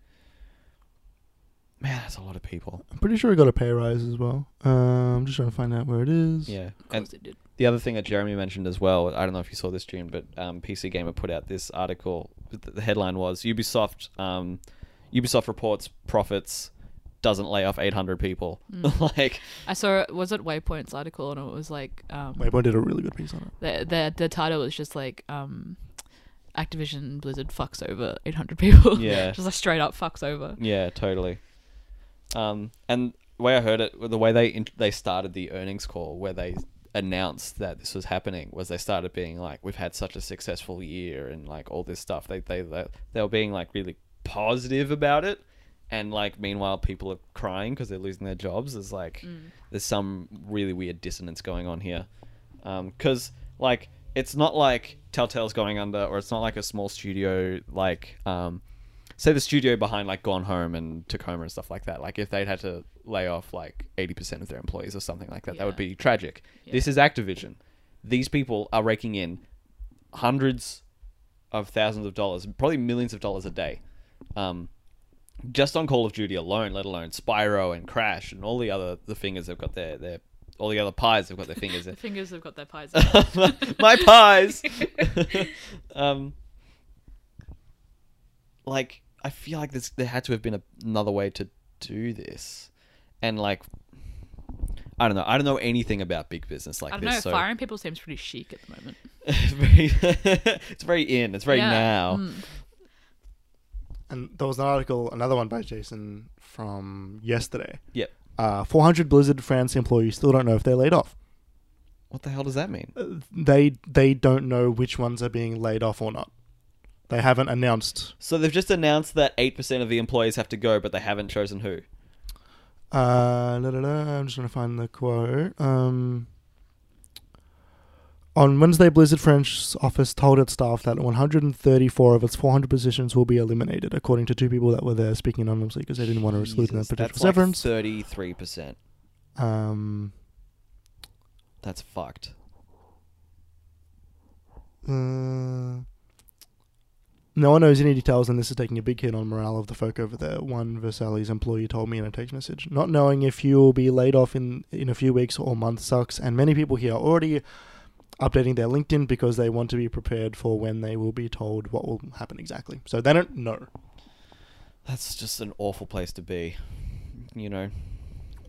Speaker 1: man, that's a lot of people.
Speaker 2: I'm pretty sure he got a pay rise as well. Um, I'm just trying to find out where it is.
Speaker 1: Yeah,
Speaker 3: Of
Speaker 1: and
Speaker 3: course it did.
Speaker 1: The other thing that Jeremy mentioned as well, I don't know if you saw this, June, but um, PC Gamer put out this article. The the headline was Ubisoft. Um, Ubisoft reports profits doesn't lay off 800 people. like,
Speaker 3: I saw was it Waypoint's article and it was like um
Speaker 2: Waypoint did a really good piece on it.
Speaker 3: the the the title was just like um Activision Blizzard fucks over 800 people.
Speaker 1: Yeah. Mm.
Speaker 3: just like straight up fucks over.
Speaker 1: yeah, totally. Um, and the way I heard it, the way they int- they started the earnings call, where they announced that this was happening, was they started being like, "We've had such a successful year," and like all this stuff. They they they, they were being like really positive about it, and like meanwhile, people are crying because they're losing their jobs. There's like, there's some really weird dissonance going on here, because like it's not like Telltale's going under, or it's not like a small studio like. Um, say the studio behind like Gone Home and Tacoma and stuff like that. Like if they'd had to lay off like eighty percent of their employees or something like that, that would
Speaker 3: Yeah.
Speaker 1: be tragic. This is Activision. These people are raking in hundreds of thousands of dollars, probably millions of dollars a day, um, just on Call of Duty alone. Let alone Spyro and Crash and all the other the fingers they've got their their all the other pies they've got their fingers in.
Speaker 3: The fingers have got their pies.
Speaker 1: my pies. um, like I feel like this, there had to have been a, another way to do this, and like I don't know. I don't know anything about big business like
Speaker 3: I don't
Speaker 1: this.
Speaker 3: know.
Speaker 1: so
Speaker 3: Firing people seems pretty chic at the moment.
Speaker 1: it's very, it's very in. It's very
Speaker 3: Yeah, Mm.
Speaker 1: now.
Speaker 2: And there was an article, another one by Jason from yesterday.
Speaker 1: Yep.
Speaker 2: Uh, 400 Blizzard France employees still don't know if they're laid off.
Speaker 1: What the hell does that mean?
Speaker 2: Uh, They they don't know which ones are being laid off or not. They haven't announced.
Speaker 1: So they've just announced that eight percent of the employees have to go, but they haven't chosen who.
Speaker 2: Uh, da, da, da, I'm just going to find the quote. Um, on Wednesday, Blizzard French office told its staff that 134 of its 400 positions will be eliminated, according to two people that were there speaking anonymously because they didn't want to exclude them
Speaker 1: Jesus,
Speaker 2: potential
Speaker 1: that's
Speaker 2: severance.
Speaker 1: Thirty-three percent.
Speaker 2: um,
Speaker 1: That's fucked.
Speaker 2: Uh, no one knows any details, and this is taking a big hit on morale of the folk over there. One Versalles employee told me in a text message, "Not knowing if you will be laid off in in a few weeks or months sucks." And many people here are already updating their LinkedIn because they want to be prepared for when they will be told what will happen exactly. So they don't know.
Speaker 1: That's just an awful place to be. You know.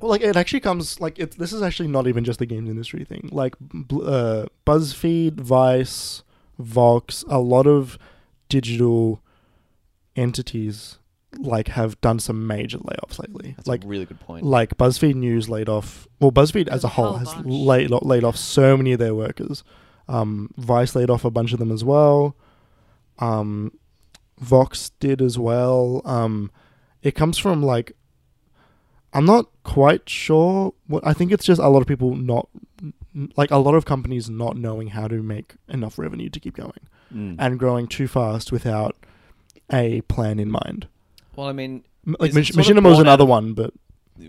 Speaker 2: Well, like it actually comes like it, this is actually not even just the games industry thing. Like bl- uh, BuzzFeed, Vice, Vox, a lot of digital entities like have done some major layoffs lately.
Speaker 1: That's
Speaker 2: like
Speaker 1: a really good point.
Speaker 2: like BuzzFeed News laid off. Well, BuzzFeed as
Speaker 3: There's
Speaker 2: a
Speaker 3: a
Speaker 2: whole
Speaker 3: whole
Speaker 2: has
Speaker 3: bunch.
Speaker 2: laid lo- laid off so many of their workers. Um, Vice laid off a bunch of them as well. Um, Vox did as well. Um, it comes from like I'm not quite sure. What I think it's just a lot of people not like a lot of companies not knowing how to make enough revenue to keep going
Speaker 1: Mm.
Speaker 2: and growing too fast without a plan in mind.
Speaker 1: well, I mean,
Speaker 2: M- Like
Speaker 1: Is it
Speaker 2: Mach-
Speaker 1: sort of
Speaker 2: Machinima
Speaker 1: born
Speaker 2: was
Speaker 1: out
Speaker 2: another
Speaker 1: of-
Speaker 2: one, but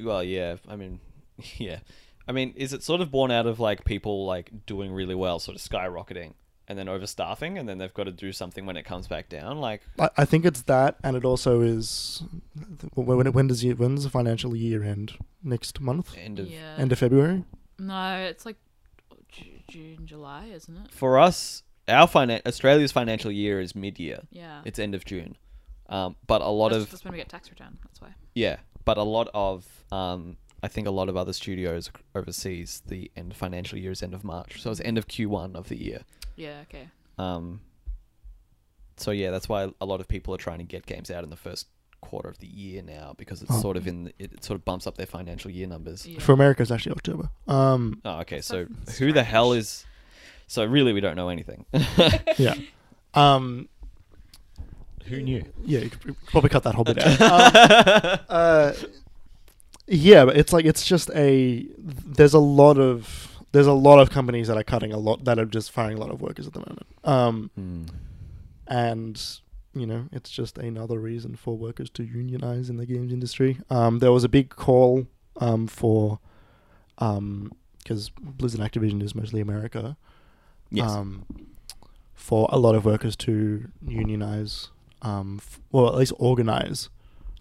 Speaker 1: well, yeah. I mean, yeah. I mean, is it sort of born out of like people like doing really well, sort of skyrocketing, and then overstaffing, and then they've got to do something when it comes back down? Like,
Speaker 2: I, I think it's that, and it also is When when- when does year, when does the financial year end? Next month,
Speaker 1: End of
Speaker 3: yeah.
Speaker 2: end of February.
Speaker 3: no, it's like Ju- June, July, isn't it?
Speaker 1: for us, our finan- Australia's financial year is mid-year.
Speaker 3: Yeah.
Speaker 1: It's end of June, um, but a lot
Speaker 3: that's,
Speaker 1: of
Speaker 3: that's when we get tax return. That's why.
Speaker 1: yeah, but a lot of um, I think a lot of other studios ac- overseas the end financial year is end of March, so it's end of Q one of the year.
Speaker 3: Yeah. Okay.
Speaker 1: Um, so yeah, that's why a lot of people are trying to get games out in the first quarter of the year now because it's
Speaker 2: Oh.
Speaker 1: sort of in the, it sort of bumps up their financial year numbers.
Speaker 3: Yeah.
Speaker 2: For America, it's actually October. Um,
Speaker 1: Oh, okay. So
Speaker 3: So
Speaker 1: who the hell
Speaker 3: strange.
Speaker 1: is? So really, we don't know anything.
Speaker 2: yeah. Um,
Speaker 1: who knew?
Speaker 2: yeah, you could pr- probably cut that whole bit out. Um,
Speaker 1: Hmm.
Speaker 2: uh, yeah, but it's like it's just a there's a lot of there's a lot of companies that are cutting a lot that are just firing a lot of workers at the moment. Um, and you know it's just another reason for workers to unionize in the games industry. Um, there was a big call um, for because Blizzard Activision is mostly America
Speaker 1: Yes.
Speaker 2: um, for a lot of workers to unionize, um, f- or at least organize.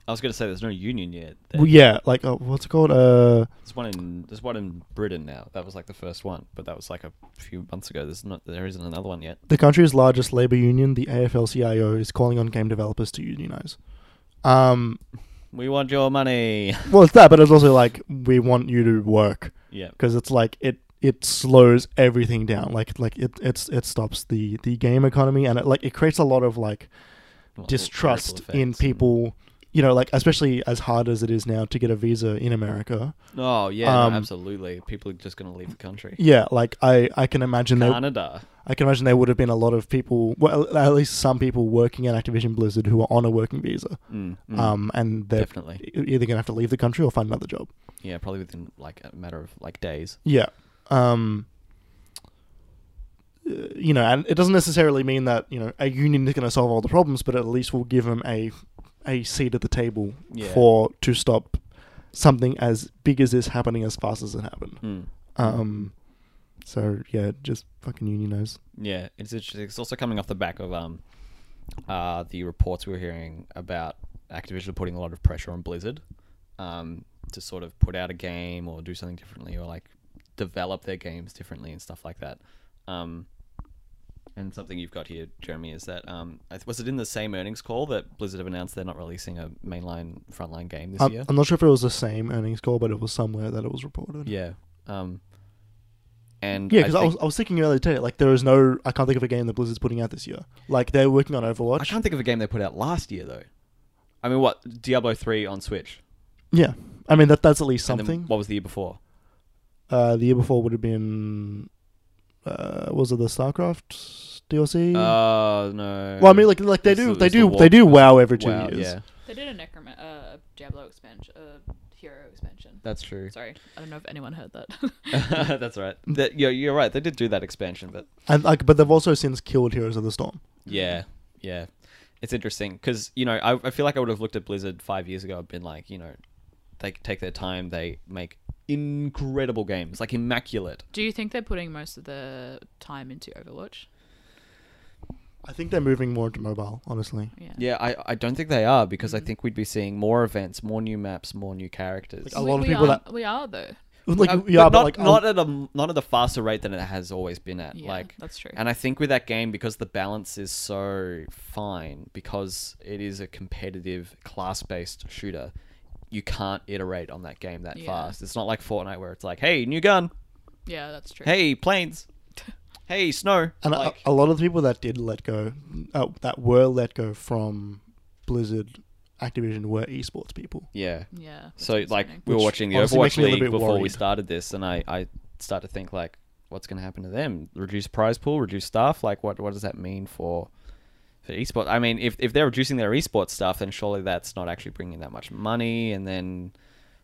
Speaker 1: I was going to say there's no union yet. there.
Speaker 2: Well, yeah, like uh, what's it called? Uh,
Speaker 1: There's one in there's one in Britain now. That was like the first one, but that was like a few months ago. There's not there isn't another one yet.
Speaker 2: the country's largest labor union, the AFL-CIO, is calling on game developers to unionize. Um,
Speaker 1: We want your money.
Speaker 2: well, it's that, but it's also like we want you to work
Speaker 1: yeah.
Speaker 2: because it's like it it slows everything down. Like like it it's it stops the the game economy and it like it creates a lot of like
Speaker 1: Well,
Speaker 2: distrust
Speaker 1: ripple
Speaker 2: in
Speaker 1: effects and-
Speaker 2: people. You know, like especially as hard as it is now to get a visa in America.
Speaker 1: Oh yeah, no,
Speaker 2: Um,
Speaker 1: absolutely. People are just going to leave the country.
Speaker 2: Yeah, like I, I can imagine there,
Speaker 1: Canada.
Speaker 2: I can imagine there would have been a lot of people, well, at least some people working at Activision Blizzard who are on a working visa,
Speaker 1: Mm, mm.
Speaker 2: um, and they're
Speaker 1: definitely.
Speaker 2: e- either gonna have to leave the country or find another job.
Speaker 1: Yeah, probably within like a matter of like days.
Speaker 2: Yeah. Um, uh, you know, and it doesn't necessarily mean that you know a union is going to solve all the problems, but at least we'll give them a a seat at the table
Speaker 1: Yeah.
Speaker 2: for to stop something as big as this happening as fast as it happened.
Speaker 1: Mm.
Speaker 2: Um, so yeah, just fucking unionize.
Speaker 1: Yeah, it's interesting. It's also coming off the back of um, uh, the reports we were hearing about Activision putting a lot of pressure on Blizzard um, to sort of put out a game or do something differently or like develop their games differently and stuff like that. Um, and something you've got here, Jeremy, is that um, I th- was it in the same earnings call that Blizzard have announced they're not releasing a mainline frontline game this year?
Speaker 2: I'm, I'm not sure if it was the same earnings call, but it was somewhere that it was reported.
Speaker 1: yeah. Um, and
Speaker 2: Yeah, because I,
Speaker 1: think-
Speaker 2: was I was thinking earlier today, like there is no I can't think of a game that Blizzard's putting out this year. Like they're working on Overwatch.
Speaker 1: I can't think of a game they put out last year though. I mean, what Diablo three on Switch?
Speaker 2: Yeah, I mean that that's at least
Speaker 1: And then
Speaker 2: something.
Speaker 1: what was the year before?
Speaker 2: Uh, the year before would have been, uh, was it the StarCraft DLC?
Speaker 1: Uh, no.
Speaker 2: well, I mean, like like they
Speaker 1: it's
Speaker 2: do
Speaker 1: the-
Speaker 2: they
Speaker 1: it's the
Speaker 2: do
Speaker 1: war-
Speaker 2: they do WoW every two
Speaker 1: Wow,
Speaker 2: years.
Speaker 1: yeah,
Speaker 3: They did a Necroma, uh, Diablo expansion, uh, Hero expansion.
Speaker 1: that's true.
Speaker 3: Sorry, I don't know if anyone heard that.
Speaker 1: that's all right. That, you're, you're right. They did do that expansion, but
Speaker 2: And like, but they've also since killed Heroes of the Storm.
Speaker 1: yeah, yeah, it's interesting because you know I, I feel like I would have looked at Blizzard five years ago and been like, you know, they take their time, they make incredible games, like immaculate.
Speaker 3: Do you think they're putting most of the time into Overwatch?
Speaker 2: I think they're moving more into mobile, honestly.
Speaker 3: Yeah.
Speaker 1: Yeah, I, I don't think they are because I think we'd be seeing more events, more new maps, more new characters.
Speaker 2: Like, a
Speaker 3: We-
Speaker 2: lot of
Speaker 3: we
Speaker 2: people
Speaker 3: are,
Speaker 2: that-
Speaker 3: we are though.
Speaker 2: Like,
Speaker 1: Um,
Speaker 2: yeah, but,
Speaker 1: but not,
Speaker 2: like,
Speaker 1: not
Speaker 2: I'll-
Speaker 1: at a not at a faster rate than it has always been at.
Speaker 3: Yeah,
Speaker 1: like
Speaker 3: that's true.
Speaker 1: And I think with that game, because the balance is so fine, because it is a competitive class-based shooter, you can't iterate on that game that
Speaker 3: Yeah.
Speaker 1: fast. It's not like Fortnite where it's like, hey, new gun,
Speaker 3: Yeah, that's true.
Speaker 1: hey planes, hey snow.
Speaker 2: and a-
Speaker 1: like,
Speaker 2: a, lot of the people that did let go, uh, that were let go from Blizzard, Activision were esports people.
Speaker 1: yeah.
Speaker 3: Yeah. that's
Speaker 1: So like
Speaker 3: concerning.
Speaker 1: we were
Speaker 2: Which
Speaker 1: watching the
Speaker 2: honestly
Speaker 1: Overwatch
Speaker 2: makes me a
Speaker 1: League
Speaker 2: little bit
Speaker 1: before we
Speaker 2: worried.
Speaker 1: started this, and I I start to think like, what's going to happen to them? Reduce prize pool, reduce staff. Like what what does that mean for for esports? I mean, if if they're reducing their esports stuff, then surely that's not actually bringing that much money, and then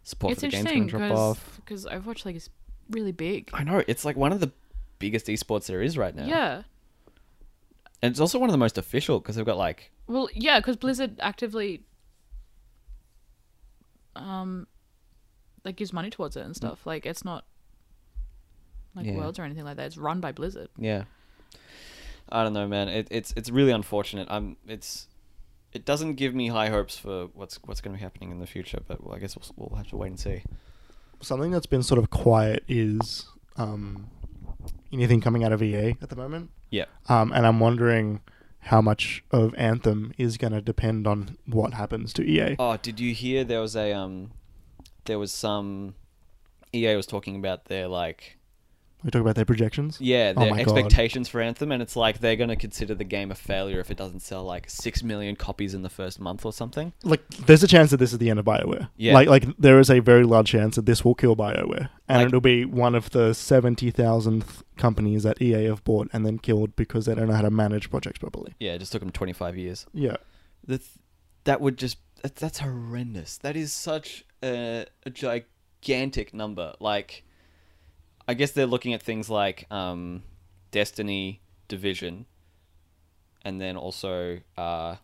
Speaker 1: support
Speaker 3: it's
Speaker 1: for the game's
Speaker 3: interesting
Speaker 1: going to drop off.
Speaker 3: because because Overwatch League is really big.
Speaker 1: I know it's like one of the biggest esports there is right now.
Speaker 3: Yeah.
Speaker 1: and it's also one of the most official because they've got like
Speaker 3: Well, yeah, because Blizzard actively um like gives money towards it and stuff. Like it's not like
Speaker 1: Mm. Yeah.
Speaker 3: Worlds or anything like that. It's run by Blizzard.
Speaker 1: Yeah. I don't know, man. It, it's it's really unfortunate. I'm it's it doesn't give me high hopes for what's what's going to be happening in the future. But well, I guess we'll, we'll have to wait and see.
Speaker 2: Something that's been sort of quiet is um, anything coming out of EA at the moment.
Speaker 1: Yeah.
Speaker 2: Um, and I'm wondering how much of Anthem is going to depend on what happens to E EA.
Speaker 1: Oh, did you hear there was a um, there was some EA was talking about their like
Speaker 2: We talk about their projections.
Speaker 1: yeah
Speaker 2: Oh
Speaker 1: their
Speaker 2: my God.
Speaker 1: expectations for Anthem, and it's like they're going to consider the game a failure if it doesn't sell like six million copies in the first month or something.
Speaker 2: Like, there's a chance that this is the end of Bioware.
Speaker 1: Yeah.
Speaker 2: Like, like there is a very large chance that this will kill Bioware, and
Speaker 1: Like-
Speaker 2: it'll be one of the seventy thousandth companies that EA have bought and then killed because they don't know how to manage projects properly.
Speaker 1: Yeah, it just took them twenty five years.
Speaker 2: Yeah.
Speaker 1: The th- that would just that, that's horrendous. That is such a, a gigantic number. Like, I guess they're looking at things like um, Destiny, Division, and then also uh,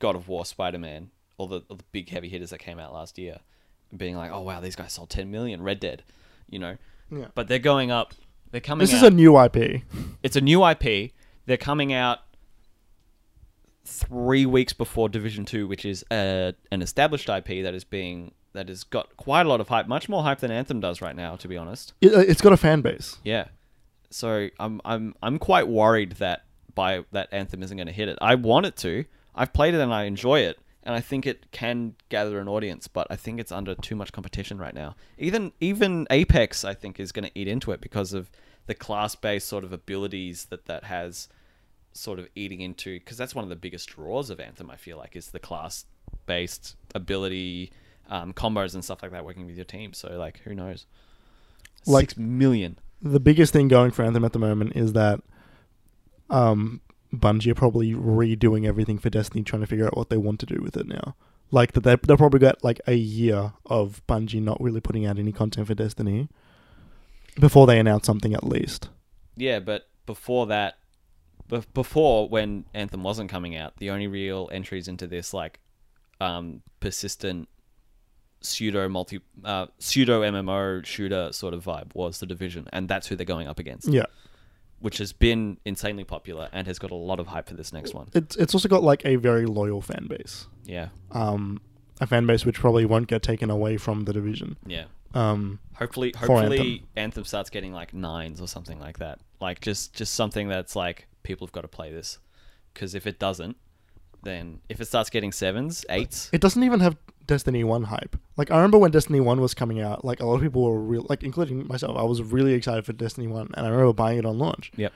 Speaker 1: God of War, Spider Man, all the all the big heavy hitters that came out last year, being like, oh wow, these guys sold ten million. Red Dead, you know,
Speaker 2: Yeah.
Speaker 1: but they're going up. They're coming.
Speaker 2: This is
Speaker 1: out-
Speaker 2: a new IP.
Speaker 1: it's a new IP. They're coming out three weeks before Division Two, which is uh, an established IP that is being that has got quite a lot of hype, much more hype than Anthem does right now, to be honest.
Speaker 2: It, uh, it's got a fan base.
Speaker 1: Yeah. So I'm I'm I'm quite worried that by that Anthem isn't going to hit it. I want it to. I've played it and I enjoy it, and I think it can gather an audience. But I think it's under too much competition right now. Even even Apex, I think, is going to eat into it because of the class-based sort of abilities that that has, sort of eating into. Because that's one of the biggest draws of Anthem. I feel like is the class-based ability. Um, combos and stuff like that working with your team so like who knows
Speaker 2: Like-
Speaker 1: six million
Speaker 2: the biggest thing going for Anthem at the moment is that um, Bungie are probably redoing everything for Destiny, trying to figure out what they want to do with it now. Like that, they they probably got like a year of Bungie not really putting out any content for Destiny before they announce something at least.
Speaker 1: Yeah, but before that, be- before when Anthem wasn't coming out, the only real entries into this like um, persistent pseudo multi uh, pseudo MMO shooter sort of vibe was the Division, and that's who they're going up against,
Speaker 2: Yeah,
Speaker 1: which has been insanely popular and has got a lot of hype for this next one.
Speaker 2: it's it's also got like a very loyal fan base,
Speaker 1: Yeah,
Speaker 2: um, a fan base which probably won't get taken away from the division.
Speaker 1: yeah.
Speaker 2: Um,
Speaker 1: Hopefully,
Speaker 2: For
Speaker 1: hopefully Anthem. starts getting like nines or something like that. Like just just something that's like people have got to play this, because if it doesn't, then if it starts getting sevens, eights,
Speaker 2: It doesn't even have Destiny 1 hype. Like, I remember when Destiny 1 was coming out, like, a lot of people were real, like, including myself, I was really excited for Destiny 1, and I remember buying it on launch,
Speaker 1: yep.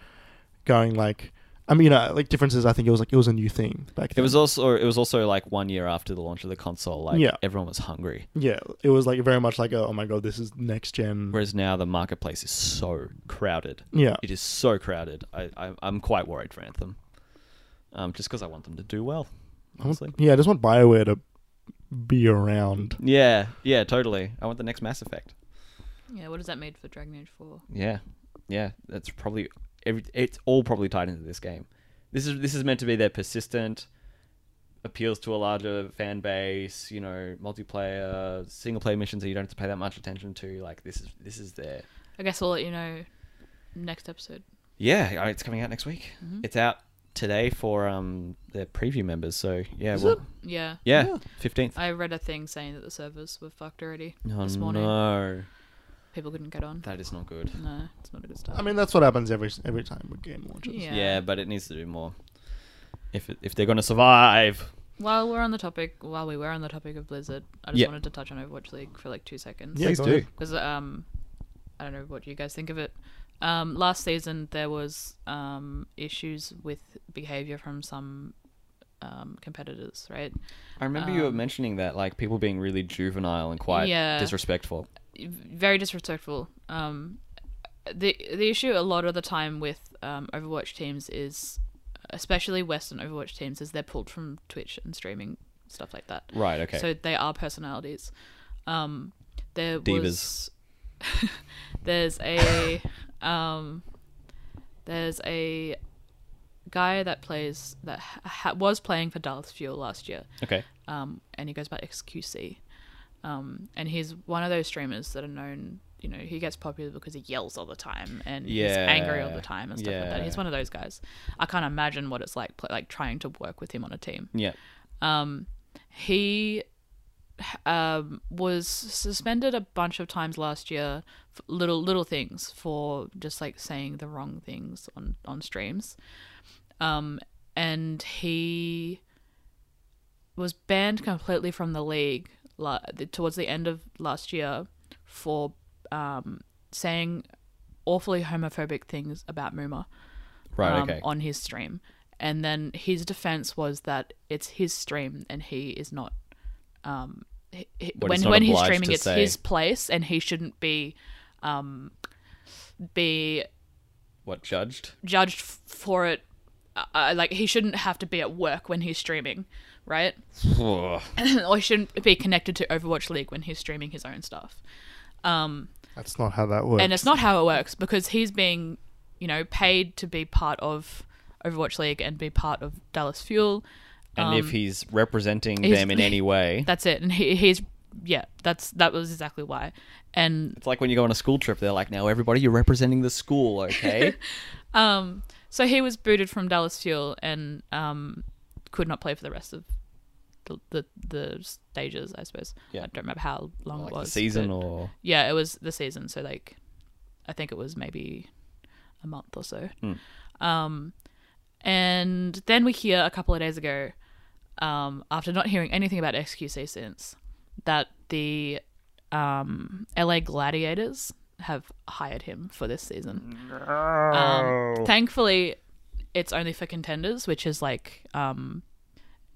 Speaker 2: going, like, I mean, you know, like, differences, I think it was, like, it was a new thing back
Speaker 1: It
Speaker 2: then.
Speaker 1: was also it was also like one year after the launch of the console. Like
Speaker 2: Yeah.
Speaker 1: everyone was hungry.
Speaker 2: yeah, it was, like, very much like, a, oh my god, this is next gen.
Speaker 1: Whereas now the marketplace is so crowded.
Speaker 2: Yeah.
Speaker 1: It is so crowded. I, I I'm quite worried for Anthem. Um, just because I want them to do well.
Speaker 2: I want-
Speaker 1: Honestly.
Speaker 2: yeah, I just want BioWare to be around.
Speaker 1: Yeah, yeah, totally. I want the next Mass Effect.
Speaker 3: Yeah, what does that mean for Dragon Age 4?
Speaker 1: Yeah, yeah. That's probably every. It's all probably tied into this game. This is this is meant to be their persistent appeals to a larger fan base. You know, multiplayer, single player missions that you don't have to pay that much attention to. Like this is this is their.
Speaker 3: I guess I'll let you know next episode.
Speaker 1: Yeah, uh, it's coming out next week. It's out today for um their preview members. So yeah,
Speaker 2: Is
Speaker 1: well,
Speaker 2: it?
Speaker 3: Yeah.
Speaker 1: yeah, fifteenth.
Speaker 3: I read a thing saying that the servers were fucked already
Speaker 1: Oh
Speaker 3: this morning.
Speaker 1: no,
Speaker 3: People couldn't get on.
Speaker 1: that is not good.
Speaker 3: No, it's not a good start.
Speaker 2: I mean, that's what happens every every time a game launches.
Speaker 3: Yeah.
Speaker 1: Yeah. but it needs to do more. If it, if they're gonna survive.
Speaker 3: while we're on the topic, while we were on the topic of Blizzard, I just
Speaker 1: Yeah.
Speaker 3: wanted to touch on Overwatch League for like two seconds.
Speaker 2: Yeah,
Speaker 1: Please
Speaker 2: go
Speaker 1: do.
Speaker 2: ahead.
Speaker 3: because um, I don't know what you guys think of it. Um, last season there was um, issues with behavior from some um, competitors, right?
Speaker 1: I remember you were mentioning that, like people being really juvenile and quite
Speaker 3: Um, Yeah.
Speaker 1: disrespectful.
Speaker 3: very disrespectful. Um, the the issue a lot of the time with um, Overwatch teams is, especially Western Overwatch teams, is they're pulled from Twitch and streaming stuff like that.
Speaker 1: Right. Okay.
Speaker 3: So they are personalities. Um, there
Speaker 1: Divas.
Speaker 3: was there's a um, there's a guy that plays that ha- was playing for Dallas Fuel last year
Speaker 1: okay.
Speaker 3: um, and he goes by XQC. Um, and he's one of those streamers that are known. You know, he gets popular because he yells all the time and he's angry all
Speaker 1: Yeah.
Speaker 3: the time and stuff like
Speaker 1: Yeah.
Speaker 3: that. He's one of those guys. I can't imagine what it's like, pl- like trying to work with him on a team.
Speaker 1: Yeah.
Speaker 3: Um, he um, was suspended a bunch of times last year, for little little things for just like saying the wrong things on on streams. Um, and he was banned completely from the league la- towards the end of last year for um, saying awfully homophobic things about Muma
Speaker 1: Right.
Speaker 3: um,
Speaker 1: okay.
Speaker 3: on his stream. And then his defense was that it's his stream and he is not. Um, he, he-
Speaker 1: But
Speaker 3: when
Speaker 1: he's not
Speaker 3: when he's
Speaker 1: obliged
Speaker 3: streaming,
Speaker 1: to
Speaker 3: it's
Speaker 1: say-
Speaker 3: his place and he shouldn't be um, be
Speaker 1: what judged?
Speaker 3: judged f- for it. Uh, Uh, like he shouldn't have to be at work when he's streaming, right?
Speaker 1: Ugh.
Speaker 3: or he shouldn't be connected to Overwatch League when he's streaming his own stuff.
Speaker 2: That's not how that works.
Speaker 3: and it's not how it works because he's being, you know, paid to be part of Overwatch League and be part of Dallas Fuel.
Speaker 1: And
Speaker 3: Um,
Speaker 1: if he's representing
Speaker 3: he's-
Speaker 1: them in any way,
Speaker 3: That's it. And he, he's yeah, that's that was exactly why. And
Speaker 1: it's like when you go on a school trip. They're like, "Now everybody, you're representing the school, okay?"
Speaker 3: so he was booted from Dallas Fuel and um, could not play for the rest of the the, the stages. I suppose.
Speaker 1: Yeah.
Speaker 3: I don't remember how long
Speaker 1: like
Speaker 3: it
Speaker 1: the
Speaker 3: was.
Speaker 1: season
Speaker 3: but-
Speaker 1: or
Speaker 3: yeah, it was the season. So like, I think it was maybe a month or so.
Speaker 1: Hmm.
Speaker 3: Um, and then we hear a couple of days ago, um, after not hearing anything about XQC since, that the um, LA Gladiators have hired him for this season. Um, thankfully, it's only for contenders, which is like um,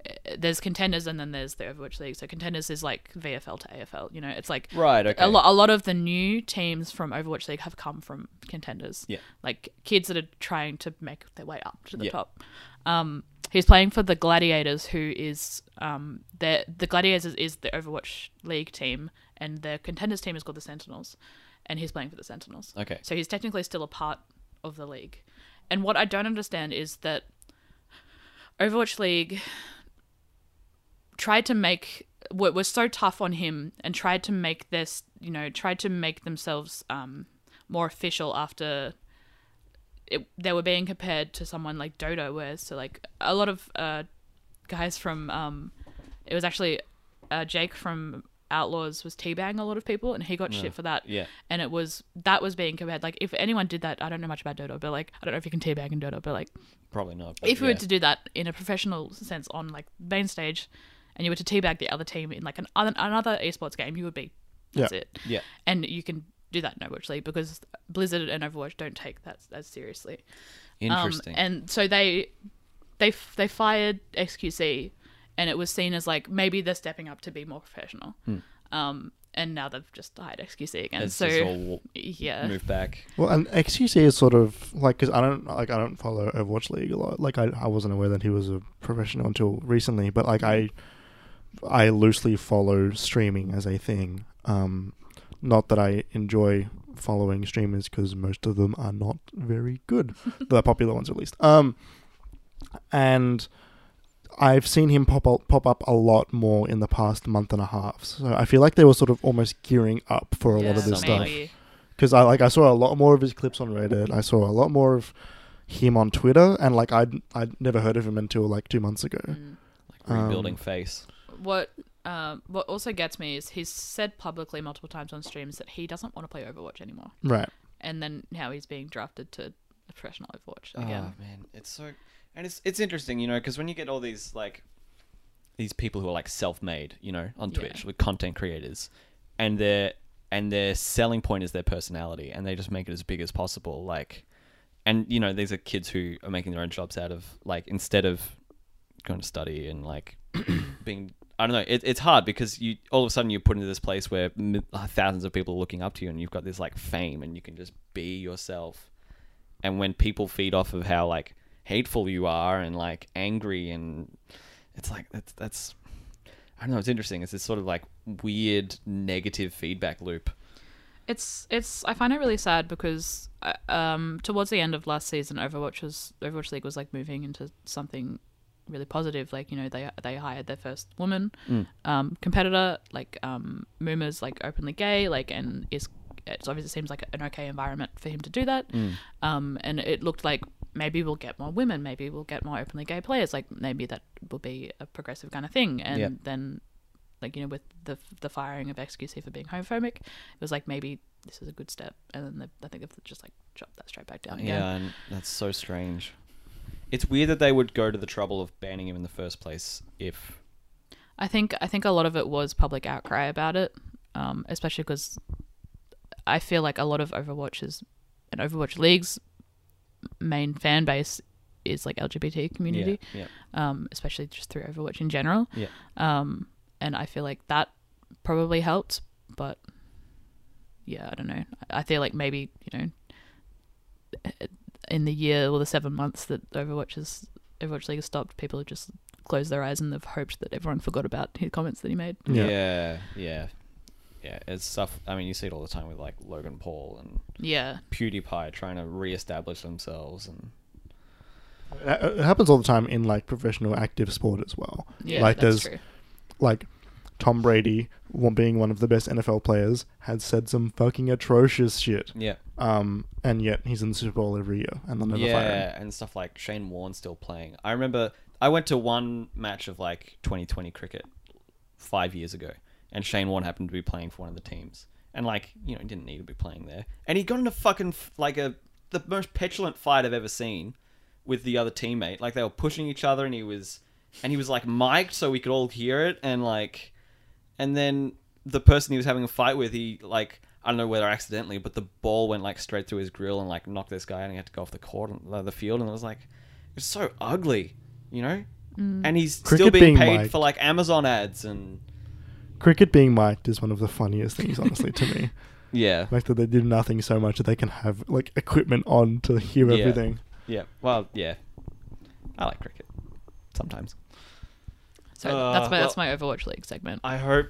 Speaker 3: eh, there's contenders and then there's the Overwatch League. So contenders is like VFL to AFL. You know, it's like
Speaker 1: Right, okay.
Speaker 3: A lot, a lot of the new teams from Overwatch League have come from contenders.
Speaker 1: Yeah.
Speaker 3: like kids that are trying to make their way up to the
Speaker 1: Yeah.
Speaker 3: top. Um, he's playing for the Gladiators, who is um, the the Gladiators is, is the Overwatch League team, and their contenders team is called the Sentinels, and he's playing for the Sentinels.
Speaker 1: Okay.
Speaker 3: so he's technically still a part of the league. And what I don't understand is that Overwatch League tried to make were, were so tough on him and tried to make this you know tried to make themselves um, more official after it, they were being compared to someone like Dodo where so like a lot of uh, guys from um, it was actually uh, Jake from Outlaws was teabagging a lot of people and he got shit for that
Speaker 1: yeah.
Speaker 3: and it was that was being compared like if anyone did that I don't know much about Dodo but like I don't know if you can teabag in Dodo but like
Speaker 1: probably not. but
Speaker 3: if you
Speaker 1: yeah.
Speaker 3: were to do that in a professional sense on like main stage and you were to teabag the other team in like an other, another esports game you would be that's
Speaker 2: Yeah.
Speaker 3: it
Speaker 1: Yeah.
Speaker 3: and you can do that in overwatch league because blizzard and overwatch don't take that as seriously
Speaker 1: interesting.
Speaker 3: um, and so they they f- they fired XQC, and it was seen as like maybe they're stepping up to be more professional. Um, and now they've just hired XQC again.
Speaker 1: Hmm. It's
Speaker 3: so
Speaker 1: just all
Speaker 3: yeah,
Speaker 1: move back.
Speaker 2: Well, and XQC is sort of like because I don't like I don't follow Overwatch League a lot. Like I, I wasn't aware that he was a professional until recently, but like I I loosely follow streaming as a thing. Um, not that I enjoy following streamers because most of them are not very good, the popular ones at least. Um, and I've seen him pop up, pop up a lot more in the past month and a half. So I feel like they were sort of almost gearing up for a lot of this
Speaker 3: Yeah,
Speaker 1: Something.
Speaker 2: stuff
Speaker 3: maybe.
Speaker 2: because I like I saw a lot more of his clips on Reddit. I saw a lot more of him on Twitter, and like I I'd never heard of him until like two months ago.
Speaker 3: Mm.
Speaker 1: Like rebuilding face.
Speaker 3: What um, what also gets me is he's said publicly multiple times on streams that he doesn't want to play Overwatch anymore,
Speaker 2: Right.
Speaker 3: and then now he's being drafted to professional Overwatch
Speaker 1: Oh
Speaker 2: Ah.
Speaker 3: again.
Speaker 1: man, it's so, and it's it's interesting, you know, because when you get all these like, these people who are like self-made, you know, on
Speaker 3: Yeah.
Speaker 1: Twitch with content creators, and their and their selling point is their personality, and they just make it as big as possible, like, and you know, these are kids who are making their own jobs out of like instead of going to study and like being. I don't know. It, it's hard because you all of a sudden you're put into this place where mi- thousands of people are looking up to you, and you've got this like fame, and you can just be yourself and when people feed off of how like hateful you are and like angry and it's like that's that's I don't know it's interesting it's this sort of like weird negative feedback loop
Speaker 3: It's it's I find it really sad because uh, um towards the end of last season Overwatch was Overwatch League was like moving into something really positive. Like you know they they hired their first woman
Speaker 1: Mm.
Speaker 3: um, competitor. Like um, Muma's like openly gay. Like and is it's obviously seems like an okay environment for him to do that.
Speaker 1: Mm.
Speaker 3: Um, and it looked like maybe we'll get more women. Maybe we'll get more openly gay players. Like maybe that will be a progressive kind of thing. And
Speaker 1: Yeah.
Speaker 3: then like you know with the the firing of XQC for being homophobic, it was like maybe this is a good step. And then they, I think they've just like chopped that straight back down again.
Speaker 1: Yeah, and that's so strange. It's weird that they would go to the trouble of banning him in the first place if
Speaker 3: I think I think a lot of it was public outcry about it, um, especially because I feel like a lot of Overwatch's and Overwatch League's main fan base is like LGBT community,
Speaker 1: Yeah,
Speaker 3: um, especially just through Overwatch in general.
Speaker 1: yeah,
Speaker 3: Um, and I feel like that probably helped, but yeah, I don't know. I I feel like maybe you know, in the year or the seven months that Overwatch has Overwatch League has stopped, people have just closed their eyes and they've hoped that everyone forgot about his comments that he made.
Speaker 1: yeah,
Speaker 2: Yeah.
Speaker 1: yeah, yeah, yeah. It's stuff. I mean, you see it all the time with like Logan Paul and
Speaker 3: Yeah,
Speaker 1: PewDiePie trying to reestablish themselves, and
Speaker 2: Uh, It happens all the time in like professional active sport as well.
Speaker 3: yeah,
Speaker 2: like there's
Speaker 3: that's true.
Speaker 2: like Tom Brady, one being one of the best NFL players, had said some fucking atrocious shit.
Speaker 1: yeah,
Speaker 2: Um, and yet he's in the Super Bowl every year, and they'll never fire him.
Speaker 1: yeah, and stuff like Shane Warne still playing. I remember I went to one match of like 2020 cricket five years ago, and Shane Warne happened to be playing for one of the teams, and like you know he didn't need to be playing there, and he got in a fucking f- like a the most petulant fight I've ever seen with the other teammate. Like they were pushing each other, and he was and he was like mic'd so we could all hear it, and like and then the person he was having a fight with, he like I don't know whether accidentally, but the ball went like straight through his grill and like knocked this guy, and he had to go off the court, and, uh, the field, and it was like it's so ugly, you know. And he's still
Speaker 2: Cricket
Speaker 1: being
Speaker 2: being
Speaker 1: paid
Speaker 2: mic'd.
Speaker 1: for like Amazon ads and
Speaker 2: Cricket being mic'd is one of the funniest things, honestly, to me.
Speaker 1: yeah,
Speaker 2: Like that they do nothing so much that they can have like equipment on to hear
Speaker 1: Yeah.
Speaker 2: everything.
Speaker 1: yeah. Well, yeah, I like cricket sometimes.
Speaker 3: So
Speaker 1: uh,
Speaker 3: that's my that's
Speaker 1: well-
Speaker 3: my Overwatch League segment.
Speaker 1: I hope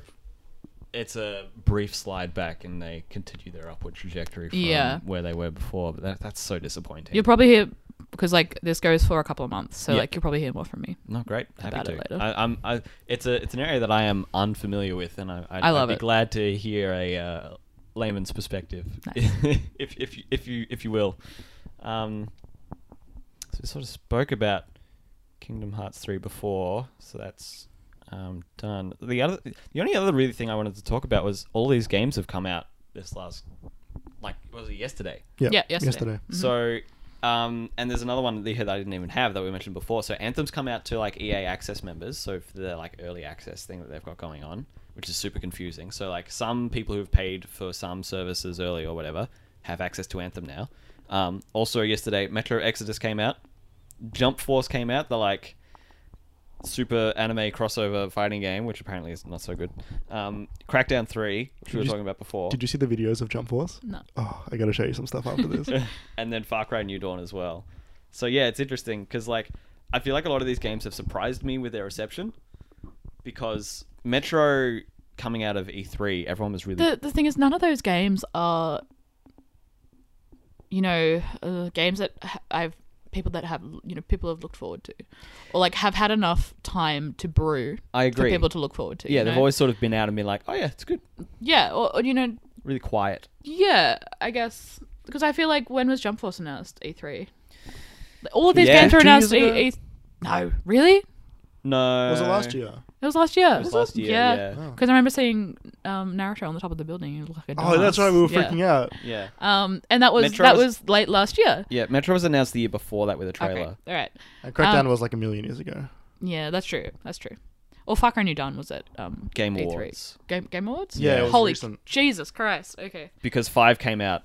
Speaker 1: it's a brief slide back and they continue their upward trajectory from
Speaker 3: Yeah.
Speaker 1: where they were before. But that, that's so disappointing.
Speaker 3: You'll probably hear because like this goes for a couple of months, so
Speaker 1: Yeah.
Speaker 3: like you'll probably hear more from me.
Speaker 1: No, great. Happy
Speaker 3: about
Speaker 1: to.
Speaker 3: it later.
Speaker 1: I, I'm. I, it's a. It's an area that I am unfamiliar with, and I. I'd,
Speaker 3: I love
Speaker 1: would be
Speaker 3: it.
Speaker 1: glad to hear a uh, layman's perspective,
Speaker 3: Nice.
Speaker 1: if if you- if you if you will. Um, so we sort of spoke about Kingdom Hearts three before, so that's um, done. The other, the only other really thing I wanted to talk about was all these games have come out this last, like was it yesterday?
Speaker 2: Yeah,
Speaker 3: Yeah, yesterday.
Speaker 1: So, um, and there's another one here that I didn't even have that we mentioned before. So Anthem's come out to like EA Access members, so for their like early access thing that they've got going on, which is super confusing. So like some people who've paid for some services early or whatever have access to Anthem now. Um, also yesterday, Metro Exodus came out, Jump Force came out. The like super anime crossover fighting game, which apparently is not so good. Um, Crackdown Three, which we
Speaker 2: Did
Speaker 1: were
Speaker 2: you-
Speaker 1: talking about before
Speaker 2: Did you see the videos of Jump Force?
Speaker 3: No.
Speaker 2: Oh, I gotta show you some stuff after this.
Speaker 1: and then Far Cry New Dawn as well. So yeah, it's interesting because like I feel like a lot of these games have surprised me with their reception because Metro coming out of E3, everyone was really
Speaker 3: the the thing is, none of those games are, you know, uh, games that ha- I've people that have you know people have looked forward to, or like have had enough time to brew
Speaker 1: I
Speaker 3: for
Speaker 1: agree.
Speaker 3: people to look forward to.
Speaker 1: yeah,
Speaker 3: you
Speaker 1: they've
Speaker 3: know?
Speaker 1: always sort of been out and been like, oh yeah, it's good,
Speaker 3: yeah, or, or you know,
Speaker 1: really quiet.
Speaker 3: yeah, I guess because I feel like when was Jump Force announced? E three. All of these
Speaker 1: Yeah,
Speaker 3: games were
Speaker 1: two years
Speaker 3: announced. E-
Speaker 1: ago.
Speaker 3: E- no, really, it
Speaker 1: No,
Speaker 2: was it last year?
Speaker 3: was last year.
Speaker 1: It was last year.
Speaker 3: Yeah.
Speaker 1: Yeah,
Speaker 2: Oh.
Speaker 3: Because I remember seeing um, Naruto on the top of the building. and Like a
Speaker 2: Oh, that's right. We were freaking out.
Speaker 1: yeah,
Speaker 3: Um, and that was
Speaker 1: Metro
Speaker 3: that
Speaker 1: was-
Speaker 3: was late last year.
Speaker 1: yeah. Metro was announced the year before that with a trailer.
Speaker 3: Okay, all right.
Speaker 2: And Crackdown
Speaker 3: Um,
Speaker 2: was like a million years ago.
Speaker 3: Yeah, that's true. That's true. Or Far Cry New Dawn was at um,
Speaker 1: Game
Speaker 3: E3.
Speaker 1: Awards
Speaker 3: Game Game Awards.
Speaker 2: Yeah,
Speaker 1: it was
Speaker 3: Holy
Speaker 2: recent.
Speaker 3: Jesus Christ. Okay.
Speaker 1: because Five came out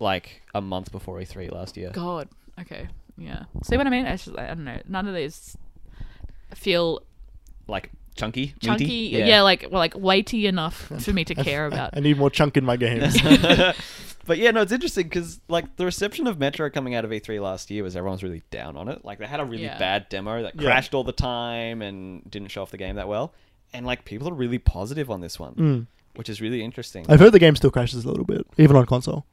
Speaker 1: like a month before E3 last year.
Speaker 3: God. Okay. Yeah. See what I mean? I, just, I don't know. None of these feel
Speaker 1: Like chunky,
Speaker 3: chunky.
Speaker 1: meaty?
Speaker 3: Yeah. like well, like weighty enough for me to care about.
Speaker 2: I need more chunk in my games.
Speaker 1: But yeah, no, it's interesting because like the reception of Metro coming out of E3 last year was everyone was really down on it. Like they had a really
Speaker 3: Yeah.
Speaker 1: bad demo that
Speaker 2: Yeah.
Speaker 1: crashed all the time and didn't show off the game that well. And like people are really positive on this one,
Speaker 2: Mm.
Speaker 1: which is really interesting.
Speaker 2: I've heard the game still crashes a little bit, even on console.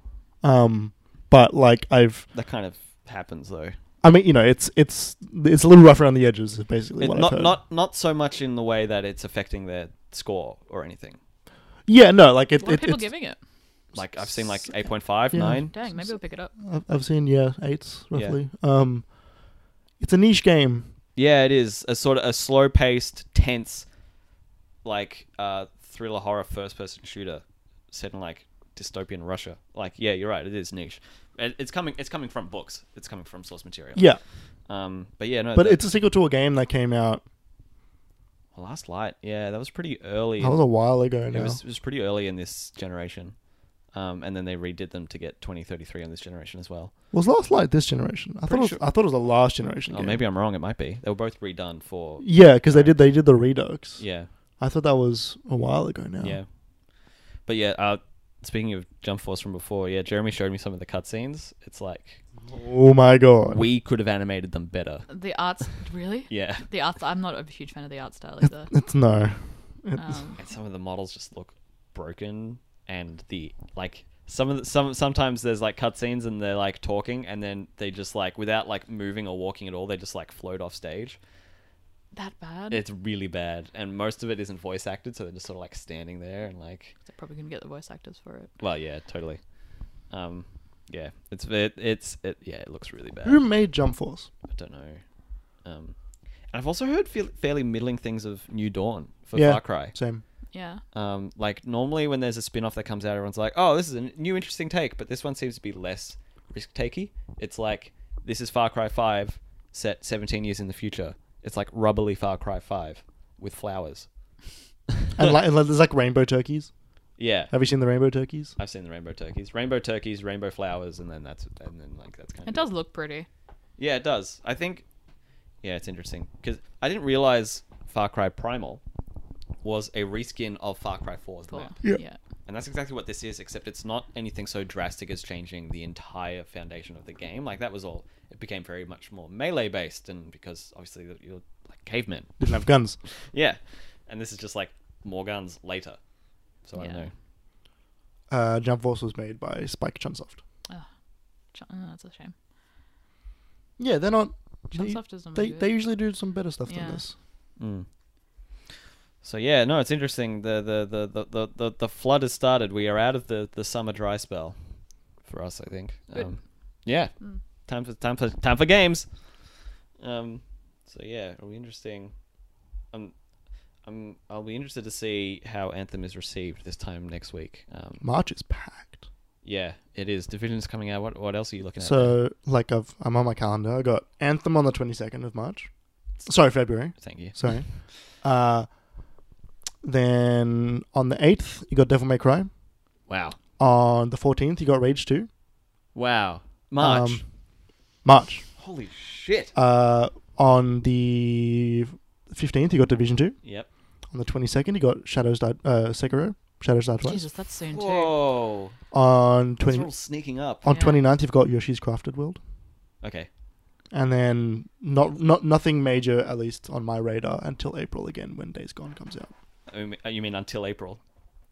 Speaker 2: Um, but like I've
Speaker 1: that kind of happens though.
Speaker 2: I mean, you know, it's it's it's a little rough around the edges. Is basically,
Speaker 1: It-
Speaker 2: what I've
Speaker 1: not
Speaker 2: heard.
Speaker 1: not not so much in the way that it's affecting their score or anything.
Speaker 2: yeah, no, like it.
Speaker 3: What are
Speaker 2: it
Speaker 3: people
Speaker 2: it's,
Speaker 3: giving it?
Speaker 1: Like I've seen like 8.5,
Speaker 2: Yeah.
Speaker 1: 9.
Speaker 3: Dang, maybe we'll pick it up.
Speaker 2: I've- I've seen yeah eights
Speaker 1: Yeah.
Speaker 2: roughly. Um, it's a niche game.
Speaker 1: Yeah, it is a sort of a slow-paced, tense, like uh, thriller horror first-person shooter set in like dystopian Russia. Like, yeah, you're right. It is niche. It, it's coming. It's coming from books. It's coming from source material.
Speaker 2: Yeah,
Speaker 1: Um. But yeah, no.
Speaker 2: but
Speaker 1: the-
Speaker 2: it's a sequel to a game that came out.
Speaker 1: Last Light. Yeah, that was pretty early.
Speaker 2: That was a while ago now.
Speaker 1: It was, it was pretty early in this generation. Um, and then they redid them to get 2033 on this generation as well.
Speaker 2: Was Last Light this generation? I thought it
Speaker 1: Pretty
Speaker 2: was, I thought it was the last generation.
Speaker 1: Oh,
Speaker 2: game.
Speaker 1: maybe I'm wrong. It might be. They were both redone for.
Speaker 2: Yeah, because they did they did the Redux.
Speaker 1: Yeah.
Speaker 2: I thought that was a while ago now.
Speaker 1: Yeah. But yeah, uh, speaking of Jump Force from before, yeah, Jeremy showed me some of the cutscenes. It's like
Speaker 2: Oh my god.
Speaker 1: we could have animated them better.
Speaker 3: The arts, really?
Speaker 1: Yeah.
Speaker 3: The arts. I'm not a huge fan of the art style either.
Speaker 2: It's no. It's,
Speaker 3: Um,
Speaker 1: And some of the models just look broken and the like some of the, some sometimes there's like cutscenes and they're like talking and then they just like without like moving or walking at all, they just like float off stage.
Speaker 3: that bad.
Speaker 1: It's really bad. And most of it isn't voice acted, so they're just sort of like standing there and like
Speaker 3: They're probably gonna get the voice actors for it.
Speaker 1: well, yeah, totally. Um yeah, it's it, it's it yeah, it looks really bad.
Speaker 2: who made Jump Force?
Speaker 1: I don't know. Um, and I've also heard feel- fairly middling things of New Dawn for
Speaker 2: Yeah.
Speaker 1: Far Cry.
Speaker 2: Same.
Speaker 3: Yeah.
Speaker 1: Um, like normally when there's a spin-off that comes out, everyone's like, "Oh, this is a new interesting take," but this one seems to be less risk-takey. It's like this is Far Cry Five set 17 years in the future. It's like rubbly Far Cry Five with flowers.
Speaker 2: And like, and like there's like rainbow turkeys.
Speaker 1: Yeah,
Speaker 2: Have you seen the rainbow turkeys?
Speaker 1: I've seen the rainbow turkeys, rainbow turkeys, rainbow flowers, and then that's and then like that's kind of
Speaker 3: It does look pretty.
Speaker 1: Yeah, it does. I think. Yeah, it's interesting because I didn't realize Far Cry Primal was a reskin of Far Cry 4's
Speaker 3: Cool.
Speaker 1: map,
Speaker 2: Yeah.
Speaker 1: and that's exactly what this is. Except it's not anything so drastic as changing the entire foundation of the game. Like that was all. It became very much more melee based, and because obviously that you're like cavemen.
Speaker 2: Didn't have guns.
Speaker 1: Yeah, and this is just like more guns later. So I don't
Speaker 3: Yeah.
Speaker 1: know.
Speaker 2: Uh, Jump Force was made by Spike Chunsoft.
Speaker 3: Ch- oh, that's a shame.
Speaker 2: Yeah, they're not. They,
Speaker 3: Chunsoft is not
Speaker 2: they,
Speaker 3: good.
Speaker 2: they usually do some better stuff
Speaker 3: Yeah.
Speaker 2: than this.
Speaker 1: Mm. So yeah, no, it's interesting. The the, the, the, the, the the flood has started. We are out of the, the summer dry spell for us, I think.
Speaker 3: Good.
Speaker 1: Um, yeah.
Speaker 3: Mm.
Speaker 1: Time for time for time for games. Um so yeah, it'll be interesting. Um I'm I'll be interested to see how Anthem is received this time next week. Um
Speaker 2: March is packed.
Speaker 1: yeah, it is. Division's coming out. What what else are you looking at? there?
Speaker 2: So, like, I've, I'm on my calendar. I got Anthem on the 22nd of March. Sorry, February.
Speaker 1: thank you.
Speaker 2: Sorry. Uh, then on the 8th, you got Devil May Cry.
Speaker 1: Wow.
Speaker 2: On the 14th, you got Rage 2.
Speaker 1: Wow. March.
Speaker 2: Um, March.
Speaker 1: Holy shit.
Speaker 2: Uh, on the 15th, you got Division 2.
Speaker 1: Yep.
Speaker 2: On the 22nd, you got Shadows Die, uh, Sekiro. Shadows Die Twice.
Speaker 3: Jesus, that's soon
Speaker 1: Oh,
Speaker 3: too.
Speaker 1: Whoa.
Speaker 2: On,
Speaker 1: These
Speaker 2: 20,
Speaker 1: are all sneaking up.
Speaker 2: on
Speaker 3: Yeah.
Speaker 2: 29th, you've got Yoshi's Crafted World.
Speaker 1: Okay.
Speaker 2: And then not not nothing major, at least on my radar, until April again when Days Gone comes out.
Speaker 1: I mean- uh, You mean until April?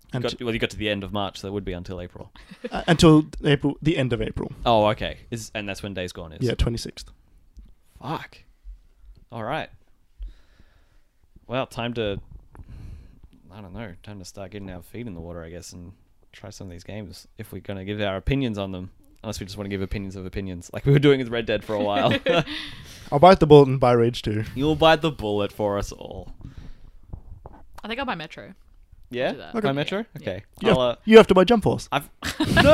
Speaker 1: You
Speaker 2: And
Speaker 1: got, well, you got to the end of March, so it would be until April.
Speaker 2: uh, until April, the end of April.
Speaker 1: Oh, okay. Is and that's when Days Gone is.
Speaker 2: Yeah, 26th.
Speaker 1: Fuck. All right. Well, time to. I don't know. Time to start getting our feet in the water, I guess, and try some of these games if we're gonna give our opinions on them. Unless we just want to give opinions of opinions, like we were doing with Red Dead for a while.
Speaker 2: I'll bite the bullet and buy Rage 2.
Speaker 1: You'll bite the bullet for us all.
Speaker 3: I think I'll buy Metro.
Speaker 1: Yeah.
Speaker 3: do that.
Speaker 1: By
Speaker 3: Okay.
Speaker 1: Metro.
Speaker 3: Yeah.
Speaker 1: Okay.
Speaker 2: You have,
Speaker 1: I'll, uh,
Speaker 2: you have to buy Jump Force.
Speaker 1: I've no.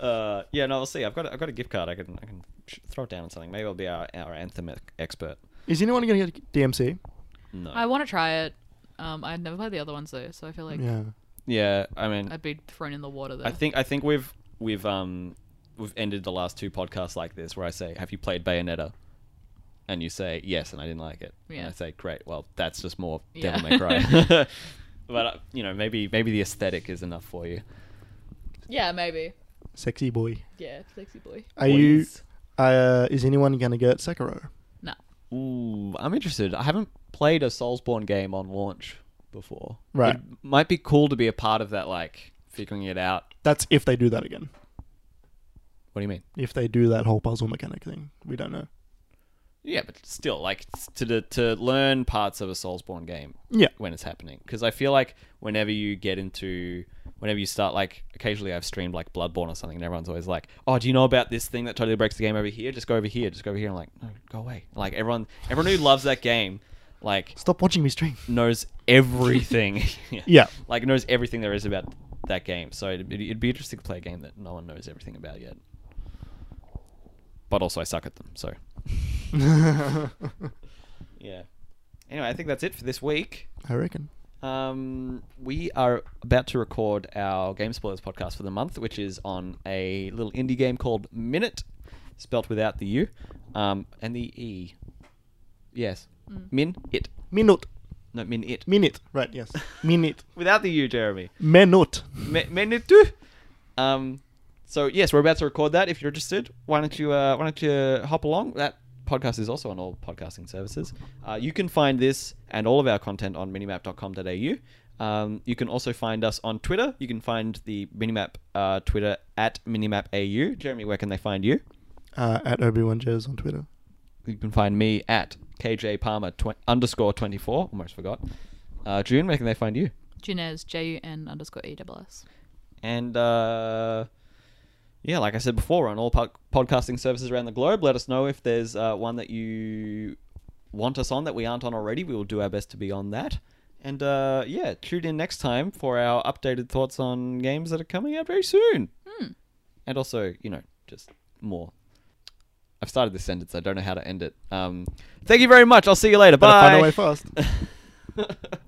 Speaker 1: uh, yeah, no, we'll see. I've got a, I've got a gift card. I can I can sh- throw it down on something. Maybe I'll be our, our anthem e- expert.
Speaker 2: Is anyone going to get DMC?
Speaker 1: No.
Speaker 3: I want to try it. Um, I've never played the other ones though, so I feel like
Speaker 2: yeah.
Speaker 1: yeah, I mean,
Speaker 3: I'd be thrown in the water there.
Speaker 1: I think I think we've we've um we've ended the last two podcasts like this, where I say, "Have you played Bayonetta?" And you say yes, and I didn't like it. And
Speaker 3: Yeah.
Speaker 1: I say, "Great, well, that's just more
Speaker 3: Yeah.
Speaker 1: Devil May Cry." but uh, you know, maybe maybe the aesthetic is enough for you.
Speaker 3: Yeah, maybe.
Speaker 2: Sexy boy.
Speaker 3: Yeah, sexy boy.
Speaker 2: Are you? Uh, is anyone going to get Sekiro?
Speaker 3: No.
Speaker 1: Ooh, Mm, I'm interested. I haven't played a Soulsborne game on launch before.
Speaker 2: Right.
Speaker 1: It might be cool to be a part of that, like figuring it out.
Speaker 2: That's if they do that again.
Speaker 1: What do you mean?
Speaker 2: If they do that whole puzzle mechanic thing, we don't know.
Speaker 1: Yeah, but still, like s- to the, to learn parts of a Soulsborne game
Speaker 2: Yeah.
Speaker 1: when it's happening, because I feel like whenever you get into, whenever you start, like occasionally I've streamed like Bloodborne or something, and everyone's always like, "Oh, do you know about this thing that totally breaks the game over here? Just go over here, just go over here." I'm like, "No, go away!" Like everyone, everyone who loves that game, like
Speaker 2: Stop watching me stream.
Speaker 1: knows everything.
Speaker 2: Yeah.
Speaker 1: like knows everything there is about that game. So it'd, be- it'd be interesting to play a game that no one knows everything about yet. But also, I suck at them. So
Speaker 2: I
Speaker 1: yeah. Anyway, I think that's it for this week.
Speaker 2: reckon.
Speaker 1: Um, we are about to record our Game Spoilers podcast for the month, which is on a little indie game called Minute, spelt without the U um, and the E. Yes. Min it.
Speaker 2: Minute.
Speaker 1: No, min it.
Speaker 2: Minute. Right, yes. Minute.
Speaker 1: Without the U, Jeremy.
Speaker 2: Minute.
Speaker 1: Me- Menutu. Um, so yes, we're about to record that. If you're interested, why don't you uh, why don't you hop along? That podcast is also on all podcasting services. Uh, you can find this and all of our content on minimap.com.au. Um, you can also find us on Twitter. You can find the Minimap uh, Twitter at minimapau. Jeremy, where can they find you?
Speaker 2: Uh, at Obi-Wan Jez on Twitter.
Speaker 1: You can find me at KJ Palmer tw- underscore twenty four. Almost forgot. Uh, June, where can they find you?
Speaker 3: Junez, J U N underscore E double S.
Speaker 1: And uh, yeah, like I said before, we're on all po- podcasting services around the globe. Let us know if there's uh, one that you want us on that we aren't on already. We will do our best to be on that. And uh, yeah, tune in next time for our updated thoughts on games that are coming out very soon. And also, you know, just more. I've started this sentence. I don't know how to end it. Um, thank you very much. I'll see you later.
Speaker 2: Better
Speaker 1: Bye.
Speaker 2: find a way fast.